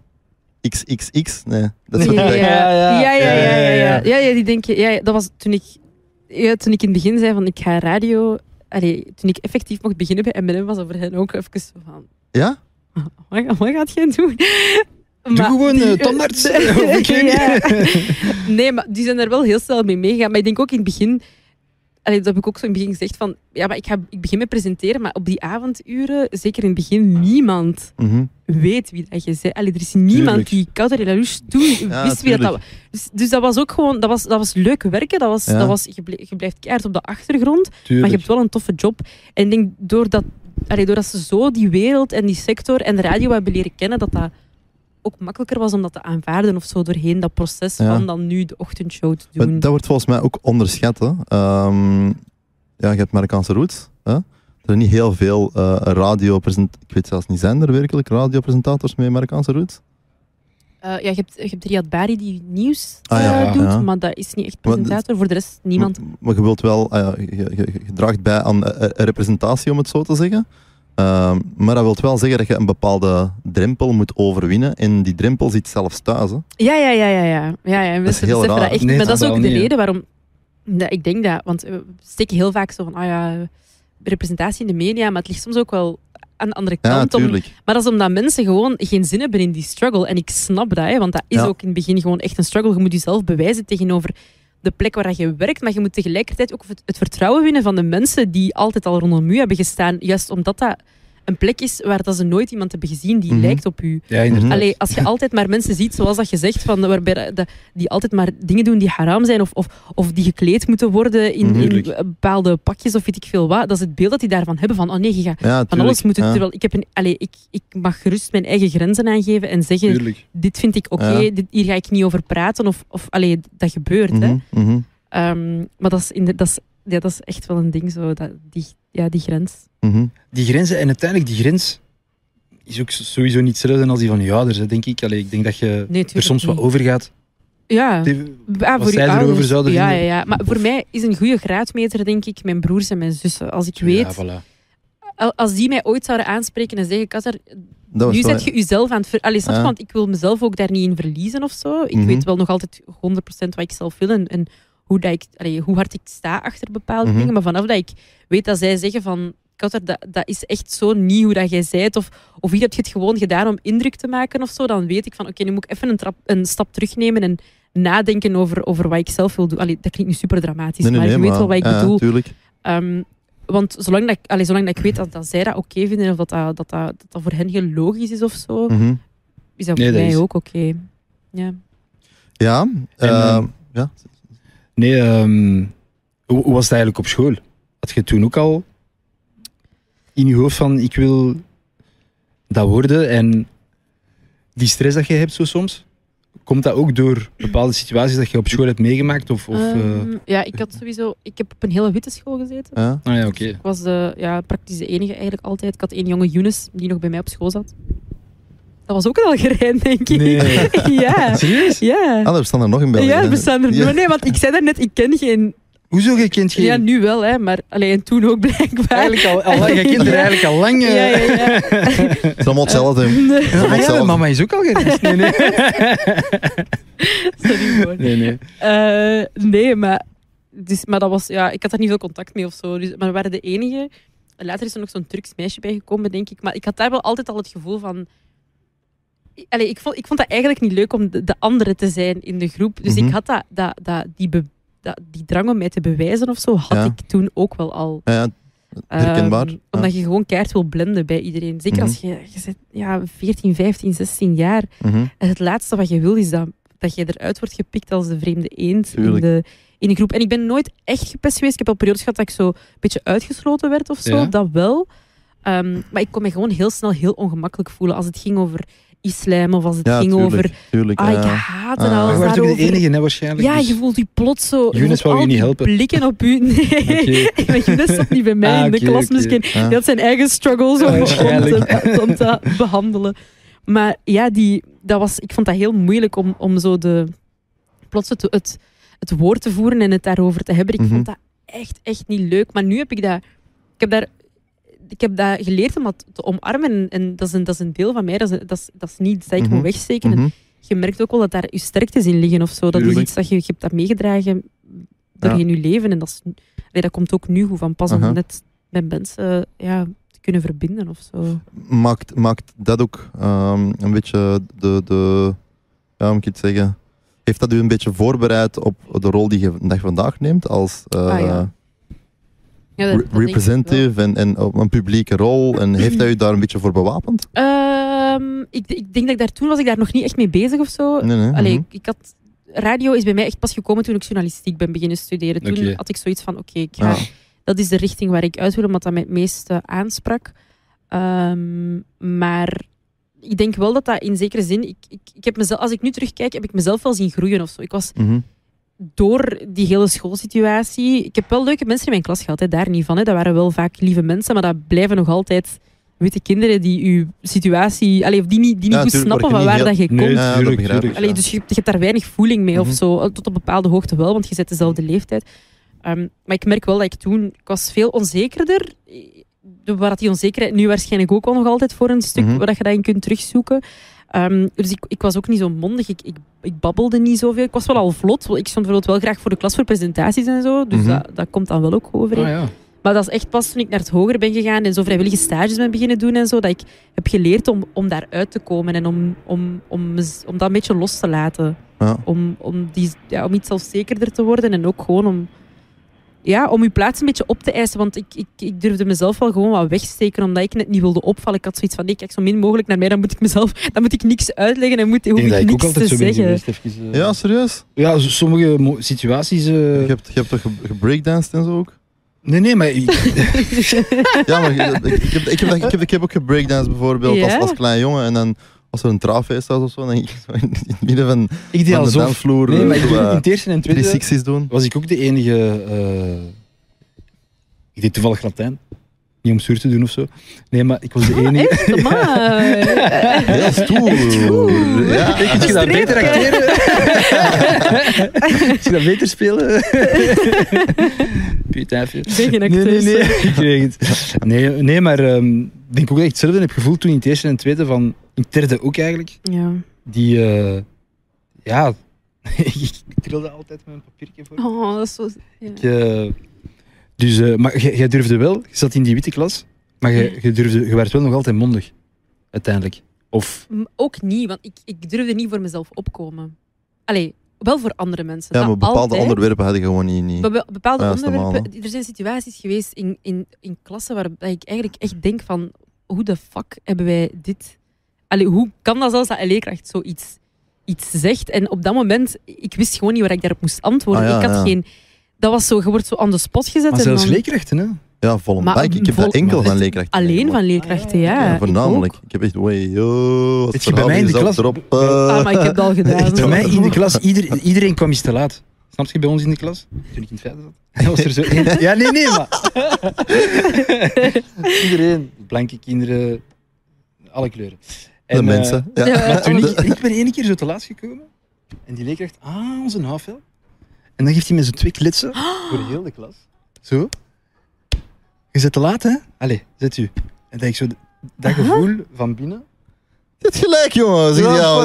S2: XXX? Nee. Dat is
S1: Nee,
S2: wat ik
S3: Ja,
S2: denk.
S1: Ja, ja.
S3: ja, ja, ja,
S1: Ja,
S3: ja,
S1: ja, ja.
S3: ja. Ja, ja, die denk je... Ja, ja, dat was toen ik... Ja, toen ik in het begin zei van ik ga radio... Allee, toen ik effectief mocht beginnen bij M&M was dat voor hen ook even zo van...
S2: Ja?
S3: Wat, wat gaat jij doen?
S1: Doe gewoon
S3: die-
S1: eh, tandarts. of ik weet niet.
S3: Ja. Nee, maar die zijn daar wel heel snel mee meegegaan. Maar ik denk ook in het begin... Allee, dat heb ik ook zo in het begin gezegd van... Ja, maar ik, ga, ik begin met presenteren, maar op die avonduren, zeker in het begin, niemand
S2: Mhm.
S3: weet wie dat je zei. Allee, er is niemand
S1: Tuurlijk.
S3: die Cauderie Larouche toen
S2: Ja,
S3: wist wie dat, dat
S2: tuurlijk.
S3: was. Dus, dus dat was ook gewoon... Dat was, dat was leuk werken. Dat was,
S2: Ja.
S3: dat was, je, ble- je blijft keihard op de achtergrond. Maar
S1: Tuurlijk.
S3: je hebt wel een toffe job. En ik denk doordat, allee, doordat ze zo die wereld en die sector en de radio hebben leren kennen, dat dat ook makkelijker was om dat te aanvaarden of zo doorheen dat proces
S2: Ja.
S3: van dan nu de ochtendshow te
S2: Maar
S3: doen.
S2: dat wordt volgens mij ook onderschat. Hè. Ehm, ja, je hebt Marokkaanse roots. Hè. Er zijn niet heel veel eh radiopresentators. Ik weet zelfs niet, zijn er werkelijk radiopresentators met Marokkaanse roots?
S3: Eh, ja, je hebt, je hebt Riyad Bari die nieuws
S2: Ah, ja,
S3: eh,
S2: ja,
S3: doet,
S2: ja.
S3: maar dat is niet echt
S2: Maar dat-
S3: presentator. Voor de rest niemand.
S2: M- maar je wilt wel, ah ja, je, je- je draagt bij aan eh, eh, representatie, om het zo te zeggen. Ehm, maar dat wil wel zeggen dat je een bepaalde drempel moet overwinnen. En die drempel zit zelfs thuis. Hè.
S3: Ja, ja, ja, ja. ja. ja, ja. Mensen
S2: heel
S3: beseffen
S2: raar.
S3: dat echt.
S1: Nee,
S3: maar dat is
S1: dat
S3: ook
S1: wel
S3: de
S1: niet, hè.
S3: reden waarom dat ik denk dat. Want we steken heel vaak zo van, ah ja, representatie in de media, maar het ligt soms ook wel aan de andere
S2: Ja,
S3: kant. om,
S2: tuurlijk.
S3: Maar dat is omdat mensen gewoon geen zin hebben in die struggle. En ik snap dat, hè, want dat is
S2: Ja.
S3: ook in het begin gewoon echt een struggle. Je moet jezelf bewijzen tegenover de plek waar dat je werkt. Maar je moet tegelijkertijd ook het, het vertrouwen winnen van de mensen die altijd al rondom u hebben gestaan. Juist omdat dat een plek is waar dat ze nooit iemand hebben gezien die
S2: Mhm.
S3: lijkt op u.
S1: Ja, inderdaad.
S3: Allee, als je altijd maar mensen ziet, zoals dat je zegt, van, waarbij dat- dat- die altijd maar dingen doen die haram zijn of, of, of die gekleed moeten worden in, in
S1: Tuurlijk.
S3: bepaalde pakjes of weet ik veel wat, dat is het beeld dat die daarvan hebben van, oh nee, je gaat
S2: Ja,
S3: van
S2: tuurlijk.
S3: alles moeten.
S2: Ja.
S3: Terwijl ik, heb een, allee, ik, ik mag gerust mijn eigen grenzen aangeven en zeggen:
S1: Tuurlijk.
S3: Dit vind ik oké,
S2: Ja.
S3: dit- hier ga ik niet over praten. Of, of allee, dat gebeurt. hè.
S2: Mhm, mhm,
S3: Ehm, maar dat is, in de, dat, is, ja, dat is echt wel een ding, zo, dat, die, ja, die grens.
S2: mhm.
S1: Die grenzen, en uiteindelijk die grens is ook sowieso niet hetzelfde als die van je ouders, hè, denk ik. Allee, ik denk dat je
S3: Nee, tuurlijk
S1: er soms wat
S3: niet.
S1: overgaat.
S3: Ja. Ja,
S1: Wat
S3: voor
S1: zij
S3: uw
S1: erover
S3: ouders.
S1: zouden
S3: ja, ja,
S1: vinden.
S3: ja, maar voor mij is een goede graadmeter, denk ik, mijn broers en mijn zussen. Als ik weet,
S1: Ja, voilà.
S3: al- als die mij ooit zouden aanspreken en zeggen: Katter,
S2: Dat was
S3: nu
S2: wel-
S3: zet je jezelf aan het... Ver... Allee, snap je?
S2: Ja.
S3: Want ik wil mezelf ook daar niet in verliezen of zo. Ik
S2: Mhm.
S3: weet wel nog altijd 100% wat ik zelf wil en, en hoe, dat ik, allee, hoe hard ik sta achter bepaalde
S2: Mhm.
S3: dingen. Maar vanaf dat ik weet dat zij zeggen van... Katter, dat, dat is echt zo niet hoe dat jij zijt. Of, of hier heb je het gewoon gedaan om indruk te maken of zo. Dan weet ik van, oké, nu moet ik even een, trap, een stap terugnemen en nadenken over, over wat ik zelf wil doen. Allee, dat klinkt nu super dramatisch,
S2: Nee, nee,
S3: maar
S2: nee,
S3: je weet wel wat ik
S2: ja,
S3: bedoel.
S2: tuurlijk.
S3: Ehm, want zolang dat, ik, allee, zolang dat ik weet dat, dat zij dat oké vinden of dat dat, dat, dat, dat dat voor hen heel logisch is of zo,
S2: Mhm.
S3: is dat
S1: Hm. Nee,
S3: voor
S1: dat
S3: mij
S1: is-
S3: ook oké. Ja.
S2: Ja, eh,
S1: ehm,
S2: ja.
S1: Nee, ehm, hoe, hoe was het eigenlijk op school? Had je toen ook al in je hoofd van ik wil dat worden en die stress dat je hebt zo soms? Komt dat ook door bepaalde situaties dat je op school hebt meegemaakt? Of, of, eh,
S3: Ehm, ja, ik had sowieso... Ik heb op een hele witte school gezeten.
S2: ja.
S1: ah ja, oké.
S3: Ik was de, ja, praktisch de enige eigenlijk altijd. Ik had één jonge Younes die nog bij mij op school zat. Dat was ook een Algerijn, denk ik.
S1: Nee.
S3: ja.
S1: Serieus?
S3: Ja.
S2: Ah, er staan er nog in België.
S3: ja,
S2: hè.
S3: er bestaan er...
S2: Ja.
S3: Nee, nee, want ik zei daarnet, ik ken geen
S1: Hoezo, je kent geen...
S3: Ja, nu wel, hè, maar alleen toen ook blijkbaar.
S1: Eigenlijk al, al lang, je kent er
S3: Ja.
S1: eigenlijk al lang...
S3: Ja,
S1: eh.
S3: ja, ja.
S2: Het is allemaal hetzelfde.
S3: Nee,
S1: Ah, ja,
S2: hetzelfde.
S1: mama is ook al gereisd. Nee, nee.
S3: Sorry hoor.
S1: nee, nee.
S3: Eh, nee, maar, dus, maar dat was, ja, ik had daar niet veel contact mee of zo. Dus, maar we waren de enige. Later is er nog zo'n Turks meisje bijgekomen, denk ik. Maar ik had daar wel altijd al het gevoel van. I- Allee, ik, vond, ik vond dat eigenlijk niet leuk om de, de andere te zijn in de groep. Dus
S2: Mhm.
S3: ik had dat, dat, dat, die, be- dat, die drang om mij te bewijzen of zo, had
S2: Ja.
S3: ik toen ook wel al.
S2: Ja, ja, Herkenbaar,
S3: Ehm,
S2: ja.
S3: Omdat je gewoon keihard wil blenden bij iedereen. Zeker als je, je bent, ja, 14, 15, 16 jaar.
S2: mhm.
S3: En het laatste wat je wil is dat, dat je eruit wordt gepikt als de vreemde eend in
S2: Tuurlijk.
S3: de, in de groep. En ik ben nooit echt gepest geweest. Ik heb al periodes gehad dat ik zo een beetje uitgesloten werd of zo.
S1: Ja.
S3: Dat wel. Ehm, maar ik kon me gewoon heel snel heel ongemakkelijk voelen als het ging over islam of als het
S2: ja
S3: ging
S2: tuurlijk.
S3: over...
S2: tuurlijk
S3: Ah, ik
S1: eh,
S2: ja.
S3: haat
S2: Ah.
S3: het
S1: Maar
S3: alles
S1: je was ook de
S3: daarover.
S1: enige, hè, waarschijnlijk.
S3: Ja,
S1: dus-
S3: je voelt je plots zo... je
S1: Younes wou
S3: voelt
S1: je
S3: al
S1: niet
S3: die
S1: helpen.
S3: blikken op u. Nee,
S1: Oké.
S3: maar Younes zat niet bij mij
S1: Ah,
S3: in de
S1: oké,
S3: klas
S1: oké.
S3: misschien.
S2: Ja.
S3: Die had zijn eigen struggles om, om,
S1: Waarschijnlijk.
S3: te, om te behandelen. Maar ja, die, dat was, ik vond dat heel moeilijk om, om zo de, plots het, het, het woord te voeren en het daarover te hebben. Ik
S2: Mhm.
S3: vond dat echt, echt niet leuk. Maar nu heb ik dat... Ik heb, daar, ik heb dat geleerd om dat te omarmen. En, en dat, is een, dat is een deel van mij. Dat is, dat is, dat is niet dat ik
S2: Mhm.
S3: moet wegsteken. En
S2: Mhm.
S3: je merkt ook wel dat daar je sterktes in liggen of zo. Dat is
S2: Tuurlijk.
S3: iets dat je, je hebt dat meegedragen doorheen je leven. En dat, is, allee, dat komt ook nu goed van pas om
S2: Aha.
S3: net met mensen ja, te kunnen verbinden of zo.
S2: maakt, maakt dat ook ehm, een beetje de, de ja, hoe moet ik het zeggen? Heeft dat u een beetje voorbereid op de rol die je vandaag vandaag neemt als eh,
S3: Ah, ja. Ja, dat- dat
S2: re-
S3: denk ik wel.
S2: representative en, en op een publieke rol? En
S3: Mhm.
S2: heeft dat u daar een beetje voor bewapend?
S3: Ehm, ik, ik denk dat ik daar toen was ik daar nog niet echt mee bezig of zo.
S2: Nee, nee.
S3: Oh, Allee,
S2: mhm.
S3: ik, ik had, radio is bij mij echt pas gekomen toen ik journalistiek ben beginnen studeren. Toen
S1: Oké.
S3: had ik zoiets van, oké, ik ga
S2: Ja.
S3: dat is de richting waar ik uit wil, omdat dat mij het meest eh, aansprak. Ehm, maar ik denk wel dat dat in zekere zin. Ik, ik, ik heb mezelf, als ik nu terugkijk, heb ik mezelf wel zien groeien of zo. Ik was
S2: mhm.
S3: door die hele schoolsituatie. Ik heb wel leuke mensen in mijn klas gehad, hè, daar niet van. Hè. Dat waren wel vaak lieve mensen, maar dat blijven nog altijd witte kinderen die uw situatie. Allee, of die niet, die niet
S2: Ja,
S3: goed
S2: tuurlijk,
S3: snappen
S2: waar
S3: van
S2: je
S3: waar
S2: niet
S3: dat je
S1: Nee,
S3: komt.
S2: Ja, dat
S1: tuurlijk,
S2: begrijp ik.
S1: tuurlijk.
S3: Allee,
S2: Ja.
S3: dus je, hebt- je hebt daar weinig voeling mee
S2: Mhm.
S3: of zo. Tot op een bepaalde hoogte wel, want je zit dezelfde leeftijd. Ehm, maar ik merk wel dat ik toen... Ik was veel onzekerder. Eh, Waar dat die onzekerheid nu waarschijnlijk ook al nog altijd voor een stuk,
S2: Mhm.
S3: waar dat je dat in kunt terugzoeken. Ehm, dus ik, ik was ook niet zo mondig. Ik, ik, ik babbelde niet zoveel. Ik was wel al vlot. want Ik stond bijvoorbeeld wel graag voor de klas voor presentaties en zo. Dus
S2: Mhm.
S3: dat, dat komt dan wel ook over.
S1: Ah, ja.
S3: Maar dat is echt pas toen ik naar het hoger ben gegaan en zo vrijwillige stages ben beginnen doen en zo, dat ik heb geleerd om, om daaruit te komen en om, om, om, mez- om dat een beetje los te laten.
S2: Ja.
S3: Om, om, die, ja, om iets zelfzekerder te worden en ook gewoon om, ja, om je plaats een beetje op te eisen. Want ik, ik, ik durfde mezelf wel gewoon wat wegsteken, omdat ik net niet wilde opvallen. Ik had zoiets van, nee, kijk zo min mogelijk naar mij, dan moet ik mezelf, dan moet ik niks uitleggen en moet, hoef
S1: Ik denk dat
S3: ik
S1: ik ook
S3: niks te
S1: altijd zo ben
S3: zeggen.
S1: geweest. Even, eh.
S2: ja, serieus?
S1: ja, s- sommige mo- situaties... eh,
S2: Je hebt, je hebt toch ge- gebreakdanced en zo ook?
S1: Nee, nee, maar ik,
S2: Ja, maar ik, ik, ik heb, ik, heb, dat- ik, heb, ik heb ook gebreakdanced bijvoorbeeld
S3: Ja?
S2: als, als klein jongen. En dan als er een trouwfeest was of zo, dan ging ik zo in, in het midden van,
S1: ik deed
S2: van de
S1: alsof...
S2: dansvloer
S1: Nee, maar
S2: eh,
S1: ik
S2: zo,
S1: deed in
S2: eh,
S1: het eerste en het tweede
S2: 360's doen.
S1: was ik ook de enige... eh, ik deed toevallig Latijn. Niet om zuur te doen of zo. Nee, maar ik was de enige...
S3: Maar,
S2: Heel stoer.
S3: Oeh.
S2: Ja.
S1: Ik je dat beter acteren? Als je dat beter spelen? Puut afje.
S3: Ik ben geen
S1: Nee, nee, nee.
S3: actrice.
S1: Ik weet het. Nee, nee maar ehm, ik denk ook dat ik hetzelfde heb gevoeld toen in het eerste en het tweede van... In het derde ook eigenlijk.
S3: ja.
S1: Die... eh, ja... ik trilde altijd met een papiertje voor.
S3: Oh, dat is zo... ja.
S1: Ik, eh, dus, eh, maar jij jij durfde wel, je zat in die witte klas, maar jij- jij durfde, je werd wel nog altijd mondig, uiteindelijk. Of,
S3: M- Ook niet, want ik, ik durfde niet voor mezelf opkomen. Allee, wel voor andere mensen.
S2: Ja,
S3: dat
S2: maar bepaalde
S3: altijd.
S2: onderwerpen had je gewoon niet. niet.
S3: Bij be- bepaalde
S2: Ja, dat is normaal,
S3: onderwerpen. er zijn situaties geweest in, in, in klassen waarbij ik eigenlijk echt denk van... Hoe de fuck hebben wij dit... Allee, hoe kan dat zelfs dat een leerkracht zoiets iets zegt? En op dat moment, ik wist gewoon niet waar ik daarop moest antwoorden.
S2: Ah, ja,
S3: ik had
S2: ja.
S3: geen... Dat was zo, je wordt zo aan de spot gezet.
S1: maar
S3: en
S1: zelfs
S3: dan
S1: leerkrachten, hè?
S2: Ja, vol
S3: Maar
S2: ik, ik heb
S3: vol-
S2: dat enkel
S1: maar Ah,
S2: van
S1: het-
S2: leerkrachten.
S3: Alleen van
S2: eigenlijk.
S3: leerkrachten, ja.
S2: Ja,
S3: ik
S2: voornamelijk.
S3: ook.
S2: Ik, heb echt, wee, yo, wat
S1: Weet je, bij
S2: verhaal
S1: mij in de
S2: is dat
S1: klas-
S2: erop? eh?
S3: Ah, maar ik heb dat al gedaan.
S2: Echt
S1: Bij mij in de
S3: Oh.
S1: klas, ieder, iedereen kwam eens te laat. Snap je, bij ons in de klas? Toen ik in het vijfde zat. Was er zo één- Ja, nee, nee, maar... iedereen. Blanke kinderen, alle kleuren.
S2: de
S1: En, eh,
S2: mensen. Ja.
S3: ja.
S1: Maar toen ik, ik ben één keer zo te laat gekomen. En die leerkracht, ah, onze HVL. En dan geeft hij met zijn twee klitsen voor heel de klas. Zo. Je zit te laat, hè? Allee, zet u. En denk ik zo, dat gevoel van binnen.
S2: Je hebt gelijk, jongen. Zeg die al.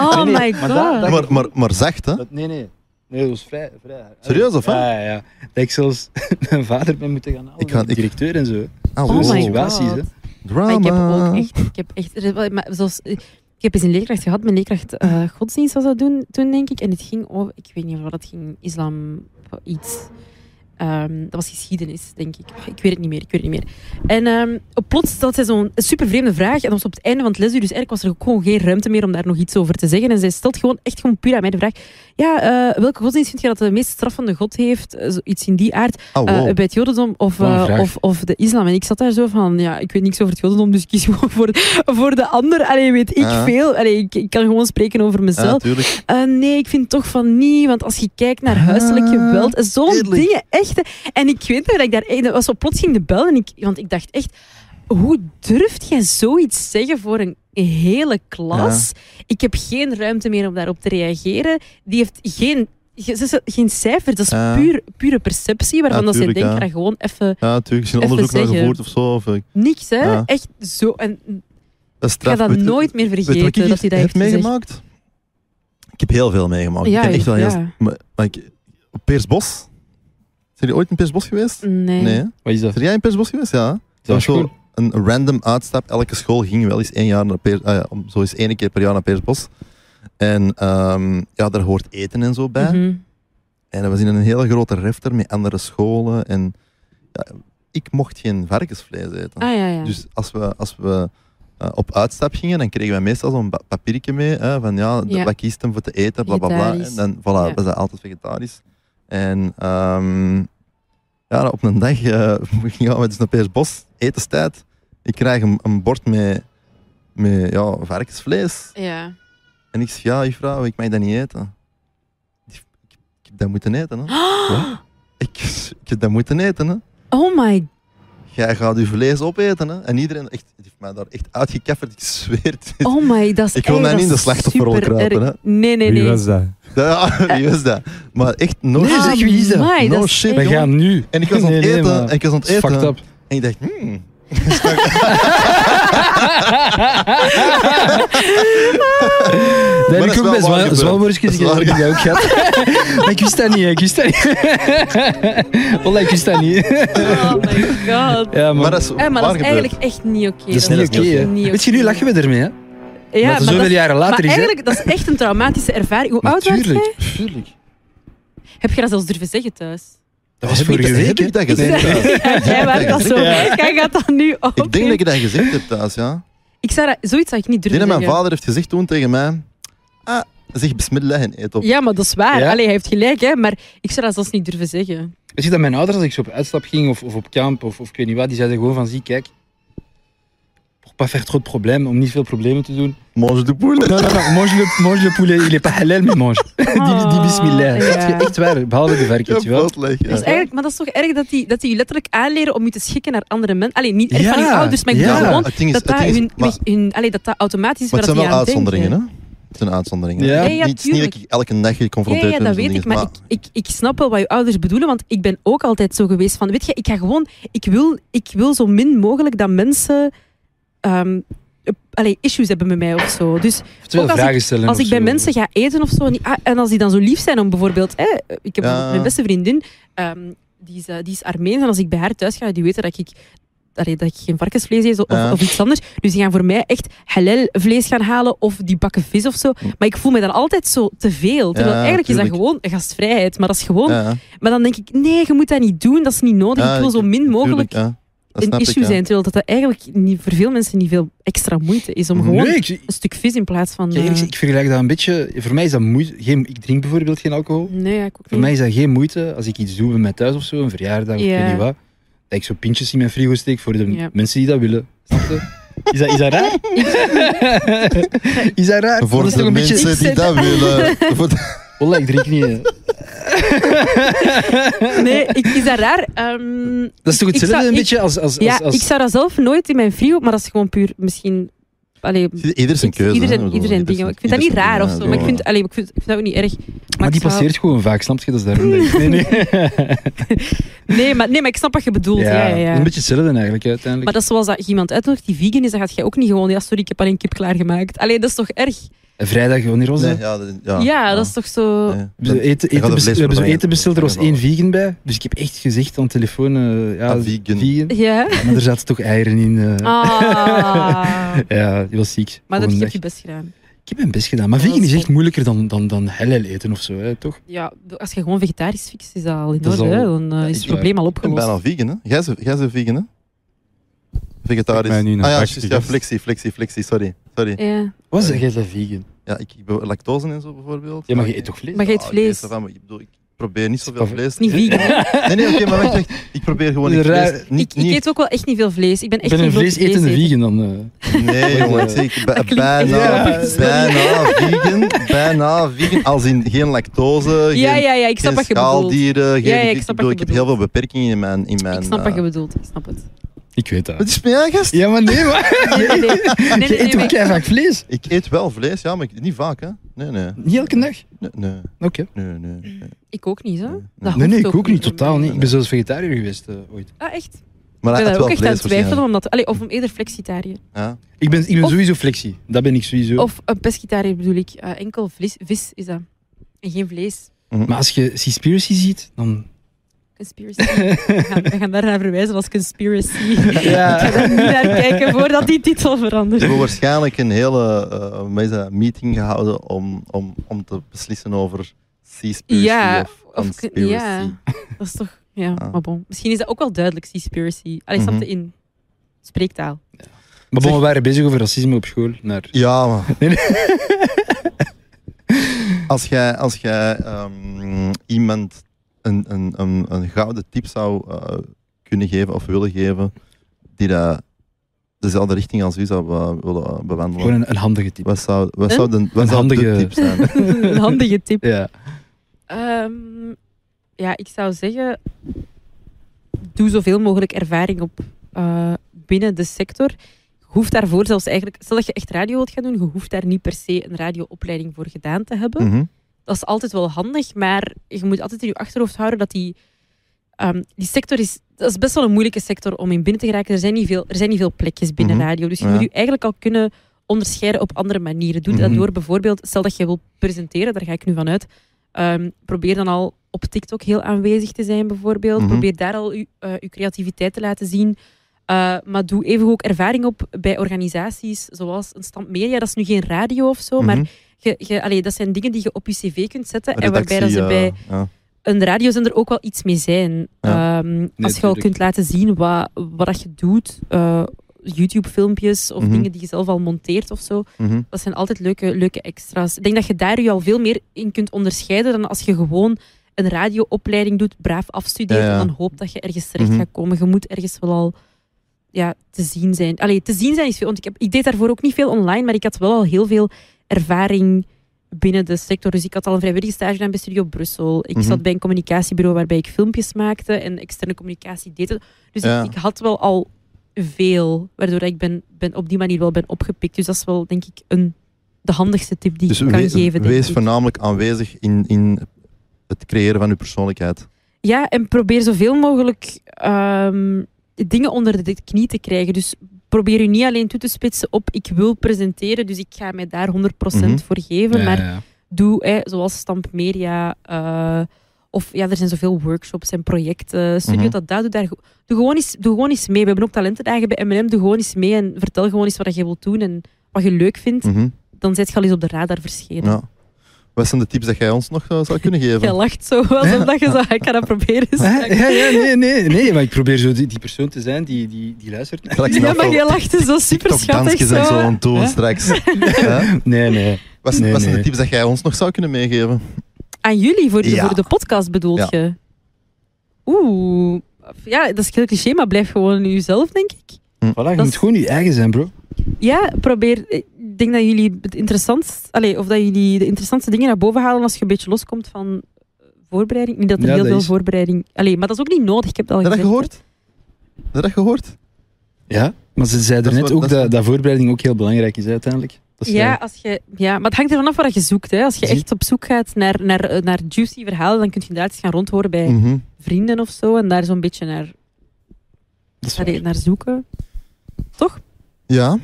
S3: Oh
S1: Nee, nee,
S3: my
S1: maar dat-
S3: god.
S1: dat-
S2: Maar, maar, maar zacht, hè?
S1: Dat- nee, nee. Nee, dat was vrij. vrij
S2: Serieus, of wat?
S1: Ja, ja, ja. Dat ik zelfs mijn vader ben moeten gaan halen.
S2: Ik ga-
S1: met de
S2: ik-
S1: directeur en zo.
S2: Ah,
S3: Oh
S1: Dus
S2: wow.
S3: my
S1: situaties,
S3: god. Oh,
S1: hè.
S2: Drama.
S3: Maar Ah, ik heb ook echt, ik heb echt, er is wel- maar zoals, ik heb eens een leerkracht gehad, mijn leerkracht eh, godsdienst was dat doen, toen denk ik, en het ging over, ik weet niet of dat ging, islam, of iets. Ehm, dat was geschiedenis, denk ik. Ah, Ik weet het niet meer, ik weet het niet meer. En ehm, op plots stelde zij zo'n super vreemde vraag, en dat was op het einde van het lesuur, dus eigenlijk was er ook gewoon geen ruimte meer om daar nog iets over te zeggen. En zij stelt gewoon, echt gewoon puur aan mij de vraag, ja, eh, welke godsdienst vind je dat de meest straffende god heeft? Eh, Zoiets in die aard.
S2: Ah,
S3: Eh,
S2: wow.
S3: bij het Jodendom of,
S1: Wat een
S3: eh,
S1: vraag.
S3: of, of de islam. En ik zat daar zo van, ja, ik weet niks over het Jodendom, dus ik kies gewoon voor, voor de ander. Allee, weet ik
S2: Ah.
S3: veel. Allee, ik, ik kan gewoon spreken over
S2: Ja,
S3: mezelf.
S2: natuurlijk.
S3: Eh, nee, ik vind toch van niet, want als je kijkt naar huiselijk
S2: Ah,
S3: geweld, en zo'n
S2: eerlijk.
S3: dingen, echt. hè. En ik weet nog dat ik daar, echt- dat was zo plots ging de bel, en ik, want ik dacht echt, hoe durft jij zoiets zeggen voor een hele klas? Ik heb geen ruimte meer om daarop te reageren. Die heeft geen... ge- ze- ze- Geen cijfer, dat is
S2: Ja.
S3: puur, pure perceptie, waarvan
S2: Ja,
S3: dat ze
S2: tuurlijk,
S3: denken
S2: ja.
S3: dat gewoon even
S2: Ja, natuurlijk. Is er een
S3: Even
S2: onderzoek naar
S3: zeggen.
S2: gevoerd of zo? Of, eh,
S3: niks, hè?
S2: Ja.
S3: Echt zo. En
S2: dat
S3: ik ga
S2: straf.
S3: dat
S2: Weet-
S3: nooit meer vergeten
S2: Weet je wat ik
S3: dat hij
S2: hier
S3: dat
S2: heb
S3: heeft gezegd.
S2: meegemaakt? Ik heb heel veel meegemaakt.
S3: Ja,
S2: ik ken echt wel heel...
S3: ja.
S2: Maar, maar ik, op Peersbos. Zijn jullie ooit in Peersbos geweest?
S3: Nee.
S1: Wat is dat?
S2: Zijn jij in Peersbos geweest? Ja. Dat was zo een random uitstap. Elke school ging wel eens één jaar naar Peers, ah ja, om- zo eens één keer per jaar naar Peersbos. En ehm, ja, daar hoort eten en zo bij.
S3: Mhm.
S2: En dat was in een hele grote refter met andere scholen. En ja, ik mocht geen varkensvlees eten.
S3: Ah ja, ja.
S2: Dus als we, als we eh, op uitstap gingen, dan kregen wij meestal zo'n ba- papiertje mee. Hè, van ja, de-
S3: Ja.
S2: wat kiest hem voor te eten, bla bla bla. En
S3: Vegetarisch.
S2: dan, voilà,
S3: Ja.
S2: we zijn altijd vegetarisch. En ehm, ja, op een dag eh, gingen we dus naar Peersbos, etenstijd. Ik krijg een, een bord met, met ja, varkensvlees.
S3: ja.
S2: En ik zeg, ja, juffrouw, ik mag dat niet eten. Ik, ik, ik heb dat moeten eten, hè. Ik, ik heb dat moeten eten, hè.
S3: Oh my
S2: Jij gaat uw vlees opeten, hè. En iedereen echt, die heeft mij daar echt uitgekafferd. Ik zweer het.
S3: Oh my, dat is
S2: Ik wil
S3: erg,
S2: mij
S3: dat
S2: niet in de
S3: is
S2: slachtofferrol
S3: super
S2: kruipen,
S3: erg. Nee, nee,
S5: Wie
S3: nee.
S5: was dat?
S2: Ja, wie is dat? Maar echt nooit.
S1: Nee, zeg, wie is dat?
S3: Amai,
S2: No
S3: dat is
S2: shit,
S3: echt-
S1: Wij gaan nu.
S2: En ik was aan het
S1: Nee, nee,
S2: eten,
S1: maar-
S2: en ik was aan het
S1: It's fucked
S2: eten.
S1: up.
S2: En ik dacht, hmm.
S1: Dat
S2: dat
S1: heb
S2: is
S1: ik
S2: wel
S1: ook bij
S2: waar gebeurd.
S1: Zwalborskis
S2: Dat is waar.
S1: ook gehad. Maar ik wist dat niet, ik wist dat niet. Wallah, ik wist dat niet.
S3: Oh my god.
S1: Ja,
S2: Maar
S1: maar
S2: dat is,
S3: Eh, maar
S2: waar
S3: dat is
S2: gebeurd.
S3: eigenlijk echt niet oké.
S1: dat is niet oké, hè.
S3: niet
S1: Weet je, nu
S3: oké.
S1: lachen we ermee, hè.
S3: Ja,
S1: maar
S3: maar,
S1: dat zoveel
S3: dat, is-
S1: jaren later
S3: maar
S1: is, hè.
S3: eigenlijk, dat is echt een traumatische ervaring. Hoe oud was jij?
S1: Natuurlijk, tuurlijk.
S3: Heb je dat zelfs durven zeggen thuis?
S1: Dat
S2: Heb
S1: was
S2: ik
S1: vorige
S2: dat-
S1: week,
S2: Heb ik
S1: hè.
S2: dat gezegd?
S3: Nee.
S2: thuis?
S3: Ja, jij was dat zo.
S1: Ja.
S3: Jij gaat dat nu op.
S2: Ik denk dat ik dat gezegd heb thuis, ja.
S3: Ik zou dat, zoiets zou ik niet
S2: Ik denk
S3: durven
S2: dat mijn
S3: zeggen.
S2: vader heeft gezegd toen tegen mij... Ah, zeg bismillah en eet op.
S3: Ja, maar dat is waar.
S1: Ja.
S3: Allee, hij heeft gelijk, hè. Maar ik zou dat zelfs niet durven zeggen.
S1: Weet je dat mijn ouders, als ik zo op uitstap ging of, of op kamp of, of ik weet niet wat, die zeiden gewoon van, zie, kijk, pour pas faire trop de problemen, om niet veel problemen te doen.
S2: Mange de poule.
S1: Non, non, non, mange le, mange le poulet, il est pas halal, mais mange. Die, die bismillah.
S3: Oh,
S1: Dat is
S3: ja.
S1: Echt waar, behalve de varkens,
S2: Ja,
S1: je wel.
S2: potleg,
S3: Dat is
S2: ja.
S3: eigenlijk, maar dat is toch erg dat die, dat die je letterlijk aanleren om je te schikken naar andere mensen. Allee, niet echt
S1: Ja,
S3: van je ouders, maar ik
S1: ja.
S3: bedoel gewoon
S2: het ding
S3: dat
S2: is, het
S3: dat,
S2: ding is
S3: hun,
S2: maar,
S3: hun- allee, dat dat automatisch is
S2: maar het
S3: waar
S2: zijn wel
S3: dat die aan
S2: uitzonderingen, hè.
S3: denken.
S2: Het zijn uitzonderingen.
S1: Ja.
S2: hè.
S3: Nee, ja,
S2: niet, niet dat ik elke dag
S3: Ja,
S2: geconfronteerd
S3: ja,
S2: ben
S3: dat
S2: met
S3: weet
S2: zo'n
S3: ik,
S2: ding,
S3: maar ik, ik, ik snap wel wat je ouders bedoelen, want ik ben ook altijd zo geweest van, weet je, ik ga gewoon, ik wil, ik wil zo min mogelijk dat mensen ehm, eh, allee, issues hebben met mij of zo. Dus
S1: Of te veel
S3: Ook als ik-
S1: vragen stellen.
S3: als
S1: of
S3: ik bij
S1: zo.
S3: mensen ga eten of zo, en die- ah, en als die dan zo lief zijn om bijvoorbeeld, hè, ik heb bijvoorbeeld mijn beste vriendin, ehm, die, is, eh, die is Armeens, en als ik bij haar thuis ga, die weten dat ik, allee, dat ik geen varkensvlees eet of,
S2: Ja.
S3: of iets anders. Dus die gaan voor mij echt halal vlees gaan halen of die bakken vis of zo. Maar ik voel me dan altijd zo te veel. Terwijl
S2: Hm. Ja,
S3: eigenlijk is dat
S2: tuurlijk.
S3: gewoon gastvrijheid, maar dat is gewoon.
S2: Ja, ja.
S3: Maar dan denk ik, nee, je moet dat niet doen, dat is niet nodig.
S2: Ja,
S3: ik wil zo min
S2: tuurlijk,
S3: mogelijk
S2: ja. Dat
S3: een
S2: snap ik,
S3: issue
S2: ja.
S3: zijn, terwijl dat, dat eigenlijk niet, voor veel mensen niet veel extra moeite is om gewoon
S1: Nee, ik, ik,
S3: een stuk vis in plaats van.
S1: ik-
S3: eh,
S1: ik vergelijk dat een beetje. Voor mij is dat moeite. Geen, ik drink bijvoorbeeld geen alcohol.
S3: Nee, ja, ik ook
S1: Voor
S3: niet.
S1: mij is dat geen moeite als ik iets doe bij mij thuis of zo, een verjaardag of ik
S3: Ja.
S1: weet niet wat. Dat ik zo pintjes in mijn frigo steek voor de
S3: Ja.
S1: mensen die dat willen. Snap je? Is dat, is dat raar? is dat raar?
S2: Voor
S1: dat is
S2: de
S1: toch een
S2: mensen
S1: beetje...
S2: die dat willen. eh, Voor de-
S1: Wallah, ik drink niet. hè.
S3: Nee, ik, is dat raar? Ehm,
S1: Dat is toch
S3: Ik
S1: hetzelfde
S3: zou-
S1: een
S3: ik-
S1: beetje als... als, als,
S3: ja,
S1: als-
S3: ik zou dat zelf nooit in mijn frigo, maar dat is gewoon puur misschien allee,
S2: Ieder zijn
S3: iets-
S2: keuze.
S3: Ieder
S2: hè.
S3: zijn,
S2: Ik bedoel,
S3: ieder zijn ding.
S2: zijn-
S3: Ik vind dat niet
S2: ieder zijn
S3: raar of zo,
S2: ding, ja,
S3: maar ik
S2: zo.
S3: vind, allee, ik vind, ik vind dat ook niet erg. Maar,
S1: Maar
S3: ik
S1: die
S3: zou-
S1: passeert gewoon vaak, snap je? Dat is daarom dat ik- Nee, nee.
S3: Nee maar, nee, maar ik snap wat je bedoelt. Ja, ja,
S1: dat
S3: ja.
S1: is een beetje hetzelfde eigenlijk, uiteindelijk.
S3: Maar dat is zoals dat je iemand uitnodigt die vegan is, dan gaat jij ook niet gewoon, ja sorry, ik heb alleen kip klaargemaakt. Allee, dat is toch erg?
S1: En Vrijdag, wanneer was
S2: Nee,
S1: dat?
S2: ja, dat-
S3: Ja,
S2: ja,
S3: dat is toch zo...
S2: Nee.
S1: We hebben zo eten,
S2: Ik had
S1: eten bes- we
S2: een
S1: hebben zo
S2: vleesvervanger-
S1: eten besteld, er was één
S2: vervangen.
S1: vegan bij. Dus ik heb echt gezegd aan de telefoon, eh, ja,
S2: Ah, vegan.
S3: Ja.
S1: Maar er zaten toch eieren in. eh.
S3: Ah.
S1: Ja, die was ziek.
S3: Maar
S1: Volgende
S3: dat heb je
S1: dag.
S3: hebt je best gedaan.
S1: Ik heb mijn best gedaan. Maar
S3: Ja,
S1: vegan
S3: dat
S1: is
S3: is
S1: echt
S3: top.
S1: moeilijker dan, dan, dan halal eten of zo, hè, toch?
S3: Ja, als je gewoon vegetarisch fixt, is dat al in
S2: Dat is
S3: orde. hè.
S2: al-
S3: Dan eh,
S1: dat is
S3: is het probleem al
S2: Ik ben
S3: opgelost.
S2: bijna vegan, hè? Jij bent- Jij bent vegan, hè? Vegetarisch.
S5: Ik ben nu een
S2: ah ja,
S5: vegan.
S2: juist, ja, flexie, flexie, flexie, sorry. sorry.
S3: Ja.
S1: Was
S2: zeg
S1: jij dat vegan?
S2: Ja, ik, ik ben lactose en zo bijvoorbeeld.
S1: Ja, maar je
S2: ik-
S1: eet toch vlees?
S3: Maar je eet
S2: Ah, oké,
S3: vlees.
S2: ça va, maar ik, bedoel, ik probeer niet zoveel
S1: Of-
S2: vlees.
S3: Niet vegan. hè.
S2: Nee, nee, oké, maar wacht, wacht. Ik probeer gewoon niet
S1: Raar.
S2: vlees. Niet,
S3: ik, ik
S2: niet-
S3: eet ook wel echt niet veel vlees. Ik ben
S1: Ik
S3: echt
S1: ben een
S3: geen grote
S1: vleesetende
S3: vleeseter.
S1: vegan dan. eh.
S2: Nee, jongen, ik zeg ik ben
S3: klinkt
S2: bijna,
S1: echt zo.
S2: bijna vegan. Bijna vegan, als in geen lactose,
S3: Ja,
S2: geen,
S3: ja, ja, ik snap
S2: geen
S3: wat je bedoelt.
S2: schaaldieren. Geen,
S3: Ja, ja, ik
S2: ik,
S3: snap
S2: bedoel,
S3: wat
S2: ik
S3: je
S2: heb heel veel beperkingen in mijn... In mijn
S3: Ik snap
S2: eh,
S3: wat je bedoelt. Ik snap het.
S1: Ik weet dat.
S2: Wat is mijn gast?
S1: Ja, maar nee, maar.
S3: Nee, nee, nee. nee, nee,
S1: Je eet
S3: nee,
S1: toch
S3: nee.
S1: keihard vaak vlees?
S2: Ik eet wel vlees, ja, maar ik- niet vaak, hè. Nee, nee.
S1: Niet elke dag?
S2: Nee, nee,
S1: Oké.
S2: nee. nee, nee.
S3: Ik ook niet, zo.
S2: Nee.
S1: Nee, nee,
S3: Ah, hoeft
S1: ik
S3: ook
S1: ook niet,
S3: niet.
S1: totaal niet. Ik ben zelfs vegetariër geweest eh, ooit.
S3: Ah, echt?
S2: Maar
S3: Ik
S2: hij
S3: ben
S2: eet
S3: daar ook
S2: wel
S3: echt aan
S2: vlees
S3: het twijfelen.
S2: waarschijnlijk.
S3: Omdat, allee, of om eerder flexitariër.
S2: Ja.
S1: Ik ben, ik ben
S3: Of-
S1: sowieso flexie. Dat ben ik sowieso.
S3: Of een pescitariër bedoel ik. Eh, enkel vlees, vis is dat. En geen vlees.
S2: Mm.
S1: Maar als je Seaspiracy ziet, dan...
S3: Conspiracy. We gaan, we gaan daarnaar verwijzen als conspiracy.
S1: Ja.
S3: Ik ga daar niet naar kijken voordat die titel verandert.
S2: Ze hebben waarschijnlijk een hele eh, hoe heet dat, meeting gehouden om, om, om te beslissen over Seaspiracy
S3: Ja,
S2: of
S3: of-
S2: Conspiracy.
S3: ja. Dat is toch... Ja,
S2: Ah. Mhm.
S3: maar bon. Misschien is dat ook wel duidelijk, conspiracy. Allee, snap je in spreektaal.
S1: Maar bon,
S2: Zeg-
S1: we waren bezig over racisme op school. Naar...
S2: Ja, maar...
S1: Nee,
S2: als jij, als jij ehm, iemand een, een, een, een gouden tip zou eh, kunnen geven of willen geven, die dat dezelfde richting als u zou eh, willen bewandelen,
S1: Gewoon een, een handige type.
S2: wat zou, wat
S3: Een?
S2: zou, de, wat
S1: Een
S2: zou de
S1: handige-
S2: tip zijn?
S3: Een handige tip.
S1: Ja.
S3: Ehm, ja, ik zou zeggen, doe zoveel mogelijk ervaring op eh, binnen de sector. Je hoeft daarvoor zelfs eigenlijk, stel dat je echt radio wilt gaan doen, je hoeft daar niet per se een radioopleiding voor gedaan te hebben.
S2: Mhm.
S3: Dat is altijd wel handig, maar je moet altijd in je achterhoofd houden dat die, ehm, die sector is, dat is best wel een moeilijke sector om in binnen te geraken. Er zijn niet veel, er zijn niet veel plekjes binnen
S2: Mhm.
S3: radio, dus je
S2: Ja.
S3: moet je eigenlijk al kunnen onderscheiden op andere manieren. Doe
S2: Mhm.
S3: dat door bijvoorbeeld, stel dat je wil presenteren, daar ga ik nu vanuit. Ehm, probeer dan al op TikTok heel aanwezig te zijn, bijvoorbeeld.
S2: Mhm.
S3: Probeer daar al je eh, uw creativiteit te laten zien. Eh, maar doe even ook ervaring op bij organisaties zoals een stand media. Dat is nu geen radio of zo, maar
S2: Mhm.
S3: je, je, allee, dat zijn dingen die je op je cv kunt zetten. en waarbij dat
S2: Redactie,
S3: ze
S2: eh,
S3: bij
S2: ja.
S3: een radiozender ook wel iets mee zijn.
S2: Ja.
S3: Ehm, als je al
S1: tuurlijk.
S3: kunt laten zien wat, wat dat je doet, eh, YouTube-filmpjes of
S2: Mhm.
S3: dingen die je zelf al monteert of zo.
S2: Mhm.
S3: Dat zijn altijd leuke, leuke extra's. Ik denk dat je daar je al veel meer in kunt onderscheiden dan als je gewoon een radioopleiding doet, braaf afstudeert
S2: Ja, ja.
S3: en dan hoopt dat je ergens terecht
S2: Mhm.
S3: gaat komen. Je moet ergens wel al ja, te zien zijn. Allee, te zien zijn is veel, want ik, heb, ik deed daarvoor ook niet veel online, maar ik had wel al heel veel ervaring binnen de sector. Dus ik had al een vrijwillige stage gedaan bij Studio Brussel. Ik
S2: Mhm.
S3: zat bij een communicatiebureau waarbij ik filmpjes maakte en externe communicatie deed. het. Dus
S2: Ja.
S3: ik, ik had wel al veel, waardoor ik ben, ben op die manier wel ben opgepikt. Dus dat is wel, denk ik, een, de handigste tip die
S2: Dus
S3: ik kan
S2: we-
S3: geven. denk
S2: wees
S3: ik.
S2: voornamelijk aanwezig in, in het creëren van uw persoonlijkheid.
S3: Ja, en probeer zoveel mogelijk ehm, dingen onder de knie te krijgen. Dus probeer u niet alleen toe te spitsen op ik wil presenteren, dus ik ga mij daar 100%
S2: Mhm.
S3: voor geven. Maar
S1: Ja, ja.
S3: doe, hè, zoals Stamp Media. eh, of ja, er zijn zoveel workshops en projecten. Studio
S2: Mhm.
S3: dat, dat, doe daar. go- Doe gewoon, eens, doe gewoon eens mee. We hebben ook talentendagen bij M&M. Doe gewoon eens mee en vertel gewoon eens wat je wilt doen en wat je leuk vindt.
S2: Mhm.
S3: Dan zet je al eens op de radar verschenen.
S2: Ja. Wat zijn de tips dat jij ons nog eh, zou kunnen geven?
S3: Jij lacht zo, alsof dat je zo, ik ga dat proberen.
S1: Ja, ja, ja, nee, nee, nee, maar ik probeer zo die, die persoon te zijn die, die, die luistert.
S2: Gelijk
S3: Ja,
S2: snel
S3: maar
S2: zo
S3: jij lacht zo super schattig.
S2: TikTok-dansjes en zo aan het doen
S1: Hè?
S2: straks. Hè?
S1: Nee, nee.
S2: Wat, zijn-
S1: Nee,
S2: wat zijn
S1: nee.
S2: de tips dat jij ons nog zou kunnen meegeven?
S3: Aan jullie, voor de,
S2: Ja.
S3: voor de podcast bedoel
S2: Ja.
S3: je? Oeh, ja, dat is heel cliché, maar blijf gewoon jezelf, denk ik.
S1: Voilà, je
S3: Dat
S1: moet
S3: is-
S1: gewoon je eigen zijn, bro.
S3: Ja, probeer. eh, Ik denk dat jullie het interessantst, allee, of dat jullie de interessantste dingen naar boven halen als je een beetje loskomt van eh, voorbereiding. Niet dat er
S1: Ja,
S3: heel
S1: dat
S3: veel
S1: is-
S3: voorbereiding. Allee, maar dat is ook niet nodig. Ik heb dat al
S2: Heb je dat
S3: gezegd, hè.
S2: gehoord? Heb je dat gehoord?
S1: Ja? Maar ze zei
S2: Dat
S1: er
S2: is
S1: net
S2: wat-
S1: ook
S2: dat is-
S1: dat, dat voorbereiding ook heel belangrijk is uiteindelijk. Dat is
S3: Ja,
S1: vrij-
S3: als je, ja, maar het hangt ervan af wat je zoekt. Hè. Als je
S1: Zie-
S3: echt op zoek gaat naar, naar, eh, naar juicy verhalen, dan kun je inderdaad eens gaan rondhoren bij
S1: Mm.
S2: Mhm.
S3: vrienden of zo. En daar zo'n beetje naar,
S1: dat is
S3: allee,
S1: waar.
S3: naar zoeken.
S2: Ja.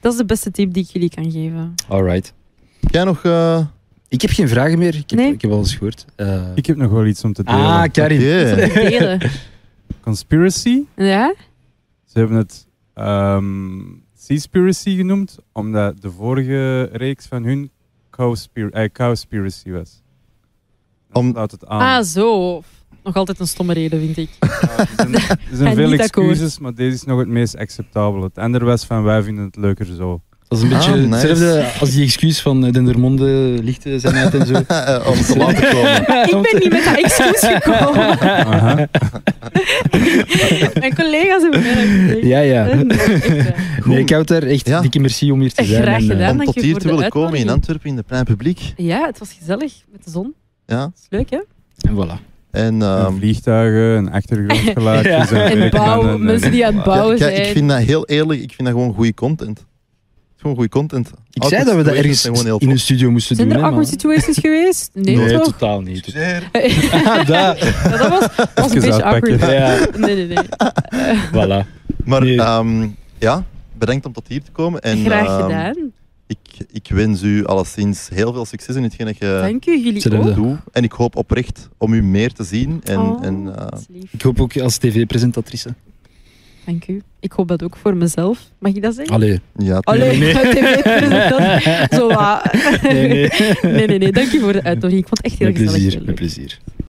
S3: Dat is de beste tip die ik jullie kan geven.
S1: Alright.
S2: Jij nog... eh,
S1: Ik heb geen vragen meer. Ik heb,
S3: Nee.
S1: ik heb alles gehoord. Eh,
S5: Ik heb nog wel iets om te delen.
S1: ah, Karin.
S2: oké.
S3: Delen.
S5: Conspiracy.
S3: Ja?
S5: Ze hebben het ehm Seaspiracy genoemd, omdat de vorige reeks van hun Cowspir eh, Cowspiracy was.
S2: Om-
S5: Om... Laat het aan.
S3: Ah, zo. Nog altijd een stomme reden, vind ik.
S5: Ja, er zijn, er
S3: En
S5: zijn veel
S3: niet akkoord.
S5: excuses, maar deze is nog het meest acceptabel. Het andere was van wij vinden het leuker zo.
S1: Dat is een
S2: Ah,
S1: beetje
S2: nice.
S1: hetzelfde als die excuus van eh, Dendermonde lichten zijn uit en zo.
S2: Eh, Om te laten komen.
S3: Ik ben niet met dat excuus gekomen.
S5: Aha.
S3: Mijn collega's hebben mij dat gezegd.
S1: Ja, ja.
S3: Echt, eh.
S1: Nee, ik houd daar echt
S2: Ja.
S1: dikke merci om hier te
S3: Echt
S1: zijn.
S3: graag
S1: en, eh,
S3: gedaan.
S2: Om
S3: dank
S2: tot
S3: je
S2: hier
S3: voor
S2: te
S3: de
S2: willen komen in
S3: uitnodiging.
S2: Antwerpen, in het plein publiek.
S3: Ja, het was gezellig met de zon.
S2: Ja.
S3: Dat is leuk, hè?
S1: en voilà.
S2: En...
S5: En
S2: ehm,
S5: vliegtuigen en
S1: Ja.
S5: achtergrondgeluidjes en
S3: En bouw,
S5: werkmannen
S3: mensen die aan het
S2: Ja,
S3: bouwen
S2: kijk, ik
S3: zijn.
S2: vind dat heel eerlijk, ik vind dat gewoon goede content. Het is gewoon goede content.
S1: Ik zei dat we dat ergens in een studio moesten
S3: Zijn
S1: doen.
S3: er
S1: hè,
S3: awkward
S1: maar-
S3: situations geweest? Nee,
S1: Nee,
S3: toch?
S1: totaal niet.
S2: Excuseer.
S1: Ah, daar.
S3: Ja, dat was, dat was een
S5: Even
S3: beetje
S5: uitpakken.
S3: awkward.
S1: Ja,
S3: Nee, nee, nee.
S1: voilà.
S2: Maar
S1: Nee.
S2: ehm, ja, bedankt om tot hier te komen. En,
S3: Graag
S2: ehm,
S3: gedaan.
S2: ik, ik wens u alleszins heel veel succes in hetgeen dat je
S3: Dank u, jullie
S1: Hetzelfde.
S3: ook.
S2: doet. En ik hoop oprecht om u meer te zien. En,
S3: Oh,
S2: en,
S3: dat
S2: eh,
S3: is lief.
S1: Ik hoop ook als tv-presentatrice.
S3: Dank u. Ik hoop dat ook voor mezelf. Mag ik dat zeggen?
S1: Allee.
S2: ja,
S3: Allee,
S1: Nee, nee.
S3: tv-presentant. Zo wat.
S1: Nee, nee.
S3: nee, nee, nee. Dank je voor de uitnodiging. Ik vond het echt heel
S1: Met
S3: gezellig.
S1: plezier,
S3: Heel
S1: met
S3: leuk.
S1: plezier.